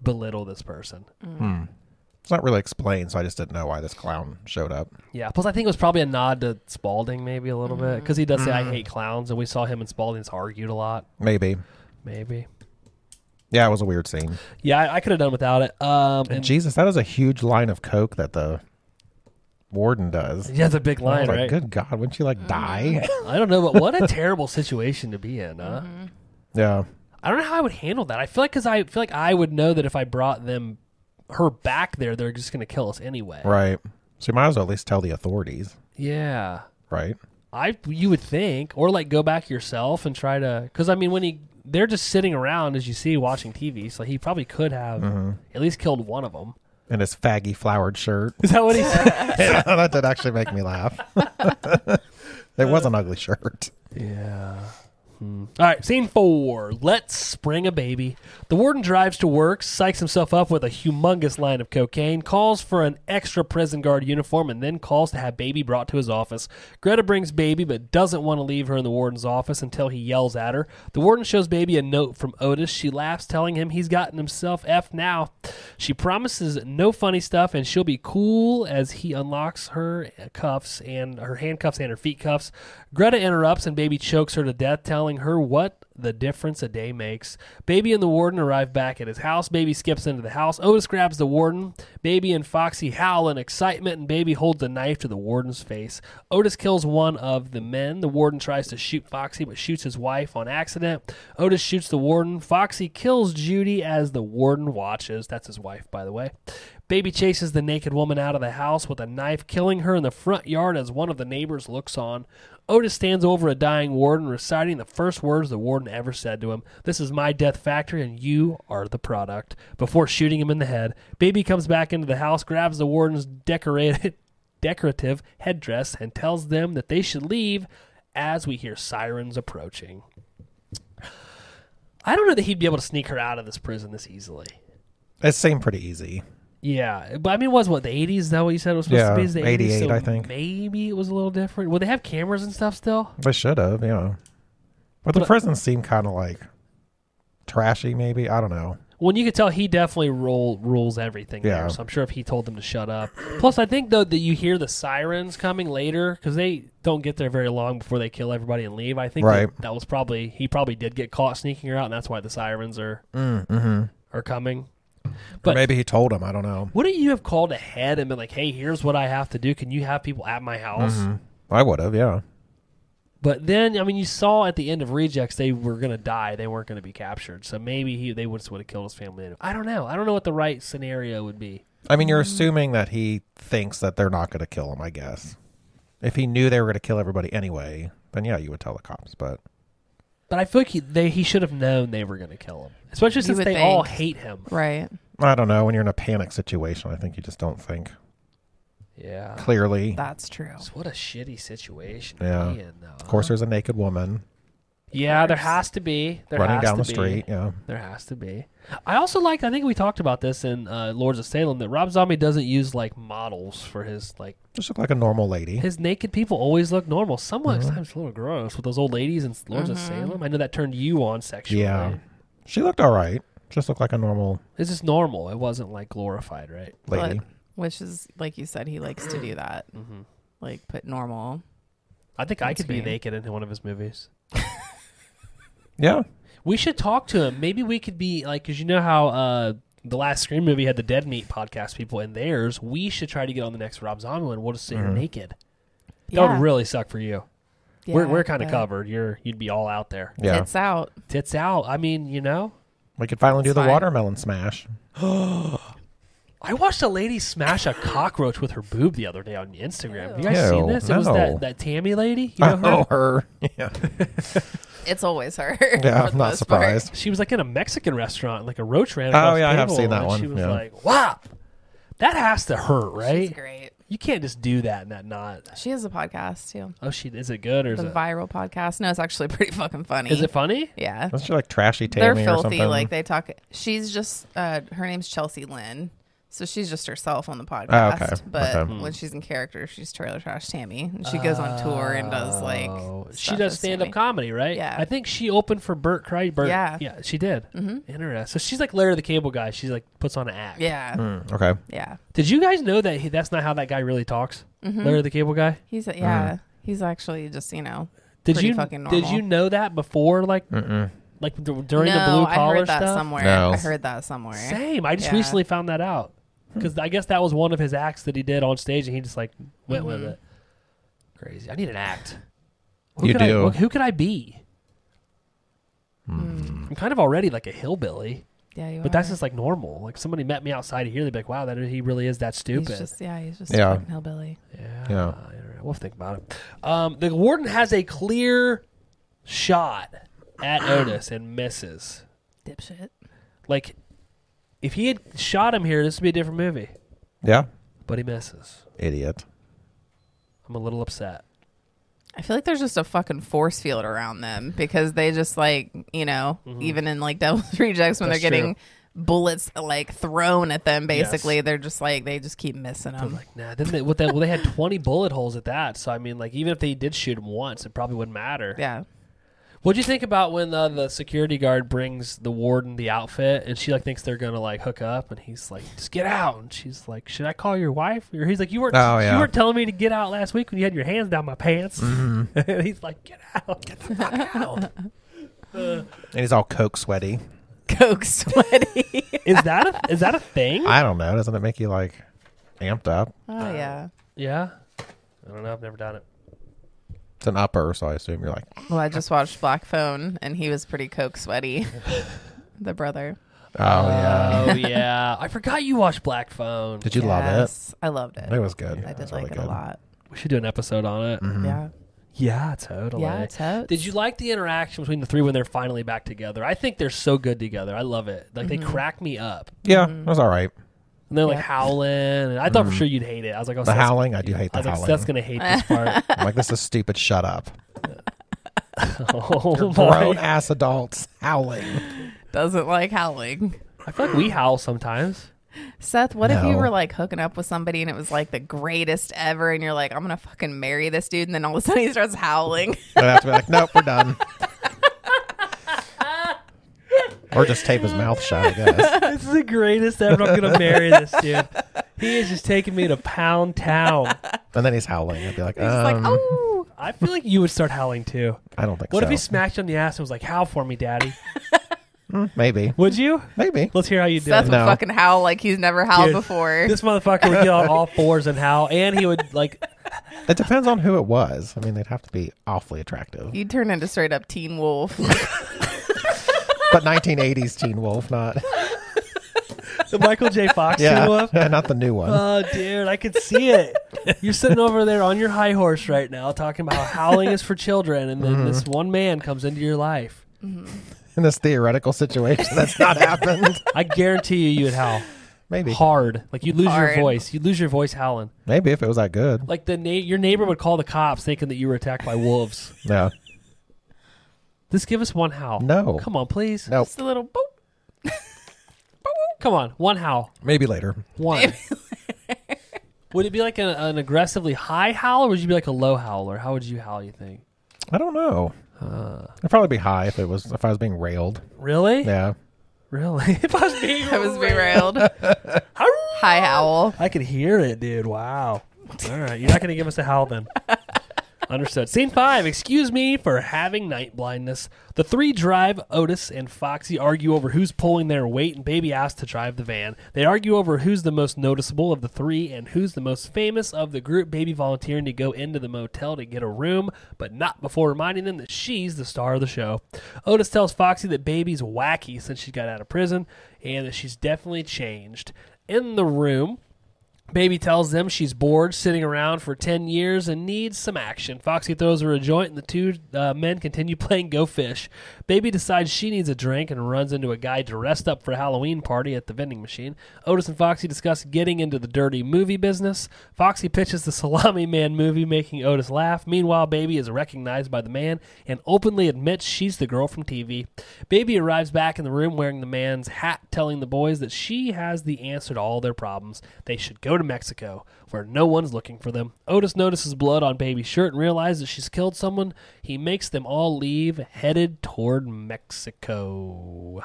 S1: belittle this person
S4: it's not really explained, so I just didn't know why this clown showed up.
S1: Yeah. Plus, I think it was probably a nod to Spalding, maybe a little bit, because he does say "I hate clowns," and we saw him and Spalding's argued a lot.
S4: Maybe.
S1: Maybe.
S4: Yeah, it was a weird scene.
S1: Yeah, I, I could have done without it. Um,
S4: And
S1: and-
S4: Jesus, that is a huge line of coke that the warden does.
S1: yeah, it's a big
S4: I
S1: line,
S4: was like,
S1: right? Mm-hmm.
S4: good God, wouldn't you like die?
S1: I don't know, but what a terrible situation to be in. Huh?
S4: yeah.
S1: I don't know how I would handle that. I feel like because I feel like I would know that if I brought them her back there, they're just gonna kill us anyway.
S4: Right. So you might as well at least tell the authorities,
S1: Yeah.
S4: right?
S1: I you would think, or like go back yourself and try to, because I mean, when he they're just sitting around as you see watching TV, so he probably could have at least killed one of them.
S4: in his faggy flowered shirt.
S1: Is that what he said?
S4: that did actually make me laugh. it was an ugly shirt.
S1: Yeah. All right, scene four. Let's spring a baby. The warden drives to work, psychs himself up with a humongous line of cocaine, calls for an extra prison guard uniform, and then calls to have baby brought to his office. Greta brings baby, but doesn't want to leave her in the warden's office until he yells at her. The warden shows baby a note from Otis. She laughs, telling him he's gotten himself F now. She promises no funny stuff, and she'll be cool as he unlocks her cuffs and her handcuffs and her feet cuffs. Greta interrupts, and baby chokes her to death, telling her what the difference a day makes. Baby and the warden arrive back at his house. Baby skips into the house. Otis grabs the warden. Baby and Foxy howl in excitement, and Baby holds a knife to the warden's face. Otis kills one of the men. The warden tries to shoot Foxy, but shoots his wife on accident. Otis shoots the warden. Foxy kills Judy as the warden watches. That's his wife, by the way. Baby chases the naked woman out of the house with a knife, killing her in the front yard as one of the neighbors looks on. Otis stands over a dying warden, reciting the first words the warden ever said to him This is my death factory, and you are the product. Before shooting him in the head, Baby comes back into the house, grabs the warden's decorated, decorative headdress, and tells them that they should leave as we hear sirens approaching. I don't know that he'd be able to sneak her out of this prison this easily.
S4: It seemed pretty easy.
S1: Yeah, but I mean, it was what the eighties? Is that what you said it was supposed to
S4: Yeah,
S1: be? Is the 80s,
S4: 88,
S1: so
S4: I think.
S1: maybe it was a little different. Well, they have cameras and stuff still.
S4: They should have, you know. But the
S1: But-
S4: prison seemed kind of like trashy, maybe. I don't know.
S1: Well, you could tell he definitely roll, rules everything
S4: Yeah.
S1: there. So I'm sure if he told them to shut up. Plus, I think though that you hear the sirens coming later because they don't get there very long before they kill everybody and leave. I think
S4: Right.
S1: that, that was probably he probably did get caught sneaking her out, and that's why the sirens are
S4: Mm, mm-hmm.
S1: are coming.
S4: or
S1: But-
S4: maybe he told him. I don't know.
S1: Wouldn't you have called ahead and been like, "Hey, here's what I have to do. Can you have people at my
S4: Mm-hmm.
S1: house?"
S4: I would have, yeah.
S1: But then, I mean, you saw at the end of Rejects they were gonna die; they weren't gonna be captured. So maybe he, they would would have killed his family. I don't know. I don't know what the right scenario would be.
S4: I mean, you're assuming that he thinks that they're not going to kill him, I guess. If he knew they were going to kill everybody anyway, then yeah, you would tell the cops. But
S1: But I feel like he, they, he should have known they were gonna kill him, especially
S2: You
S1: since
S2: would
S1: they all
S2: think.
S1: hate him.
S2: Right.
S4: I don't know. When you're in a panic situation, I think you just don't think
S1: Yeah.
S4: clearly.
S2: That's true.
S1: So What a shitty situation
S4: Yeah.
S1: to be in, though.
S4: Of course, there's a naked woman
S1: Yeah, there has to be. There
S4: running
S1: has
S4: down
S1: to
S4: the
S1: be.
S4: street. Yeah.
S1: There has to be. I also like. I think we talked about this in uh, Lords of Salem that Rob Zombie doesn't use like models for his like
S4: Just look like a normal lady.
S1: His naked people always look normal. Somewhat sometimes a little gross with those old ladies and Lords of
S2: Uh-huh.
S1: Salem. I know that turned you on sexually.
S4: Yeah. She looked all right. Just looked like a normal
S1: It's just normal. It wasn't like glorified, right?
S4: lady.
S2: But- which is like you said, he likes to do that.
S1: Mm-hmm.
S2: Like put normal.
S1: I think I
S2: That's
S1: could be
S2: great.
S1: naked in one of his movies.
S4: yeah.
S1: We should talk to him. Maybe we could be like, because you know how uh, the last Scream movie had the Dead Meat podcast people in theirs. We should try to get on the next Rob Zombie one. We'll just sit here naked. That
S2: Yeah.
S1: would really suck for you.
S2: Yeah,
S1: we're we're kind of
S2: but
S1: covered. You're you'd be all out there.
S4: Yeah.
S2: Tits out.
S1: Tits out. I mean, you know.
S4: we could finally do
S2: It's
S4: the
S2: fine.
S4: watermelon smash.
S1: I watched a lady smash a cockroach with her boob the other day on Instagram. Have you guys
S4: Ew.
S1: seen this? It was
S4: No.
S1: that, that Tammy lady. You know her?
S4: Oh, her. Yeah.
S2: It's always her.
S4: Yeah,
S2: for the
S4: I'm not
S2: most part.
S4: surprised.
S1: She was like in a Mexican restaurant, and like a roach ran. Across
S4: Oh, yeah, I
S1: the
S4: have
S1: table,
S4: seen that
S1: and
S4: one,
S1: She was
S4: yeah.
S1: like, "Wow, that has to hurt,
S2: She's
S1: right?
S2: great.
S1: You can't just do that and that not."
S2: She has a podcast too.
S1: Oh, she is it good or is
S2: The
S1: it?
S2: viral podcast. No, it's actually pretty fucking funny.
S1: Is it funny?
S2: Yeah.
S4: Wasn't she like trashy
S2: They're
S4: Tammy or
S2: filthy.
S4: something?
S2: Like they talk. She's just uh, her name's Chelsea Lynn, so she's just herself on the
S4: Oh,
S2: podcast.
S4: okay.
S2: But
S4: Okay.
S2: when she's in character, she's trailer trash Tammy, and she goes on tour and does like
S1: Oh, she
S2: stuff
S1: does
S2: as
S1: stand up
S2: Tammy.
S1: comedy, right?
S2: Yeah.
S1: I think she opened for Burt Kreischer. Burt-
S2: Yeah.
S1: yeah, she did.
S2: Mm-hmm.
S1: Interesting. So she's like Larry the Cable Guy. She's like puts on an act.
S2: Yeah,
S4: Mm, okay.
S2: yeah. Mm-hmm.
S1: Did you guys know that he, that's not how that guy really talks? Larry
S2: Hmm?
S1: the Cable Guy.
S2: He's
S4: Hmm.
S2: a, yeah. He's actually just you know.
S1: Did
S2: pretty
S1: you
S2: fucking
S1: did
S2: normal.
S1: you know that before like like d- during the
S2: no,
S1: blue
S2: I
S1: collar
S2: heard that
S1: stuff?
S2: somewhere.
S4: No.
S2: I heard that somewhere.
S1: Same. I just
S2: Yeah.
S1: recently found that out because I guess that was one of his acts that he did on stage, and he just like went with it. Crazy. I need an act. Who
S4: You
S1: could I-
S4: do. Hmm.
S2: Hmm.
S1: who could I be? I'm kind of already like a hillbilly.
S2: Yeah, you
S1: But that's just like normal. Like somebody met me outside of here, they'd be like, "Wow, that he really is that
S2: he's
S1: stupid."
S2: just yeah, he's just
S4: Yeah.
S2: a fucking hillbilly.
S1: yeah,
S4: Yeah.
S1: alright, We'll think about it. Um, the warden has a clear shot at Otis and misses.
S2: Dipshit.
S1: Like, if he had shot him here, this would be a different movie.
S4: Yeah.
S1: But he misses.
S4: Idiot.
S1: I'm a little upset.
S2: I feel like there's just a fucking force field around them because they just like, you know, even in like Devil's Rejects when
S1: Mm-hmm. That's
S2: they're
S1: true.
S2: getting bullets like thrown at them basically,
S1: Yes.
S2: they're just like they just keep missing
S1: I'm
S2: them.
S1: like, nah. Then they, what they, well, they had 20 bullet holes at that. So I mean, like, even if they did shoot him once, it probably wouldn't matter.
S2: yeah.
S1: What'd you think about when uh, the security guard brings the warden the outfit and she like thinks they're gonna like hook up and he's like, just get out and she's like, should I call your wife? Or he's like, you weren't
S4: Oh, yeah.
S1: you weren't telling me to get out last week when you had your hands down my pants.
S4: Mm-hmm.
S1: and he's like, get out, get the fuck out.
S4: And he's all coke sweaty.
S2: Coke sweaty.
S1: is that a, is that a thing?
S4: I don't know. Doesn't it make you like amped up?
S2: oh yeah.
S1: yeah, I don't know. I've never done it.
S4: It's an upper, so I assume you're like,
S2: Well, I just watched Black Phone and he was pretty coke sweaty. the brother.
S4: oh
S2: Um,
S4: yeah.
S1: Oh yeah, I forgot you watched Black Phone.
S4: Did you love it?
S2: I loved it.
S4: It was good.
S2: I
S4: It
S2: did
S4: was
S2: like it
S4: really good. Mm-hmm.
S2: a lot.
S1: We should do an episode on it.
S4: Mm.
S2: Yeah.
S1: Yeah, totally.
S2: Yeah, totes.
S1: Did you like the interaction between the three when they're finally back together? I think they're so good together. I love it. Like they crack me up.
S4: Yeah,
S2: Mm-hmm.
S4: it was all right.
S1: And they're like
S2: Yeah.
S1: howling. And I thought for sure you'd hate it. I was like, oh,
S4: Mm-hmm. The
S1: Seth's-
S4: howling, I do hate
S1: I
S4: the
S1: was like,
S4: howling.
S1: Seth's gonna hate this part.
S4: I'm like, this is stupid. Shut up.
S1: oh
S4: Grown
S1: my!
S4: ass adults howling.
S2: Doesn't like howling.
S1: I feel like we howl sometimes.
S2: Seth, what if you
S4: No.
S2: were like hooking up with somebody and it was like the greatest ever and you're like, I'm gonna fucking marry this dude and then all of a sudden he starts howling.
S4: But I have to be like, nope, we're done. or just tape his mouth shut, I guess.
S1: This is the greatest ever. I'm gonna marry this dude. He is just taking me to Pound Town.
S4: And then he's howling. I'd be like,
S2: He's just like,
S4: um,
S2: Oh
S1: I feel like you would start howling too.
S4: I don't think
S1: What
S4: so.
S1: if he smacked you on the ass and was like, "Howl for me, daddy"?
S4: Maybe.
S1: Would you?
S4: Maybe.
S1: Let's hear how you do. it.
S2: Seth would
S4: No.
S2: fucking howl like he's never howled
S1: Dude,
S2: before.
S1: This motherfucker would get on all fours and howl, and he would like.
S4: It depends on who it was. I mean, they'd have to be awfully attractive.
S2: You'd turn into straight up teen wolf.
S4: But 1980s Teen Wolf, not
S1: The Michael J. Fox
S4: yeah,
S1: Teen Wolf.
S4: not the new one.
S1: Oh, dude, I could see it. You're sitting over there on your high horse right now, talking about how howling is for children, and then this
S4: Mm-hmm.
S1: one man comes into your life.
S4: In this theoretical situation, that's not happened.
S1: I guarantee you, you would howl
S4: Maybe,
S1: hard. Like you lose
S2: Hard.
S1: your voice. You lose your voice howling.
S4: maybe if it was that good.
S1: Like the na- your neighbor would call the cops, thinking that you were attacked by wolves.
S4: Yeah,
S1: Just give us one howl.
S4: No.
S1: come on, please.
S4: no,
S2: just a little boop.
S1: Come on, one howl.
S4: maybe later.
S1: One. would it be like an, an aggressively high howl, or would you be like a low howler? How would you howl? You think?
S4: I don't know. I'd probably be high if it was if I was being railed.
S1: Really?
S4: Yeah,
S1: Really? if I was being,
S2: I was derailed. Hi howl.
S1: I could hear it, dude. Wow. All right, you're not gonna give us a howl then. Understood. Scene five. Excuse me for having night blindness. The three drive. Otis and Foxy argue over who's pulling their weight, and Baby asks to drive the van. They argue over who's the most noticeable of the three and who's the most famous of the group. Baby volunteering to go into the motel to get a room, but not before reminding them that she's the star of the show. Otis tells Foxy that Baby's wacky since she got out of prison and that she's definitely changed. In the room, Baby tells them she's bored, sitting around for 10 years, and needs some action. Foxy throws her a joint, and the two uh, men continue playing Go Fish. Baby decides she needs a drink and runs into a guy dressed up for a Halloween party at the vending machine. Otis and Foxy discuss getting into the dirty movie business. Foxy pitches the Salami Man movie, making Otis laugh. Meanwhile, Baby is recognized by the man and openly admits she's the girl from TV. Baby arrives back in the room wearing the man's hat, telling the boys that she has the answer to all their problems. They should go to Mexico, where no one's looking for them. Otis notices blood on Baby's shirt and realizes that she's killed someone. He makes them all leave, headed toward Mexico.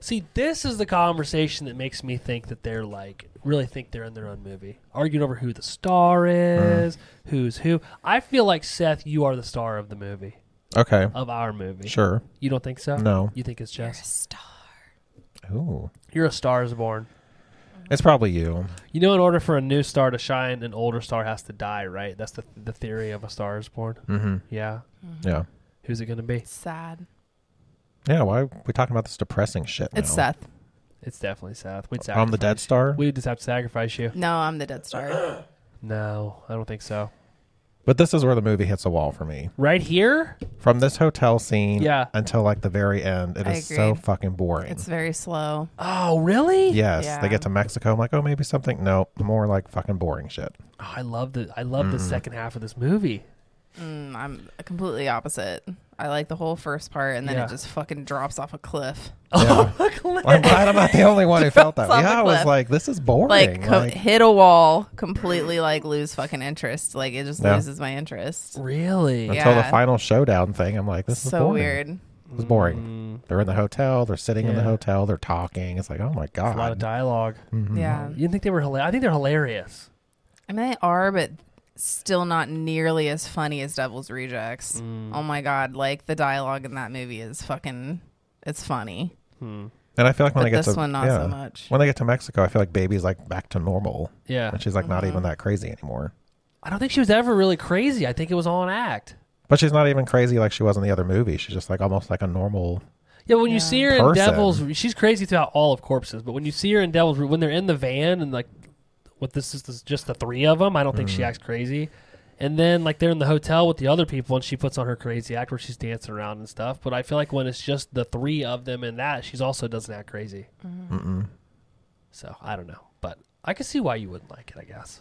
S1: See, this is the conversation that makes me think that they're like really think they're in their own movie, arguing over who the star
S4: Mm.
S1: is, who's who. I feel like Seth, you are the star of the movie,
S4: Okay,
S1: of our movie.
S4: sure.
S1: You don't think so?
S4: No.
S1: You think it's Jess?
S2: Stop.
S4: Ooh,
S1: You're a star is born.
S4: it's probably you.
S1: You know, in order for a new star to shine, an older star has to die, right? That's the the theory of a star is born.
S4: Mm-hmm.
S1: Yeah.
S4: Yeah,
S1: Who's it going to be?
S2: Sad.
S4: yeah. Why are we talking about this depressing shit?
S2: It's
S4: now?
S2: Seth.
S1: It's definitely Seth. We'd sacrifice.
S4: I'm the Dead Star.
S1: We would just have to sacrifice you.
S2: No, I'm the Dead Star.
S1: No, I don't think so.
S4: But this is where the movie hits a wall for me.
S1: Right here?
S4: From this hotel scene
S1: Yeah.
S4: until like the very end, it
S2: I
S4: is so
S2: agreed.
S4: fucking boring.
S2: It's very slow.
S1: Oh, really?
S4: yes,
S2: Yeah.
S4: they get to Mexico. I'm like, oh, maybe something. No, more like fucking boring shit.
S1: Oh, I love the I love
S4: Mm-hmm.
S1: the second half of this movie.
S2: Mm, I'm completely opposite. I like the whole first part, and then
S1: Yeah.
S2: it just fucking drops off a cliff.
S4: Yeah. I'm glad I'm not the only one who felt that.
S2: Drops off
S4: Yeah,
S2: Oh, the
S4: I was
S2: cliff.
S4: like, this is boring.
S2: Like, co-
S4: Like,
S2: hit a wall, completely like lose fucking interest. Like it just
S4: Yeah.
S2: loses my interest.
S1: Really?
S2: Yeah.
S4: until the final showdown thing, I'm like, this is
S2: So
S4: boring.
S2: weird.
S4: It was
S1: Mm-hmm.
S4: boring. They're in the hotel. They're sitting in the
S1: Yeah.
S4: hotel. They're talking. It's like, oh my
S1: A lot of
S4: god. Mm-hmm.
S1: dialogue.
S2: Yeah,
S1: You didn't think they were hilarious? I think they're hilarious.
S2: I mean they are, but still not nearly as funny as Devil's Rejects.
S4: Mm-hmm.
S2: Oh
S1: Mm-hmm.
S2: my god, like the dialogue in that movie is fucking. It's funny,
S4: and I feel like when
S2: but
S4: they get
S2: this
S4: to
S2: one not
S4: yeah.
S2: so much.
S4: When they get to Mexico, I feel like baby's like back to normal,
S1: Yeah.
S4: and she's like not even
S2: Mm-hmm.
S4: that crazy anymore.
S1: I don't think she was ever really crazy. I think it was all an act.
S4: But she's not even crazy like she was in the other movie. She's just like almost like a normal.
S1: Yeah, when you see her in
S4: Person.
S1: Devil's, she's crazy throughout all of Corpses. But when you see her in Devil's, when they're in the van and like, what this is this is just the three of them, I don't think
S4: Mm.
S1: she acts crazy. And then like they're in the hotel with the other people, and she puts on her crazy act where she's dancing around and stuff. But I feel like when it's just the three of them and that, she's also doesn't act crazy.
S4: Mm-mm.
S1: So I don't know, but I can see why you wouldn't like it. I guess.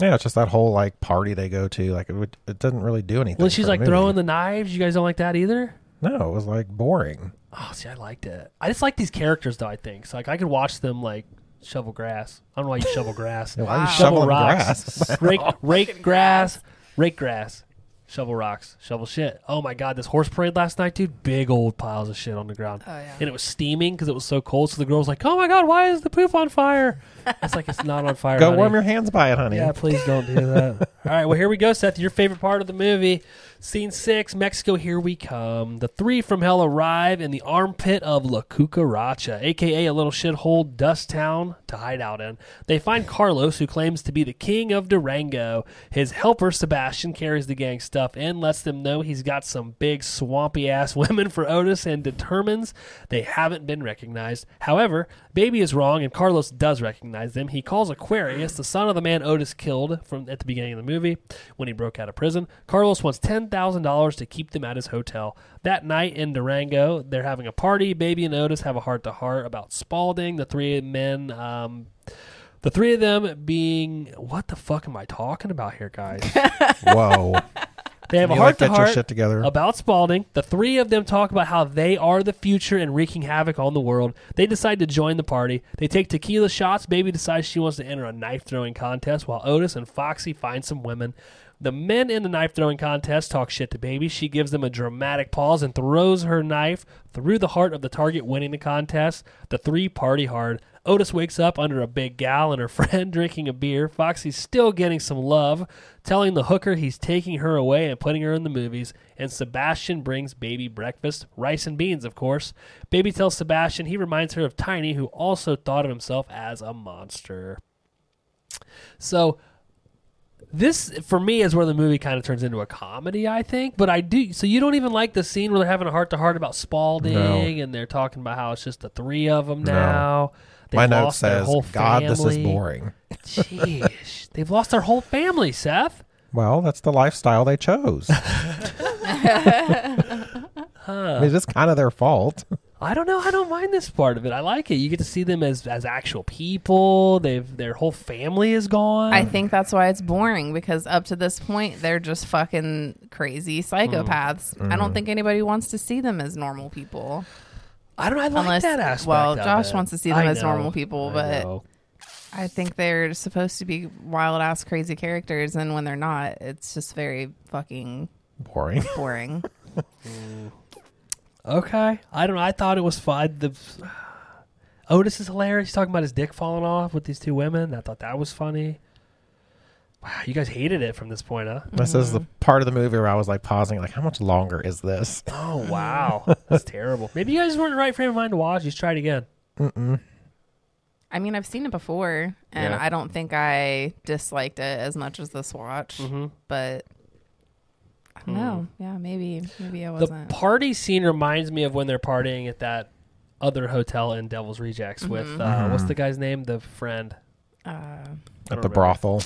S4: Yeah, it's just that whole like party they go to. Like it, would, it doesn't really do anything.
S1: Well, she's
S4: for
S1: like
S4: the movie.
S1: throwing the knives. You guys don't like that either.
S4: No, it was like boring.
S1: Oh, see, I liked it. I just like these characters, though. I think so. Like, I could watch them like shovel grass. I don't know why you shovel grass.
S4: Yeah, Why are you
S2: Wow.
S1: shovel
S4: shoveling
S1: rocks,
S4: grass?
S1: rake,
S2: Oh,
S1: rake grass, rake grass, shovel rocks, shovel shit. Oh my god, this horse parade last night, dude! Big old piles of shit on the ground,
S2: Oh yeah.
S1: and it was steaming because it was so cold. So the girl was like, "Oh my god, why is the poop on fire?" It's like it's not on fire.
S4: Go
S1: honey.
S4: warm your hands by it, honey.
S1: Yeah, please don't do that. All right, well, here we go, Seth. Your favorite part of the movie. Scene six Mexico, here we come. The three from hell arrive in the armpit of La Cucaracha, aka a little shithole dust town to hide out in. They find Carlos, who claims to be the king of Durango. His helper, Sebastian, carries the gang stuff and lets them know he's got some big, swampy ass women for Otis and determines they haven't been recognized. However, Baby is wrong and Carlos does recognize them. He calls Aquarius, the son of the man Otis killed from at the beginning of the movie when he broke out of prison. Carlos wants $10,000 to keep them at his hotel. That night in Durango, they're having a party. Baby and Otis have a heart to heart about Spalding. The three men um, the three of them being what the fuck am I talking about here, guys?
S4: Whoa.
S1: They have a
S4: you
S1: heart
S4: like
S1: to
S4: get your
S1: heart
S4: shit together.
S1: about Spalding. The three of them talk about how they are the future and wreaking havoc on the world. They decide to join the party. They take tequila shots. Baby decides she wants to enter a knife throwing contest while Otis and Foxy find some women. The men in the knife throwing contest talk shit to Baby. She gives them a dramatic pause and throws her knife through the heart of the target, winning the contest. The three party hard. Otis wakes up under a big gal and her friend drinking a beer. Foxy's still getting some love, telling the hooker he's taking her away and putting her in the movies. And Sebastian brings baby breakfast, rice and beans, of course. Baby tells Sebastian he reminds her of Tiny, who also thought of himself as a monster. So this for me is where the movie kind of turns into a comedy, I think. But I do so you don't even like the scene where they're having a heart to heart about Spalding
S4: No.
S1: and they're talking about how it's just the three of them
S4: No.
S1: now. They've
S4: My note
S1: lost their
S4: says,
S1: whole
S4: God, this is
S1: family."
S4: boring.
S1: Jeez, they've lost their whole family, Seth.
S4: Well, that's the lifestyle they chose. I mean, it's kind of their fault.
S1: I don't know. I don't mind this part of it. I like it. You get to see them as as actual people. They've their whole family is gone.
S2: I think that's why it's boring because up to this point they're just fucking crazy psychopaths. I
S4: Mm-hmm.
S2: don't think anybody wants to see them as normal people.
S1: I don't. I like
S2: Unless-
S1: that aspect.
S2: well,
S1: of
S2: Josh
S1: it.
S2: wants to see them
S1: I
S2: as
S1: know.
S2: normal people,
S1: I
S2: but-
S1: know.
S2: I think they're supposed to be wild ass crazy characters and when they're not, it's just very fucking
S4: Boring.
S2: boring.
S1: okay. I don't. know. I thought it was fun. The Otis is hilarious. He's talking about his dick falling off with these two women. I thought that was funny. Wow, you guys hated it from this point, huh?
S4: This is the
S1: Mm-hmm.
S4: part of the movie where I was like pausing, like, how much longer is this?
S1: Oh wow, that's terrible. Maybe you guys weren't in the right frame of mind to watch. You should try it again.
S2: I mean, I've seen it before and
S1: Yeah.
S2: I don't think I disliked it as much as this watch,
S1: Mm-hmm.
S2: but I don't know. Yeah, maybe maybe I
S1: The
S2: wasn't.
S1: party scene reminds me of when they're partying at that other hotel in Devil's Rejects with uh, what's the guy's name? The friend.
S2: Uh,
S1: I
S4: at
S1: don't
S4: the
S1: remember.
S4: brothel.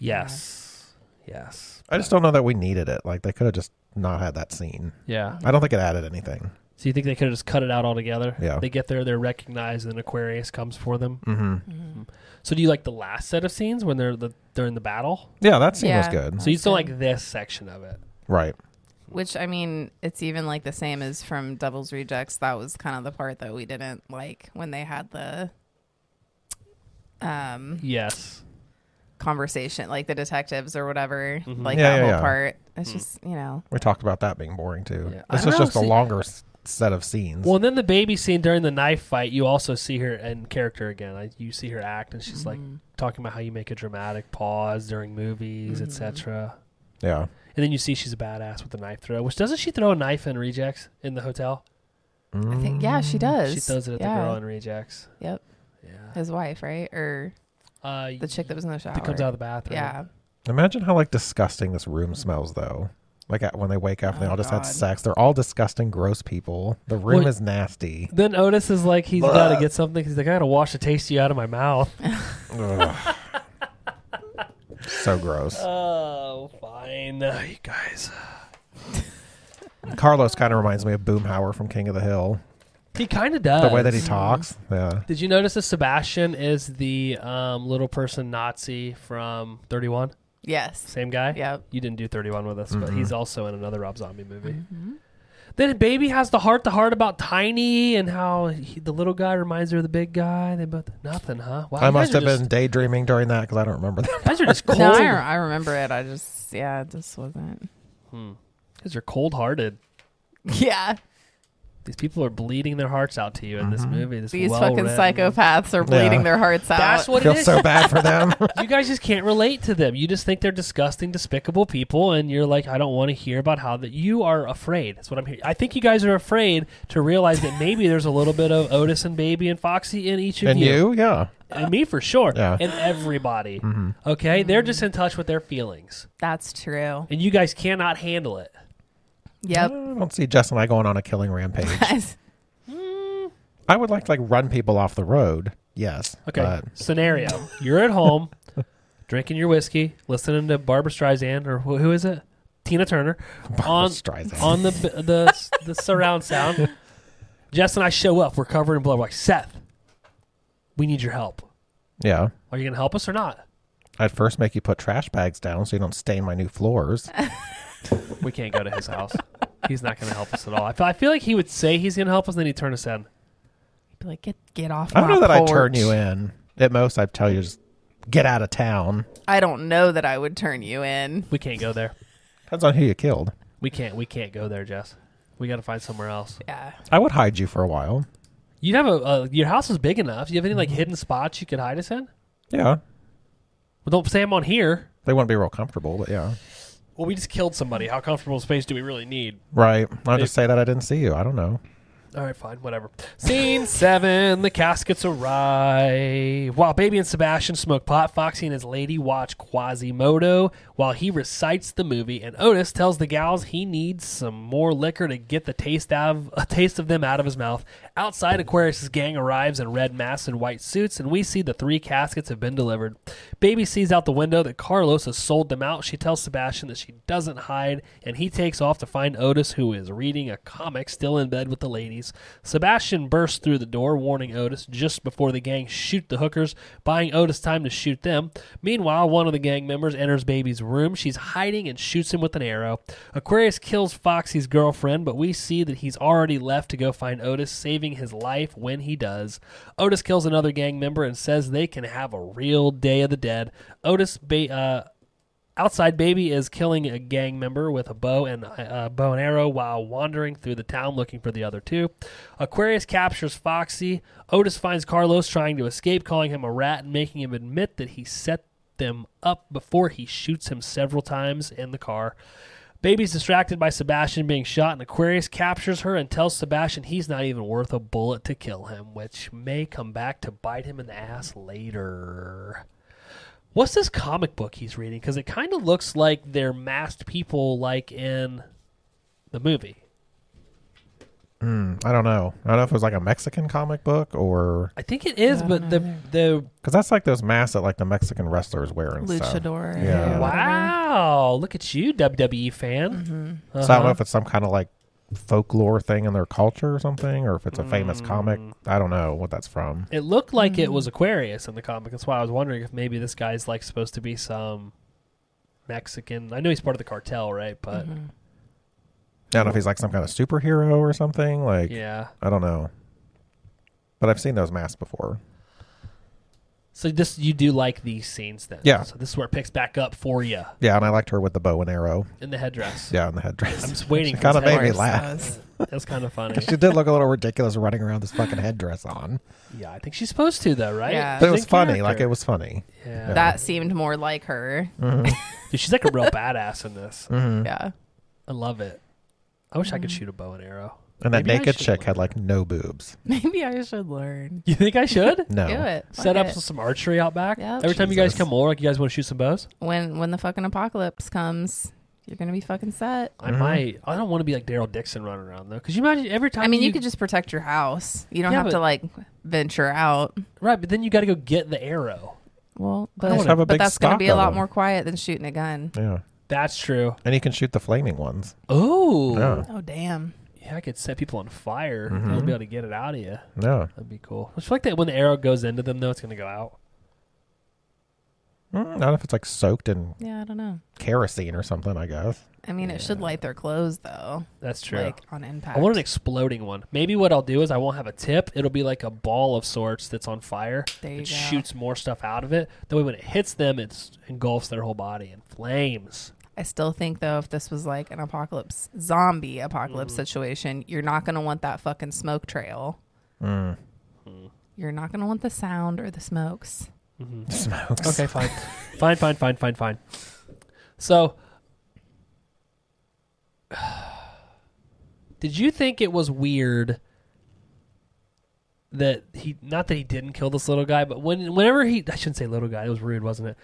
S1: Yes. Yes.
S4: I just don't know that we needed it. Like they could have just not had that scene.
S1: Yeah.
S4: I don't think it added anything.
S1: So you think they could have just cut it out altogether?
S4: Yeah.
S1: They get there, they're recognized, and then Aquarius comes for them.
S4: Mm-hmm.
S1: So do you like the last set of scenes when they're the they're in the battle?
S4: Yeah, that scene was
S2: Yeah.
S4: good.
S1: So you still
S2: good.
S1: like this section of it?
S4: Right.
S2: which I mean, it's even like the same as from Devil's Rejects. That was kind of the part that we didn't like when they had the um
S1: Yes.
S2: conversation, like the detectives or whatever,
S1: Mhm.
S2: like
S4: Yeah,
S2: that
S4: yeah,
S2: whole
S4: yeah.
S2: part.
S1: Mm.
S2: It's just you know,
S4: We talked about that being boring too.
S1: Yeah. I
S4: This
S1: don't
S4: was just
S1: know,
S4: a
S1: see-
S4: longer s- set of scenes.
S1: Well, and then the baby scene during the knife fight, you also see her in character again. I, you see her act, and she's
S2: Mm-hmm.
S1: like
S2: Mm.
S1: talking about how you make a dramatic pause during movies,
S2: Mm-hmm.
S1: etc.
S4: yeah.
S1: And then you see she's a badass with the knife throw. Which doesn't she throw a knife in Rejects in the hotel?
S2: I think yeah, she does.
S1: mm, She throws it at
S2: yeah.
S1: the girl in Rejects.
S2: Yep,
S1: Yeah.
S2: his wife, right, or
S1: Uh,
S2: the chick that was in the shower.
S1: that comes out of the bathroom.
S2: yeah,
S4: Mm. Imagine how like disgusting this room smells though. Like at, when they wake up, and they
S2: Oh,
S4: all just
S2: God.
S4: had sex. They're all disgusting, gross people. The room
S1: Well-
S4: is nasty.
S1: Then Otis is like, he's got to get something. He's like, I got to wash the tasty out of my mouth.
S4: Ugh. so gross.
S1: Oh, fine. Uh, you guys.
S4: Carlos kind of reminds me of Boomhauer from King of the Hill.
S1: He kind of does.
S4: The way that he talks. Yeah.
S1: Did you notice that Sebastian is the um, little person Nazi from 31?
S2: yes,
S1: Same guy?
S2: yep.
S1: You didn't do 31 with us,
S4: Mm-hmm.
S1: but he's also in another Rob Zombie movie.
S2: Mm-hmm.
S1: Then Baby has the heart to heart about Tiny and how he, the little guy reminds her of the big guy. They both, nothing, huh? Wow, you
S4: I
S1: guys
S4: must
S1: are
S4: have
S1: just-
S4: been daydreaming during that because I don't remember that.
S1: You guys are just cold.
S2: No, I, re- I remember it. I just yeah, it just wasn't.
S1: Hmm. Because you're cold hearted.
S2: Yeah,
S1: These people are bleeding their hearts out to you in
S4: Mm-hmm.
S1: this movie. This
S2: these fucking
S1: well-written-
S2: psychopaths are bleeding
S4: Yeah.
S2: their hearts out.
S1: That's what
S4: Feel
S1: it is.
S4: so bad for them.
S1: you guys just can't relate to them. You just think they're disgusting, despicable people, and you're like, I don't want to hear about how that you are afraid. That's what I'm hearing. I think you guys are afraid to realize that maybe there's a little bit of Otis and Baby and Foxy in each of
S4: and you? Yeah. Mm-hmm.
S1: and me for sure,
S4: Yeah.
S1: and everybody. Okay, they're just in touch with their feelings,
S2: That's true.
S1: and you guys cannot handle it.
S4: I
S2: Yep.
S4: don't see Jess and I going on a killing rampage. I would like to like run people off the road. Yes.
S1: Okay,
S4: but-
S1: scenario: You're at home, drinking your whiskey, listening to Barbara Streisand or who, who is it? Tina Turner on
S4: Streisand.
S1: on the the the surround sound. Jess and I show up. We're covered in blood. We're like Seth, we need your help.
S4: yeah.
S1: Are you going to help us or not?
S4: I'd first make you put trash bags down so you don't stain my new floors.
S1: We can't go to his house. He's not going to help us at all. I feel, I feel like he would say he's going to help us, and then he would turn us in.
S2: Be like, get get off.
S4: I don't
S2: my
S4: know that I'd
S2: porch.
S4: turn you in. At most, I'd tell you just get out of town.
S2: I don't know that I would turn you in.
S1: We can't go there.
S4: Depends on who you killed.
S1: We can't. We can't go there, Jess. We got to find somewhere else.
S2: Yeah.
S4: I would hide you for a while.
S1: You'd have a, a your house is big enough. Do you have any like hidden spots you could hide us in?
S4: Yeah.
S1: Well, don't say I'm on here.
S4: They wouldn't be real comfortable, but yeah.
S1: Well, we just killed somebody. How comfortable space do we really need?
S4: Right. I'll just say that I didn't see you. I don't know.
S1: All right, fine, whatever. Scene seven: the caskets arrive. While Baby and Sebastian smoke pot, Foxy and his lady watch Quasimodo while he recites the movie, and Otis tells the gals he needs some more liquor to get the taste out of a taste of them out of his mouth. Outside, Aquarius's gang arrives in red masks and white suits, and we see the three caskets have been delivered. Baby sees out the window that Carlos has sold them out. She tells Sebastian that she doesn't hide, and he takes off to find Otis, who is reading a comic still in bed with the ladies. Sebastian bursts through the door, warning Otis just before the gang shoot the hookers, buying Otis time to shoot them. Meanwhile, one of the gang members enters Baby's room. She's hiding and shoots him with an arrow. Aquarius kills Foxy's girlfriend, but we see that he's already left to go find Otis, saving his life when he does. Otis kills another gang member and says they can have a real day of the dead. Otis ba- uh, Outside, Baby is killing a gang member with a bow and uh, bow and arrow while wandering through the town looking for the other two. Aquarius captures Foxy. Otis finds Carlos trying to escape, calling him a rat and making him admit that he set them up before he shoots him several times in the car. Baby's distracted by Sebastian being shot, and Aquarius captures her and tells Sebastian he's not even worth a bullet to kill him, which may come back to bite him in the ass later. What's this comic book he's reading? Because it kind of looks like they're masked people, like in the movie.
S4: Mm, I don't know. I don't know if it was like a Mexican comic book or
S1: I think it is,
S2: Yeah, I
S1: but
S2: don't
S1: the
S2: know either.
S1: the
S4: because that's like those masks that like the Mexican wrestlers wear and stuff.
S2: Luchador. or
S4: Yeah.
S2: whatever.
S1: wow, look at you, WWE fan.
S2: Mm-hmm.
S1: Uh-huh.
S4: So I don't know if it's some kind of like folklore thing in their culture or something, or if it's a
S1: Mm.
S4: famous comic. I don't know what that's from.
S1: it looked like it
S2: Mm-hmm.
S1: was Aquarius in the comic. That's why I was wondering if maybe this guy's like supposed to be some Mexican. I know he's part of the cartel, right? But
S2: Mm-hmm.
S4: I don't know if he's like some kind of superhero or something. Like
S1: yeah.
S4: I don't know. But I've seen those masks before.
S1: So this you do like these scenes then?
S4: Yeah.
S1: So this is where it picks back up for you
S4: Yeah, and I liked her with the bow and arrow.
S1: in the headdress.
S4: Yeah, and the
S1: I'm
S4: headdress.
S1: just waiting.
S4: She
S1: for
S4: kinda
S1: this
S4: made me
S1: headdress.
S4: laugh.
S1: That's kind of funny.
S4: she did look a little ridiculous running around this fucking headdress on.
S1: Yeah, I think she's supposed to though, right?
S2: Yeah.
S4: But
S1: She's
S4: it was
S1: in
S4: funny.
S1: character.
S4: Like it was funny. Mm-hmm.
S1: Yeah.
S2: That seemed more like her.
S1: Dude, she's like a real badass in this.
S2: Yeah.
S1: I love it. I wish I
S2: Mm.
S1: could shoot a bow and arrow.
S4: And that
S1: Maybe I
S4: naked
S1: should
S4: chick
S1: learn.
S4: had like no boobs.
S2: Maybe I should learn.
S1: You think I should?
S4: No.
S2: Do it. Fuck
S1: Set up
S2: it.
S1: some archery out back.
S2: Yep.
S1: Every time you guys
S4: Jesus.
S1: come over, like you guys want to shoot some bows?
S2: when when the fucking apocalypse comes, you're gonna be fucking set.
S1: I
S4: Mm-hmm.
S1: might. I don't want to be like Daryl Dixon running around though, because you imagine every time.
S2: I mean, you, could just protect your house. You don't
S1: Yeah,
S2: have to
S1: but-
S2: like venture out.
S1: right, but then you got to go get the arrow.
S2: Well,
S1: don't
S2: but,
S1: wanna- have
S4: a
S2: but
S4: big
S2: that's gonna
S4: stock
S2: be a
S4: of
S2: lot
S4: them.
S2: more quiet than shooting a gun.
S4: Yeah.
S1: That's true.
S4: And you can shoot the flaming ones.
S1: Oh,
S4: Yeah. Mm-hmm.
S2: Oh damn!
S1: yeah. I could set people on fire. I'll be able to get it out of you.
S4: Yeah.
S1: That'd be cool. I feel like that when the arrow goes into them, though, it's gonna go out.
S4: Mm, I don't know if it's like soaked in
S2: Yeah, I don't know.
S4: kerosene or something, I guess.
S2: I mean, it should light their clothes though,
S1: That's true.
S2: like on impact.
S1: I want an exploding one. Maybe what I'll do is I won't have a tip. It'll be like a ball of sorts that's on fire.
S2: There you
S1: it
S2: go.
S1: shoots more stuff out of it. That way, when it hits them, it engulfs their whole body in flames.
S2: I still think though, if this was like an apocalypse, zombie apocalypse
S1: Mm.
S2: situation, you're not gonna want that fucking smoke trail.
S4: Mm.
S1: Hmm.
S2: You're not gonna want the sound or the smokes.
S4: Smokes.
S1: Okay, fine, fine, fine, fine, fine, fine. So, did you think it was weird that he? Not that he didn't kill this little guy, but when whenever he, I shouldn't say little guy. It was rude, wasn't it?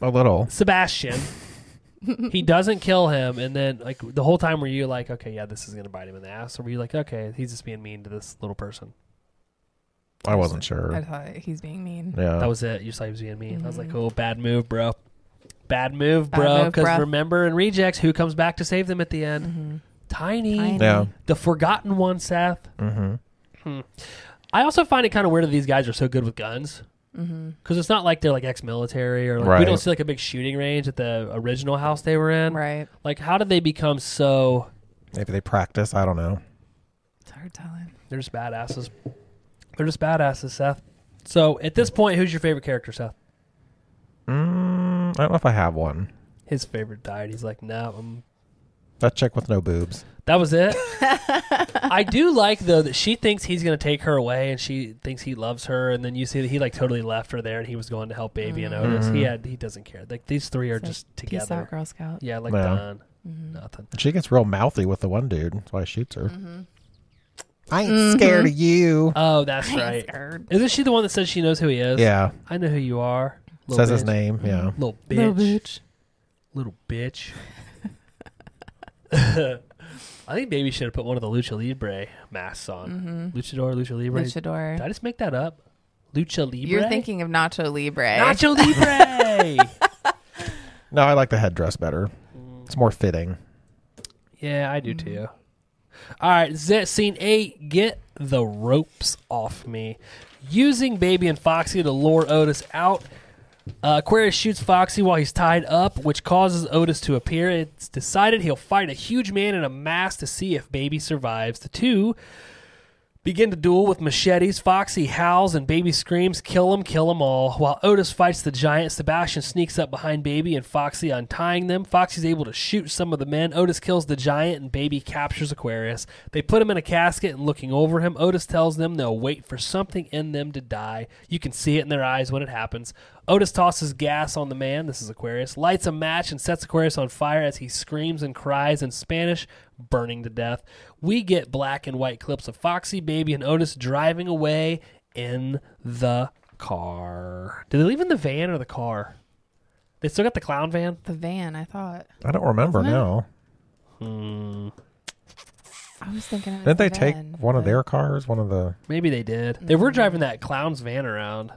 S4: A little.
S1: Sebastian. he doesn't kill him, and then like the whole time, were you like, okay, yeah, this is gonna bite him in the ass, or were you like, okay, he's just being mean to this little person?
S4: I wasn't sure.
S2: I thought he's being mean.
S4: yeah.
S1: That was it. You saw he was being mean. I was like, oh, bad move, bro. Bad move,
S2: Mm. Bad
S1: bro.
S2: move,
S1: Because
S2: bruh.
S1: remember in Rejects, who comes back to save them at the end? Tiny,
S2: Mm-hmm. Tiny.
S4: yeah.
S1: the forgotten one, Seth.
S4: Mm-hmm.
S1: I also find it kind of weird that these guys are so good with guns.
S2: Mm-hmm.
S1: Because it's not like they're like ex-military or like we
S4: Right.
S1: don't see like a big shooting range at the original house they were in.
S2: Right.
S1: Like, how did they become so?
S4: Maybe they practice. I don't know.
S2: It's hard telling.
S1: They're just badasses. They're just badasses, Seth. So at this point, who's your favorite character, Seth?
S4: Mm, I don't know if I have one.
S1: His favorite died. He's like, no, I'm.
S4: That chick with no boobs.
S1: That was it. I do like though that she thinks he's gonna take her away, and she thinks he loves her, and then you see that he like totally left her there, and he was going to help Baby and Otis. He had he doesn't care. Like these three are
S2: It's Mm-hmm.
S1: just
S2: like, Peace out,
S1: together.
S2: Girl Scout. Mm-hmm.
S1: Yeah, like
S4: Yeah.
S1: done. Nothing.
S4: She gets real mouthy with the one dude. That's why he shoots her.
S2: Mm-hmm.
S4: I ain't
S1: Mm-hmm.
S4: scared of you.
S1: Oh, that's
S2: I ain't
S1: right.
S2: scared.
S1: Isn't she the one that says she knows who he is?
S4: Yeah.
S1: I know who you are. Oh, Little
S4: Says his
S1: bitch. Mm-hmm.
S4: name. Yeah.
S1: Little bitch.
S2: Little bitch.
S1: little bitch. I think Baby should have put one of the Lucha Libre masks on. Luchador, Lucha Libre. Did
S2: Mm. Mm-hmm. Luchador.
S1: I just make that up? Lucha Libre.
S2: You're thinking of Nacho Libre.
S1: Nacho Libre.
S4: No, I like the headdress better. It's more fitting.
S1: yeah, I do too. All right, Z- scene eight. Get the ropes off me. Using Baby and Foxy to lure Otis out. Uh, Aquarius shoots Foxy while he's tied up, which causes Otis to appear. It's decided he'll fight a huge man in a mask to see if Baby survives. The two begin to duel with machetes. Foxy howls and Baby screams, Kill him, kill him all. While Otis fights the giant, Sebastian sneaks up behind Baby and Foxy, untying them. Foxy's able to shoot some of the men. Otis kills the giant and Baby captures Aquarius. They put him in a casket and looking over him, Otis tells them they'll wait for something in them to die. You can see it in their eyes when it happens. Otis tosses gas on the man, this is Aquarius, lights a match and sets Aquarius on fire as he screams and cries in Spanish, burning to death. We get black and white clips of Foxy, Baby, and Otis driving away in the car. Did they leave in the van or the car? They still got the clown van?
S2: The van, I thought.
S4: I don't remember
S2: Wasn't it?
S4: now.
S2: I was thinking. Of it
S4: Didn't they take
S2: then,
S4: one of
S2: but-
S4: their cars? One of the
S1: Maybe they did. They were driving that clown's van around.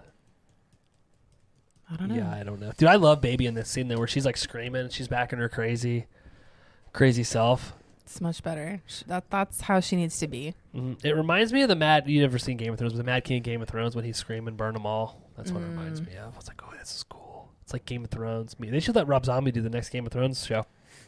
S2: I don't know.
S1: Yeah, I don't know. Dude, I love Baby in this scene though, where she's like screaming, she's back in her crazy, crazy self.
S2: It's much better. Sh- That that's how she needs to be.
S1: Mhm. It reminds me of the Mad. You never seen Game of Thrones, but the Mad King of Game of Thrones when he's screaming, "Burn them all." That's what it
S2: Mm.
S1: reminds me of. It's like, oh, this is cool. It's like Game of Thrones. Me, they should let Rob Zombie do the next Game of Thrones show.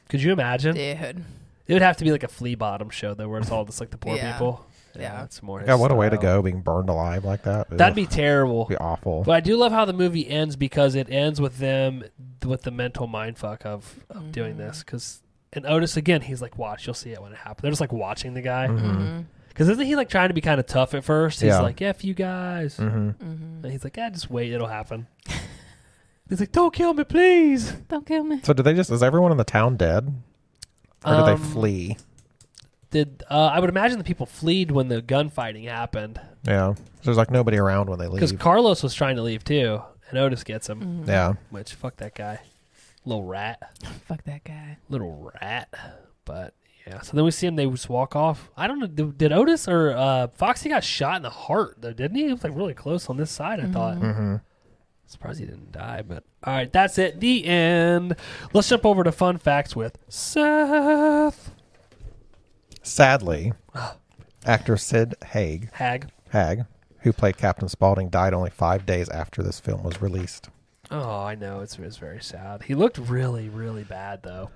S1: Could you imagine?
S2: Dude.
S1: It would have to be like a flea bottom show though, where it's all just like the poor
S2: Yeah.
S1: people.
S2: Yeah.
S1: it's more. his
S4: yeah, what a way to
S1: style.
S4: go! Being burned alive like that.
S1: That'd be terrible.
S4: be awful.
S1: But I do love how the movie ends because it ends with them with the mental mindfuck of, of
S2: Mm-hmm.
S1: doing this. Because and Otis again, he's like, "Watch, you'll see it when it happens." They're just like watching the guy
S4: Mm-hmm.
S1: because
S2: Mm-hmm.
S1: isn't he like trying to be kind of tough at first? He's
S4: Yeah. Mm.
S1: like, "F you guys,"
S4: Mm-hmm.
S2: Mm-hmm.
S1: and he's like, "Yeah, just wait, it'll happen." he's like, "Don't kill me, please."
S2: Don't kill me.
S4: So, do they just? Is everyone in the town dead, or do
S1: Um,
S4: they flee?
S1: Did uh, I would imagine the people fled when the gunfighting happened
S4: Yeah, there's like nobody around when they
S1: because
S4: leave.
S1: Carlos was trying to leave too, and Otis gets him.
S4: yeah,
S1: Which fuck that guy, little rat.
S2: Fuck that guy.
S1: little rat. But yeah, so then we see him. They just walk off. I don't know. Did, did Otis or uh, Foxy got shot in the heart though? Didn't he? He was like really close on this side. I thought.
S4: Mm.
S1: Mm-hmm. Surprised he didn't die. But all right, that's it. The end. Let's jump over to fun facts with Seth
S4: sadly, actor Sid Haig
S1: Hag.
S4: Hag, who played Captain Spaulding, died only five days after this film was released.
S1: Oh, I know. It's it's very sad. He looked really really bad though.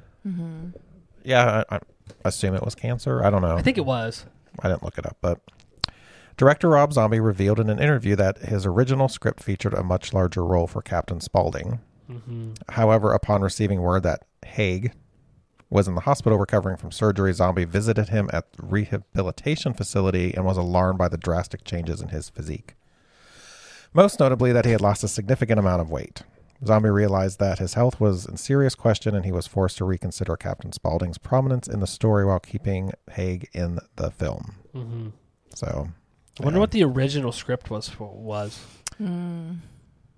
S4: Yeah, I, I assume it was cancer. I don't know.
S1: I think it was.
S4: I didn't look it up, but director Rob Zombie revealed in an interview that his original script featured a much larger role for Captain Spaulding. However, upon receiving word that Haig was in the hospital recovering from surgery, Zombie visited him at the rehabilitation facility and was alarmed by the drastic changes in his physique. Most notably, that he had lost a significant amount of weight. Zombie realized that his health was in serious question and he was forced to reconsider Captain Spaulding's prominence in the story while keeping Haig in the film. So,
S1: I wonder what the original script was for, was.
S2: Mm-hmm.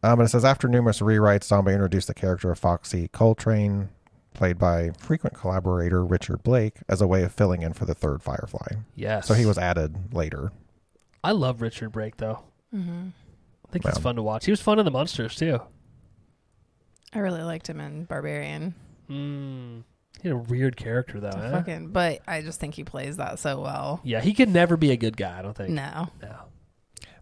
S4: um, and it says after numerous rewrites, Zombie introduced the character of Foxy Coltrane, played by frequent collaborator Richard Blake, as a way of filling in for the third Firefly.
S1: Yes.
S4: So he was added later.
S1: I love Richard Brake though.
S2: Mm-hmm.
S1: I think he's
S4: Yeah.
S1: fun to watch. He was fun in the Monsters too.
S2: I really liked him in Barbarian.
S1: Mm. He had a weird character though. eh?
S2: Fucking, but I just think he plays that so well.
S1: Yeah, he could never be a good guy. I don't think.
S2: No,
S1: No.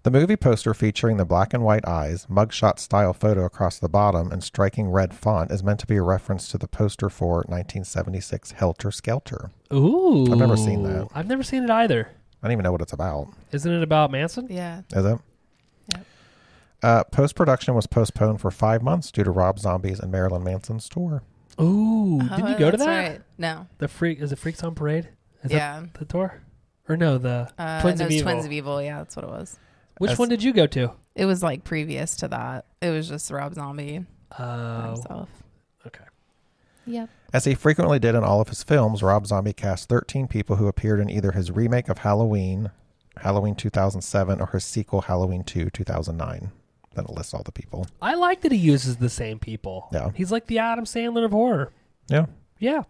S4: The movie poster featuring the black and white eyes, mugshot style photo across the bottom, and striking red font is meant to be a reference to the poster for 1976 Helter Skelter.
S1: Ooh.
S4: I've never seen that.
S1: I've never seen it either.
S4: I don't even know what it's about.
S1: Isn't it about Manson?
S2: yeah,
S4: Is it?
S2: Yep.
S4: Uh, Post production was postponed for five months due to Rob Zombie's and Marilyn Manson's tour.
S1: Ooh. did you
S2: Oh,
S1: go to
S2: that's
S1: that?
S2: Right. No,
S1: The freak is it Freaks on Parade? Is
S2: yeah,
S1: that the tour? Or no, the
S2: uh,
S1: Twins
S2: those
S1: of Evil.
S2: Twins of Evil. Yeah, that's what it was.
S1: Which
S4: That's-
S1: one did you go to?
S2: It was like previous to that. It was just Rob Zombie by
S1: Oh.
S2: himself.
S1: Okay.
S2: Yep.
S4: As he frequently did in all of his films, Rob Zombie cast 13 people who appeared in either his remake of Halloween, Halloween 2007, or his sequel, Halloween 2, 2009. Then it lists all the people.
S1: I like that he uses the same people.
S4: Yeah.
S1: He's like the Adam Sandler of horror.
S4: Yeah.
S1: Yeah.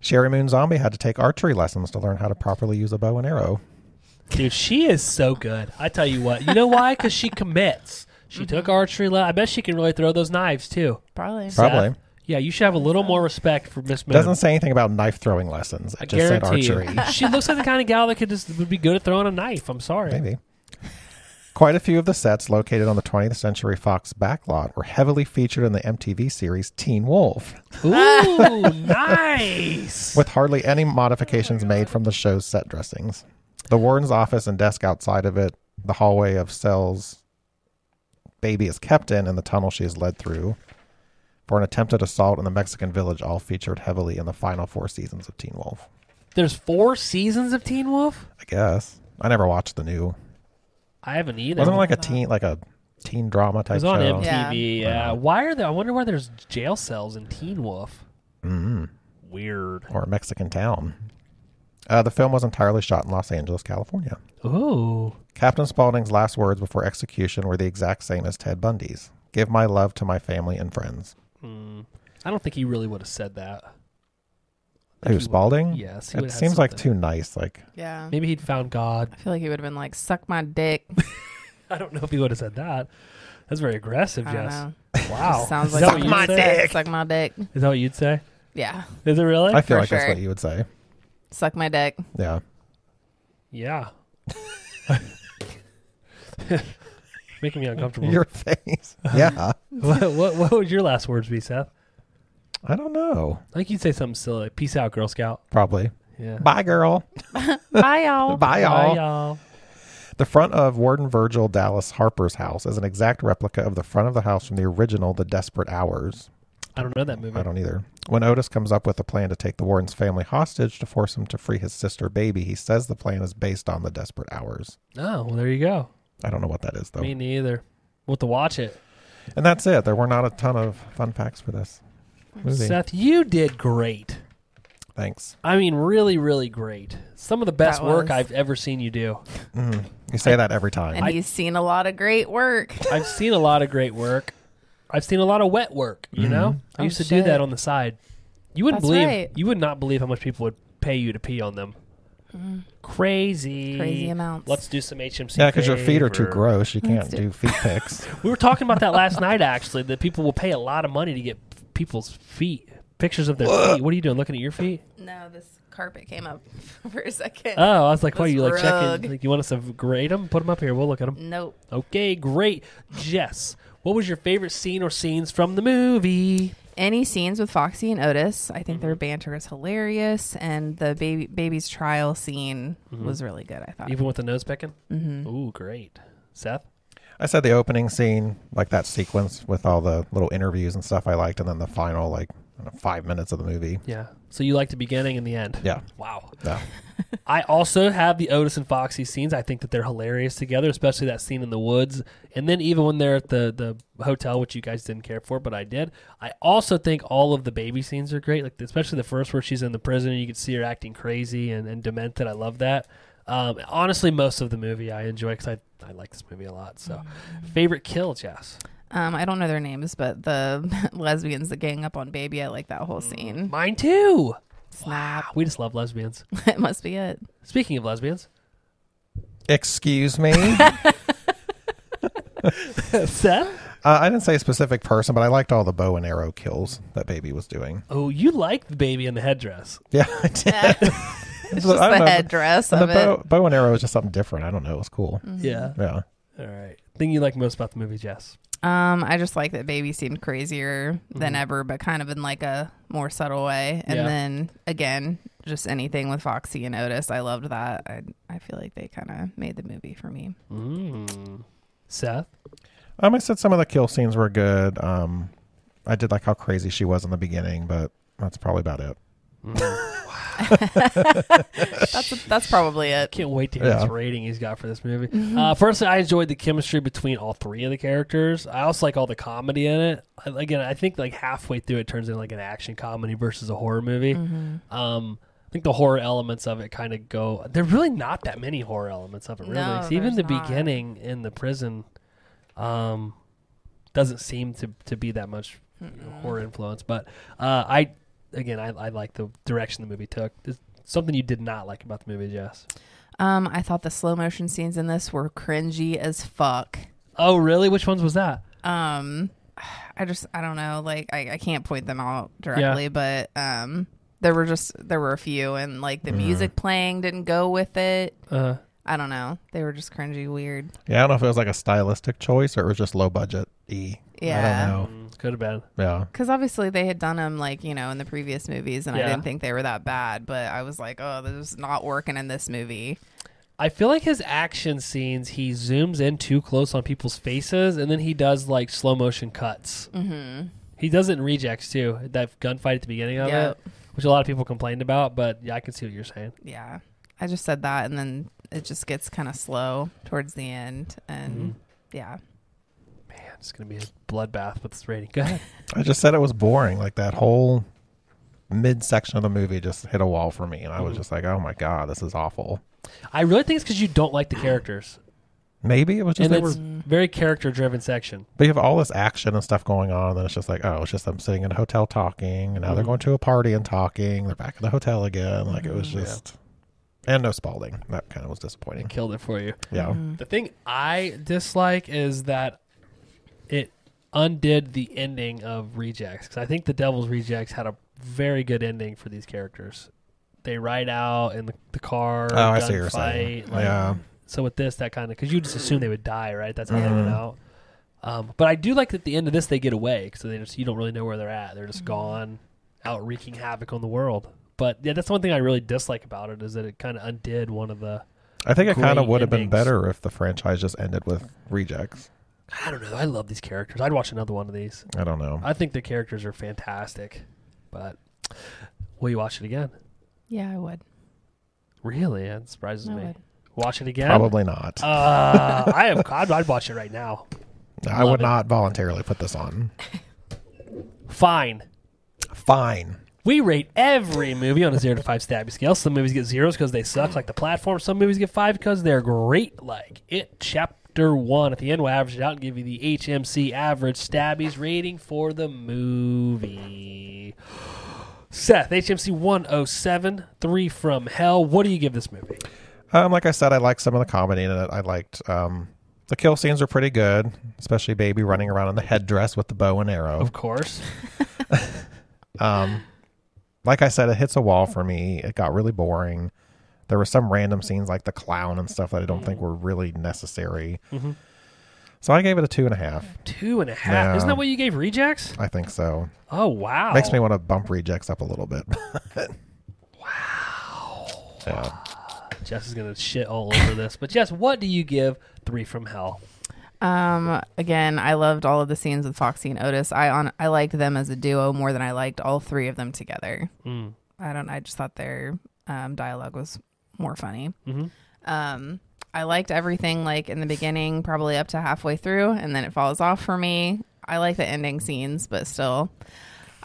S4: Sherry Moon Zombie had to take archery lessons to learn how to properly use a bow and arrow.
S1: Dude, she is so good. I tell you what. You know why? Because she commits. She
S2: Mm-hmm.
S1: took archery. Le- I bet she can really throw those knives too.
S2: Probably.
S4: Pro- Probably.
S1: Seth. Yeah, you should have a little more respect for Miss Moon.
S4: Doesn't say anything about knife throwing lessons. It
S1: I
S4: just said
S1: guarantee
S4: archery.
S1: you. she looks like the kind of gal that could just would be good at throwing a knife. I'm sorry.
S4: Maybe. Quite a few of the sets located on the 20th Century Fox backlot were heavily featured in the MTV series Teen Wolf,
S1: Ooh, nice.
S4: with hardly any modifications made from the show's set dressings. The Warden's office and desk outside of it, the hallway of cells Baby is kept in, and the tunnel she is led through for an attempted assault in the Mexican village all featured heavily in the final four seasons of Teen Wolf.
S1: There's four seasons of Teen Wolf.
S4: I guess. I never watched the new.
S1: I haven't either.
S4: Wasn't it like a teen like a teen drama
S1: it
S4: type
S1: was on
S4: show?
S1: MTV. Yeah. Why are there? I wonder why there's jail cells in Teen Wolf.
S4: Mm-hmm.
S1: Mm. Weird.
S4: or a Mexican town. Uh, the film was entirely shot in Los Angeles, California.
S1: Ooh.
S4: Captain Spaulding's last words before execution were the exact same as Ted Bundy's Give my
S1: Hmm.
S4: love to my family and friends.
S1: I don't think he really would have said that.
S4: Who,
S1: would-
S4: Spalding?
S1: yes, he
S4: It
S1: would've had
S4: seems like
S1: something.
S4: too nice. Like,
S2: Yeah.
S1: Maybe he'd found God.
S2: I feel like he would have been like, suck my dick.
S1: I don't know if he would have said that. That's very aggressive,
S2: I don't
S1: Jess.
S2: know.
S1: Wow.
S2: Sounds
S1: Is
S2: like
S1: that what
S2: something
S1: you'd
S4: my
S2: he
S1: say?
S2: said.
S4: dick.
S2: Suck my dick.
S1: Is that what you'd say?
S2: Yeah.
S1: Is it really?
S4: I feel
S2: for
S4: like that's
S2: sure.
S4: what you would say.
S2: Suck my dick.
S4: Yeah.
S1: yeah. Making me uncomfortable.
S4: Your face. yeah.
S1: what, what, what would your last words be, Seth?
S4: I don't know.
S1: I think you'd say something silly. like, Peace out, Girl Scout.
S4: Probably.
S1: Yeah.
S4: Bye, girl.
S2: Bye, y'all.
S4: Bye,
S1: Oh, Bye,
S4: y'all.
S1: y'all.
S4: The front of Warden Virgil Dallas Harper's house is an exact replica of the front of the house from the original The Desperate Hours.
S1: I don't know that movie.
S4: I don't either. When Otis comes up with a plan to take the Warden's family hostage to force him to free his sister baby, he says the plan is based on The Desperate Hours.
S1: Oh, well, there you go.
S4: I don't know what that is, though.
S1: Me neither. We'll have to watch it.
S4: And that's it. There were not a ton of fun facts for this movie.
S1: Seth, you did great.
S4: Thanks.
S1: I mean, really, really great. Some of the best
S2: That
S1: work
S2: was-
S1: I've ever seen you do.
S4: Mm. You say that every time.
S2: And he's seen a lot of great work.
S1: I've seen a lot of great work. I've seen a lot of wet work. You
S4: Mm-hmm.
S1: know, I
S2: Oh,
S1: used to do
S2: shit.
S1: that on the side. You wouldn't
S2: That's
S1: believe.
S2: right.
S1: You would not believe how much people would pay you to pee on them. Crazy,
S2: Mm-hmm. Crazy amounts.
S1: Let's do some HMC.
S4: yeah, because your feet are too
S1: favor.
S4: gross. You can't
S2: do-
S4: do feet pics.
S1: We were talking about that last night. Actually, that people will pay a lot of money to get people's feet pictures of their feet. What are you doing? Looking at your feet?
S2: No, this carpet came up for a second.
S1: Oh, I was like, why are
S2: This
S1: you like
S2: rug.
S1: checking? Like, you want us to grade them? Put them up here. We'll look at them.
S2: nope.
S1: Okay, great. Jess, what was your favorite scene or scenes from the movie?
S2: Any scenes with Foxy and Otis, I think their banter is hilarious, and the baby baby's trial scene was really good. I thought.
S1: Even with the nose picking? Mm-hmm. Ooh, great. Seth?
S4: I said the opening scene, like that sequence with all the little interviews and stuff I liked, and then the final, like, I don't know, five minutes of the movie.
S1: Yeah. So you like the beginning and the end?
S4: Yeah.
S1: Wow.
S4: Yeah.
S1: I also have the Otis and Foxy scenes. I think that they're hilarious together, especially that scene in the woods. And then even when they're at the, the hotel, which you guys didn't care for, but I did. I also think all of the baby scenes are great, like especially the first where she's in the prison and you can see her acting crazy and, and demented. I love that. Um, honestly, most of the movie I enjoy because I, I like this movie a lot. So, favorite kill, Jess?
S2: Um, I don't know their names, but the lesbians that gang up on baby, I like that whole scene.
S1: Mine too. Ah,
S2: Snap.
S1: We just love lesbians.
S2: it must be it.
S1: Speaking of lesbians,
S4: Excuse me.
S1: Seth?
S4: Uh, I didn't say a specific person, but I liked all the bow and arrow kills that Baby was doing.
S1: Oh, you like the baby in the headdress.
S4: Yeah, I did.
S2: It's just the headdress
S4: And the
S2: of it. Mm. Mm-hmm.
S4: bow, bow and arrow is just something different. I don't know. It was cool.
S1: Yeah.
S4: Yeah.
S1: All right. Thing you like most about the movie, Jess?
S2: Um, I just like that baby seemed crazier than ever, but kind of in like a more subtle way. And
S1: Yeah.
S2: then again, just anything with Foxy and Otis, I loved that. I I feel like they kind of made the movie for me.
S1: Mm. Seth?
S4: Um, I said some of the kill scenes were good. Um, I did like how crazy she was in the beginning, but that's probably about it.
S2: That's that's probably it.
S1: Can't wait to hear this
S4: Yeah.
S1: rating he's got for this movie. Uh, personally, I enjoyed the chemistry between all three of the characters. I also like all the comedy in it. I- Again, I think like halfway through it turns into like an action comedy versus a horror movie.
S2: Mm-hmm.
S1: Um, I think the horror elements of it kind of go. There are really not that many horror elements of it, really.
S2: No,
S1: So even
S2: there's
S1: the
S2: not.
S1: beginning in the prison um, doesn't seem to, to be that much horror influence. But uh, I, again, I, I like the direction the movie took. There's something you did not like about the movie, Jess.
S2: Um, I thought the slow motion scenes in this were cringy as fuck.
S1: Oh, really? Which ones was that?
S2: Um, I just I don't know. Like I I can't point them out directly, but um, there were just there were a few, and like the music playing didn't go with it.
S1: Uh,
S2: I don't know. They were just cringy, weird.
S4: Yeah, I don't know if it was like a stylistic choice or it was just low budget E.
S2: Yeah.
S4: I don't know.
S1: could have Mm, been.
S4: Yeah.
S2: Because obviously they had done them like you know in the previous movies, and
S1: Yeah.
S2: I didn't think they were that bad. But I was like, oh, this is not working in this movie.
S1: I feel like his action scenes, he zooms in too close on people's faces, and then he does like slow motion cuts. Mm-hmm. He does it in rejects too. That gunfight at the beginning of
S2: Yep.
S1: it, which a lot of people complained about, but yeah, I can see what you're saying.
S2: Yeah, I just said that, and then it just gets kind of slow towards the end, and yeah,
S1: Man, it's gonna be a bloodbath with this rating. Go ahead.
S4: I just said it was boring. Like that whole mid section of the movie just hit a wall for
S1: Mm-hmm.
S4: me. And I was just like, oh my God, this is awful.
S1: I really think it's because you don't like the characters.
S4: Maybe it was just
S1: and
S4: they
S1: it's
S4: were,
S1: very character driven section.
S4: but you have all this action and stuff going on, and then it's just like, oh, it's just them sitting in a hotel talking, and now
S1: Mm-hmm.
S4: they're going to a party and talking. They're back in the hotel again. Like it was
S1: Mm-hmm.
S4: just, and no Spalding. That kind of was disappointing.
S1: Killed it for you.
S4: Yeah,
S2: Mm-hmm.
S1: The thing I dislike is that it undid the ending of Rejects because I think the Devil's Rejects had a very good ending for these characters. They ride out in the, the car.
S4: Oh, I see what you're saying.
S1: gunfight, like-
S4: Yeah.
S1: So with this, that kind of because you just assume they would die, right? That's how they went out. Um, but I do like that at the end of this they get away because they just you don't really know where they're at. They're just gone, out wreaking havoc on the world. But yeah, that's one thing I really dislike about it is that it kind of undid one of the
S4: I think it kind of
S1: Great
S4: would have been
S1: endings.
S4: better if the franchise just ended with rejects.
S1: I don't know. I love these characters. I'd watch another one of these.
S4: I don't know.
S1: I think the characters are fantastic, but will you watch it again?
S2: Yeah, I would.
S1: Really? That surprises
S2: I
S1: me.
S2: would.
S1: Watch it again?
S4: Probably not.
S1: Uh, I have. I'd, I'd watch it right now.
S4: I would
S1: it.
S4: not voluntarily put this on.
S1: Fine.
S4: Fine.
S1: We rate every movie on a zero to five stabby scale. Some movies get zeros because they suck, like the platform. Some movies get five because they're great, like it. Chapter one. At the end, we'll average it out and give you the HMC average stabbies rating for the movie. Seth, HMC 107, three from hell. What do you give this movie?
S4: Um, like I said, I liked some of the comedy in it. I liked um, the kill scenes were pretty good, especially baby running around in the headdress with the bow and arrow.
S1: Of course.
S4: Um, like I said, it hits a wall for me. It got really boring. There were some random scenes like the clown and stuff that I don't think were really necessary.
S1: Mm-hmm.
S4: So I gave it a two and a half.
S1: Two and a half.
S4: Yeah.
S1: Isn't that what you gave Rejects?
S4: I think so.
S1: Oh, wow.
S4: Makes me want to bump rejects up a little bit. wow. Yeah.
S1: Jess is going to shit all over this. But, Jess, what do you give Three from Hell?
S2: Um, again, I loved all of the scenes with Foxy and Otis. I on I liked them as a duo more than I liked all three of them together.
S1: Mm.
S2: I don't. I just thought their um, dialogue was more funny.
S1: Mm-hmm.
S2: Um, I liked everything like in the beginning, probably up to halfway through, and then it falls off for me. I like the ending scenes, but still,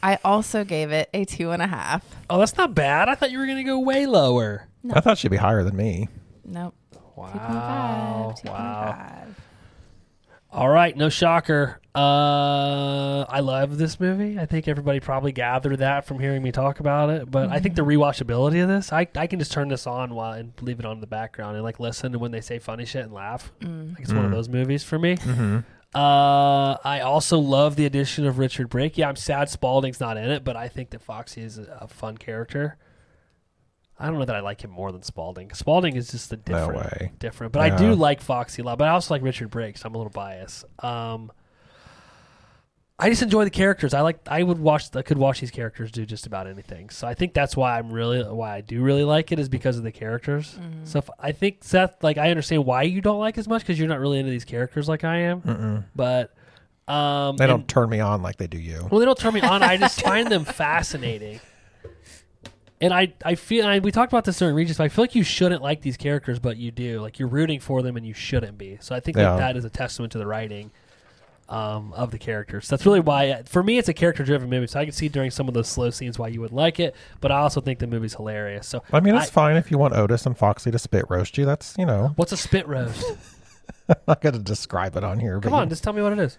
S2: I also gave it a two and a half.
S1: Oh, that's not bad. I thought you were going to go way lower.
S4: I thought she'd be higher than me.
S2: Nope.
S1: Wow.
S2: 2.5,
S1: Wow.
S2: 2.5.
S1: All right. No shocker. Uh, I love this movie. I think everybody probably gathered that from hearing me talk about it. But I think the rewatchability of this, I, I can just turn this on while and leave it on in the background and like listen to when they say funny shit and laugh. Like it's one of those movies for me. Uh, I also love the addition of Richard Brake. Yeah, I'm sad Spalding's not in it, but I think that Foxy is a, a fun character. I don't know that I like him more than Spalding. Spalding is just a
S4: No
S1: different,
S4: way.
S1: different. But I
S4: Yeah.
S1: do like Foxy a lot. But I also like Richard Brake, so I'm a little biased. Um, I just enjoy the characters. I like. I would watch. I could watch these characters do just about anything. So I think that's why I'm really why I do really like it is because of the characters. So if, I think Seth, like, I understand why you don't like as much because you're not really into these characters like I am. But um,
S4: They
S1: and-
S4: don't turn me on like they do you.
S1: well, they don't turn me on. I just find them fascinating. And I, I feel, I, we talked about this during Regis, but I feel like you shouldn't like these characters, but you do. Like you're rooting for them and you shouldn't be. So I think
S4: Yeah.
S1: that, that is a testament to the writing um, of the characters. That's really why, for me, it's a character driven movie. So I can see during some of those slow scenes why you would like it, but I also think the movie's hilarious. So
S4: I mean, it's fine if you want Otis and Foxy to spit roast you. That's, you know,
S1: What's a spit roast?
S4: I'm not going to describe it on here.
S1: Come
S4: but
S1: on, just tell me what it is.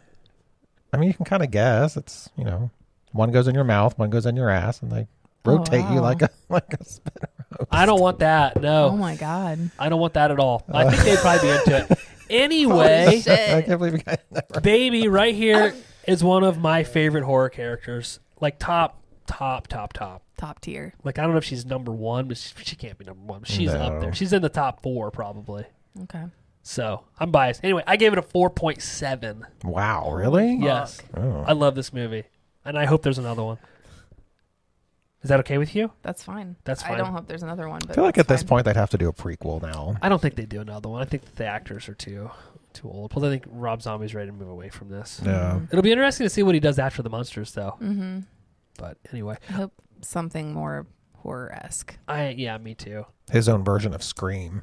S4: I mean, you can kind of guess. It's, you know, one goes in your mouth, one goes in your ass, and they rotate you
S1: Oh,
S2: wow.
S4: like a like a spit.
S1: I don't want that. No,
S2: Oh my god.
S1: I don't want that at all. I think they'd probably be into it. Anyway,
S4: I can't believe you guys never.
S1: baby right here is one of my favorite horror characters like top top top top
S2: Top tier.
S1: like i don't know if she's number one but she, she can't be number one but she's
S4: No.
S1: up there she's in the top four probably
S2: Okay.
S1: so i'm biased anyway i gave it a 4.7
S4: Wow, really?
S1: yes
S4: Oh.
S1: i love this movie and i hope there's another one is that okay with you
S2: That's fine.
S1: That's
S2: I
S1: fine.
S2: don't hope there's another one. But
S4: I feel like at
S2: that's
S4: this
S2: fine.
S4: point they'd have to do a prequel now.
S1: i don't think they do another one i think the actors are too too old plus i think rob zombie's ready to move away from this
S4: Yeah.
S1: it'll be interesting to see what he does after the monsters though
S2: Mhm.
S1: but anyway
S2: I hope something more horror esque.
S1: i yeah me too
S4: His own version of Scream.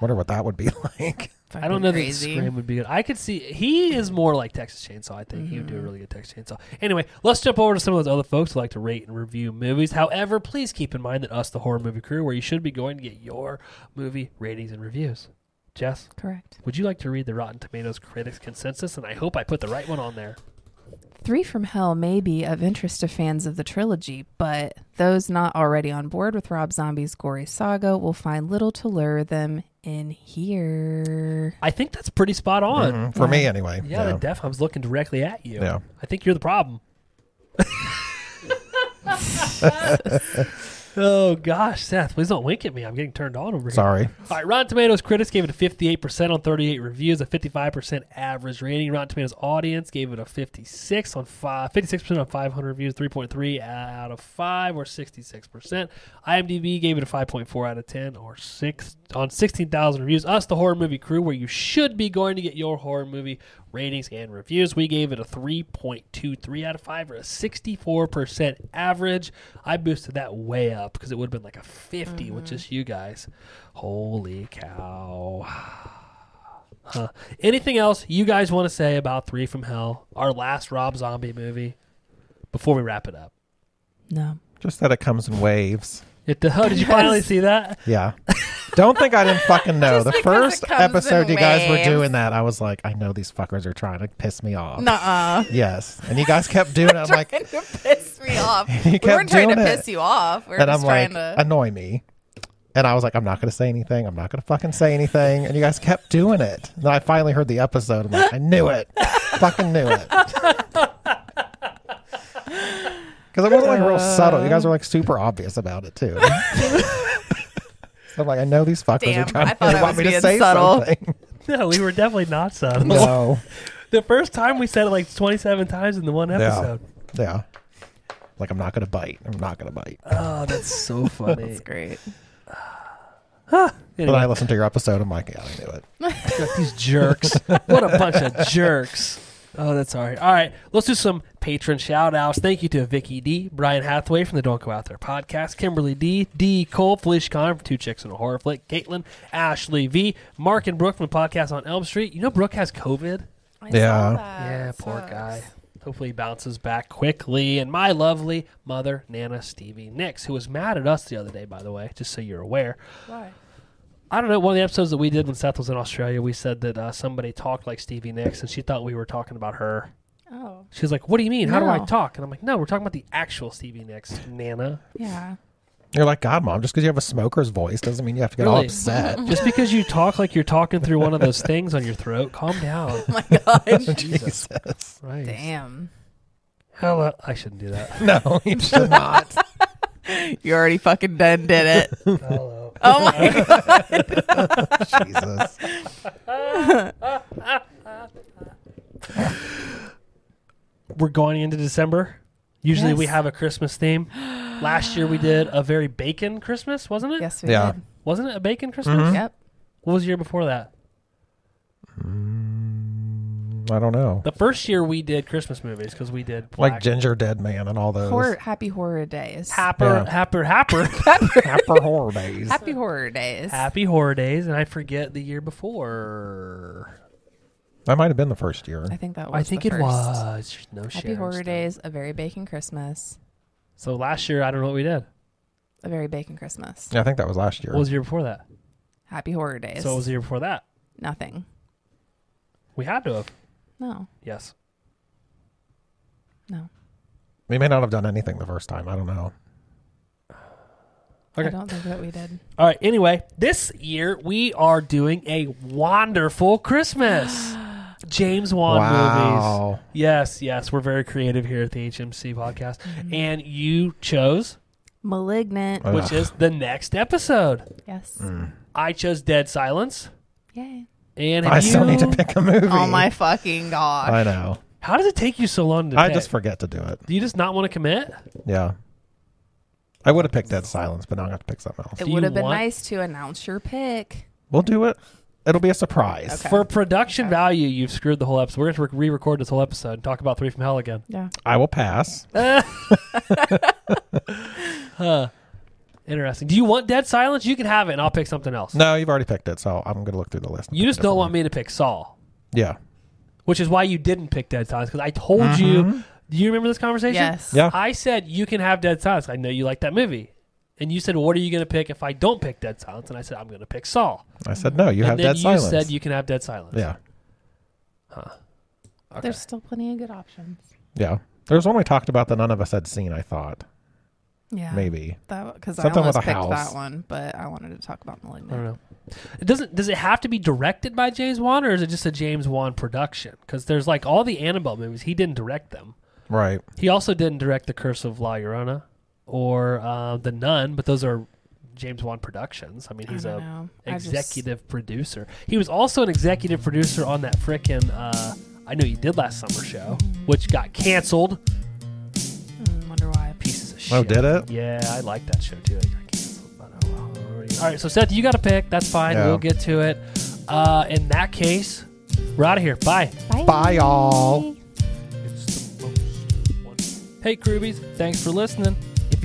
S4: Wonder what that would be like.
S1: I don't know that Scream would be good. I could see he is more like Texas Chainsaw. I think he would do a really good Texas Chainsaw. Anyway, let's jump over to some of those other folks who like to rate and review movies. However, please keep in mind that us, the horror movie crew, where you should be going to get your movie ratings and reviews. Jess,
S2: Correct.
S1: would you like to read the Rotten Tomatoes critics consensus? And I hope I put the right one on there.
S2: Three from Hell may be of interest to fans of the trilogy, but those not already on board with Rob Zombie's gory saga will find little to lure them in here.
S1: I think that's pretty spot on.
S4: Mhm, For me, anyway.
S1: Yeah, the deaf hub's looking directly at you.
S4: Yeah.
S1: I think you're the problem. oh gosh, Seth, please don't wink at me. I'm getting turned on over here.
S4: Sorry.
S1: All right, Rotten Tomatoes critics gave it a 58% on 38 reviews, a 55% average rating. Rotten Tomatoes audience gave it a 56 on five, 56% on 500 reviews, 3.3 out of 5 or 66%. IMDb gave it a 5.4 out of 10 or 6 on 16,000 reviews. Us the horror movie crew where you should be going to get your horror movie ratings and reviews. We gave it a 3.23 out of 5 or a 64% average. I boosted that way up because it would have been like a 50 with just you guys. Holy cow. Huh. Anything else you guys want to say about Three from Hell, our last Rob Zombie movie, before we wrap it up?
S2: No.
S4: Just that it comes in waves.
S1: It, oh, did you finally see that?
S4: Yeah. Don't think I didn't fucking know.
S2: Just
S4: the
S2: because
S4: first
S2: it comes in
S4: episode you guys were
S2: waves.
S4: doing that, I was like, I know these fuckers are trying to piss me off.
S2: Nuh-uh.
S4: Yes. And you guys kept doing it. I'm like,
S2: trying to piss me off.
S4: You
S2: we
S4: kept
S2: weren't trying to
S4: doing it.
S2: piss you off. We were
S4: and I'm
S2: just
S4: like,
S2: trying to.
S4: annoy me. And I was like, I'm not going to say anything. I'm not going to fucking say anything. And you guys kept doing it. And then I finally heard the episode. I'm like, I knew it. fucking knew it. Because it wasn't like real subtle. You guys were like super obvious about it too. So I'm like, I know these fuckers
S2: Damn,
S4: are trying
S2: I
S4: to
S2: thought
S4: they
S2: I
S4: want
S2: was
S4: me to
S2: being
S4: say
S2: subtle.
S4: something.
S1: No, we were definitely not subtle.
S4: No.
S1: The first time we said it like 27 times in the one episode.
S4: Yeah. Like I'm not gonna bite. I'm not gonna bite.
S1: Oh, that's so funny.
S2: That's great.
S4: But I
S1: Anyway,
S4: listened to your episode. I'm like, yeah, I knew it.
S1: these jerks. what a bunch of jerks. Oh, that's all right. All right, let's do some patron shout outs. Thank you to Vicky D, Brian Hathaway from the Don't Go Out There podcast, Kimberly D, D Cole, Felicia Connor from Two Chicks and a Horror Flick, Caitlin, Ashley V, Mark and Brooke from the podcast on Elm Street. You know, Brooke has COVID.
S2: I
S4: Yeah.
S2: that.
S1: Yeah, poor
S2: Sucks.
S1: guy. Hopefully he bounces back quickly. And my lovely mother, Nana Stevie Nicks, who was mad at us the other day, by the way, just so you're aware.
S2: Why?
S1: I don't know. One of the episodes that we did when Seth was in Australia, we said that uh, somebody talked like Stevie Nicks, and she thought we were talking about her.
S2: Oh,
S1: She's like, "What do you mean? How do I
S2: No.
S1: talk?" And I'm like, "No, we're talking about the actual Stevie Nicks, Nana.
S2: yeah.
S4: You're like, God, mom, just because you have a smoker's voice doesn't mean you have to get all
S1: Really?
S4: upset.
S1: Just because you talk like you're talking through one of those things on your throat, calm down."
S2: Oh my god.
S1: Jesus,
S4: Jesus.
S1: Christ.
S2: Damn.
S1: Hello, I shouldn't do that.
S4: No, you should not.
S2: You already fucking done did it.
S1: Hello.
S2: Oh my god.
S4: Jesus.
S1: we're going into December. Usually we
S2: Yes.
S1: have a Christmas theme. Last year we did a very bacon Christmas, wasn't it?
S2: Yes, we
S4: Yeah.
S2: did.
S1: Wasn't it a bacon Christmas?
S2: Yep.
S1: What was the year before that?
S4: I don't know.
S1: The first year we did Christmas movies because we did Black
S4: Like Ginger Dead Man and all those.
S2: Horror, happy horror days.
S1: Happer,
S4: Yeah.
S1: Happer, Happer,
S4: Happer horror days.
S2: happy horror days.
S1: Happy Horror Days, and I forget the year before.
S4: That might have been the first year.
S2: I think that was.
S1: I think
S2: the
S1: it
S2: first.
S1: was no shit.
S2: Happy horror days. A very bacon Christmas.
S1: So last year I don't know what we did.
S2: A very bacon Christmas.
S4: Yeah, I think that was last year.
S1: What was the year before that?
S2: Happy horror days.
S1: So it was the year before that.
S2: nothing.
S1: We had to have.
S2: No.
S1: Yes.
S2: No.
S4: we may not have done anything the first time. I don't know.
S1: Okay.
S2: I don't think that we did.
S1: All right. Anyway, this year we are doing a wonderful Christmas. James Wan movies.
S4: wow.
S1: Yes, yes. We're very creative here at the HMC podcast.
S2: Mm-hmm.
S1: And you chose,
S2: Malignant.
S4: Ugh.
S1: which is the next episode.
S2: Yes.
S1: I chose Dead Silence.
S2: Yay.
S1: And
S4: I
S1: have
S4: still
S1: you-
S4: need to pick a movie.
S2: Oh my fucking gosh.
S4: I know.
S1: How does it take you so long to
S4: I
S1: pick?
S4: just forget to do it.
S1: Do you just not want to commit?
S4: Yeah. I would have picked Dead Silence, but now I'm going to pick something else.
S2: It
S1: Do
S2: would
S1: you
S2: have been
S1: want-
S2: nice to announce your pick.
S4: We'll do it. It'll be a surprise.
S2: Okay.
S1: For production value, you've screwed the whole episode. We're going to re record this whole episode and talk about Three from Hell again.
S2: Yeah.
S4: I will pass.
S1: Interesting. Do you want Dead Silence? You can have it and I'll pick something else.
S4: No, you've already picked it, so I'm going to look through the list. and
S1: You
S4: pick a
S1: just don't
S4: different
S1: want me to pick Saul,
S4: one. Yeah.
S1: which is why you didn't pick Dead Silence because I told you. Do you remember this conversation?
S2: Yes.
S4: Mm-hmm. Yeah.
S1: I said you can have Dead Silence. I know you like that movie. and you said, "What are you going to pick if I don't pick Dead Silence?" And I said, "I'm going to pick Saw."
S4: I said, no, you
S1: and
S4: have
S1: then
S4: dead
S1: you
S4: silence.
S1: said you can have Dead Silence.
S4: yeah.
S1: Okay.
S2: There's still plenty of good options.
S4: Yeah. There was one we talked about that none of us had seen, I thought.
S2: Yeah,
S4: Maybe.
S2: that because I
S4: Something with
S2: almost
S4: a
S2: picked
S4: house.
S2: that one, but I wanted to talk about
S1: I don't
S2: Malignant.
S1: know. It doesn't. Does it have to be directed by James Wan, or is it just a James Wan production? Because there's like all the Annabelle movies. He didn't direct them.
S4: Right.
S1: He also didn't direct The Curse of La Llorona or uh, The Nun, but those are James Wan productions. I mean, he's
S2: I don't
S1: a
S2: know. I just-
S1: executive producer. He was also an executive producer on that frickin' uh, I know you did last summer show, which got canceled.
S2: Mm, wonder why.
S1: Pieces of shit.
S4: Oh, did it?
S1: Yeah, I like that show too. It got canceled, but oh well, already- All right, so Seth, you got to pick. That's fine.
S4: Yeah.
S1: We'll get to it. Uh, in that case, we're out of here. Bye.
S4: Bye, y'all.
S1: Hey, Krubies, thanks for listening. If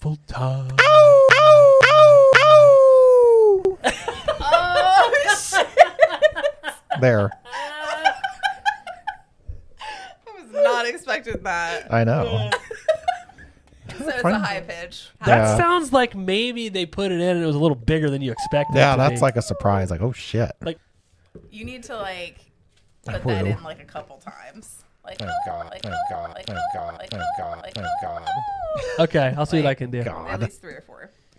S1: Full time.
S2: Oh,
S4: There.
S2: I was not expecting that.
S4: I know.
S2: So it's
S4: Fine.
S2: a high pitch.
S1: That
S4: Yeah.
S1: sounds like maybe they put it in and it was a little bigger than you expected.
S4: Yeah,
S1: to
S4: that's
S1: be.
S4: like a surprise. Like, oh shit.
S2: You need to like
S4: I
S2: put that
S4: will.
S2: in like a couple times. Like,
S4: Thank
S2: oh,
S4: God,
S2: like,
S4: thank
S2: oh,
S4: God,
S2: like,
S4: thank
S2: oh,
S4: God,
S2: like,
S4: thank
S2: oh,
S4: God,
S2: like,
S4: thank
S2: oh,
S4: God.
S2: oh.
S1: Okay, I'll see what I
S2: Like-
S1: can do.
S4: God.
S2: At least three or four.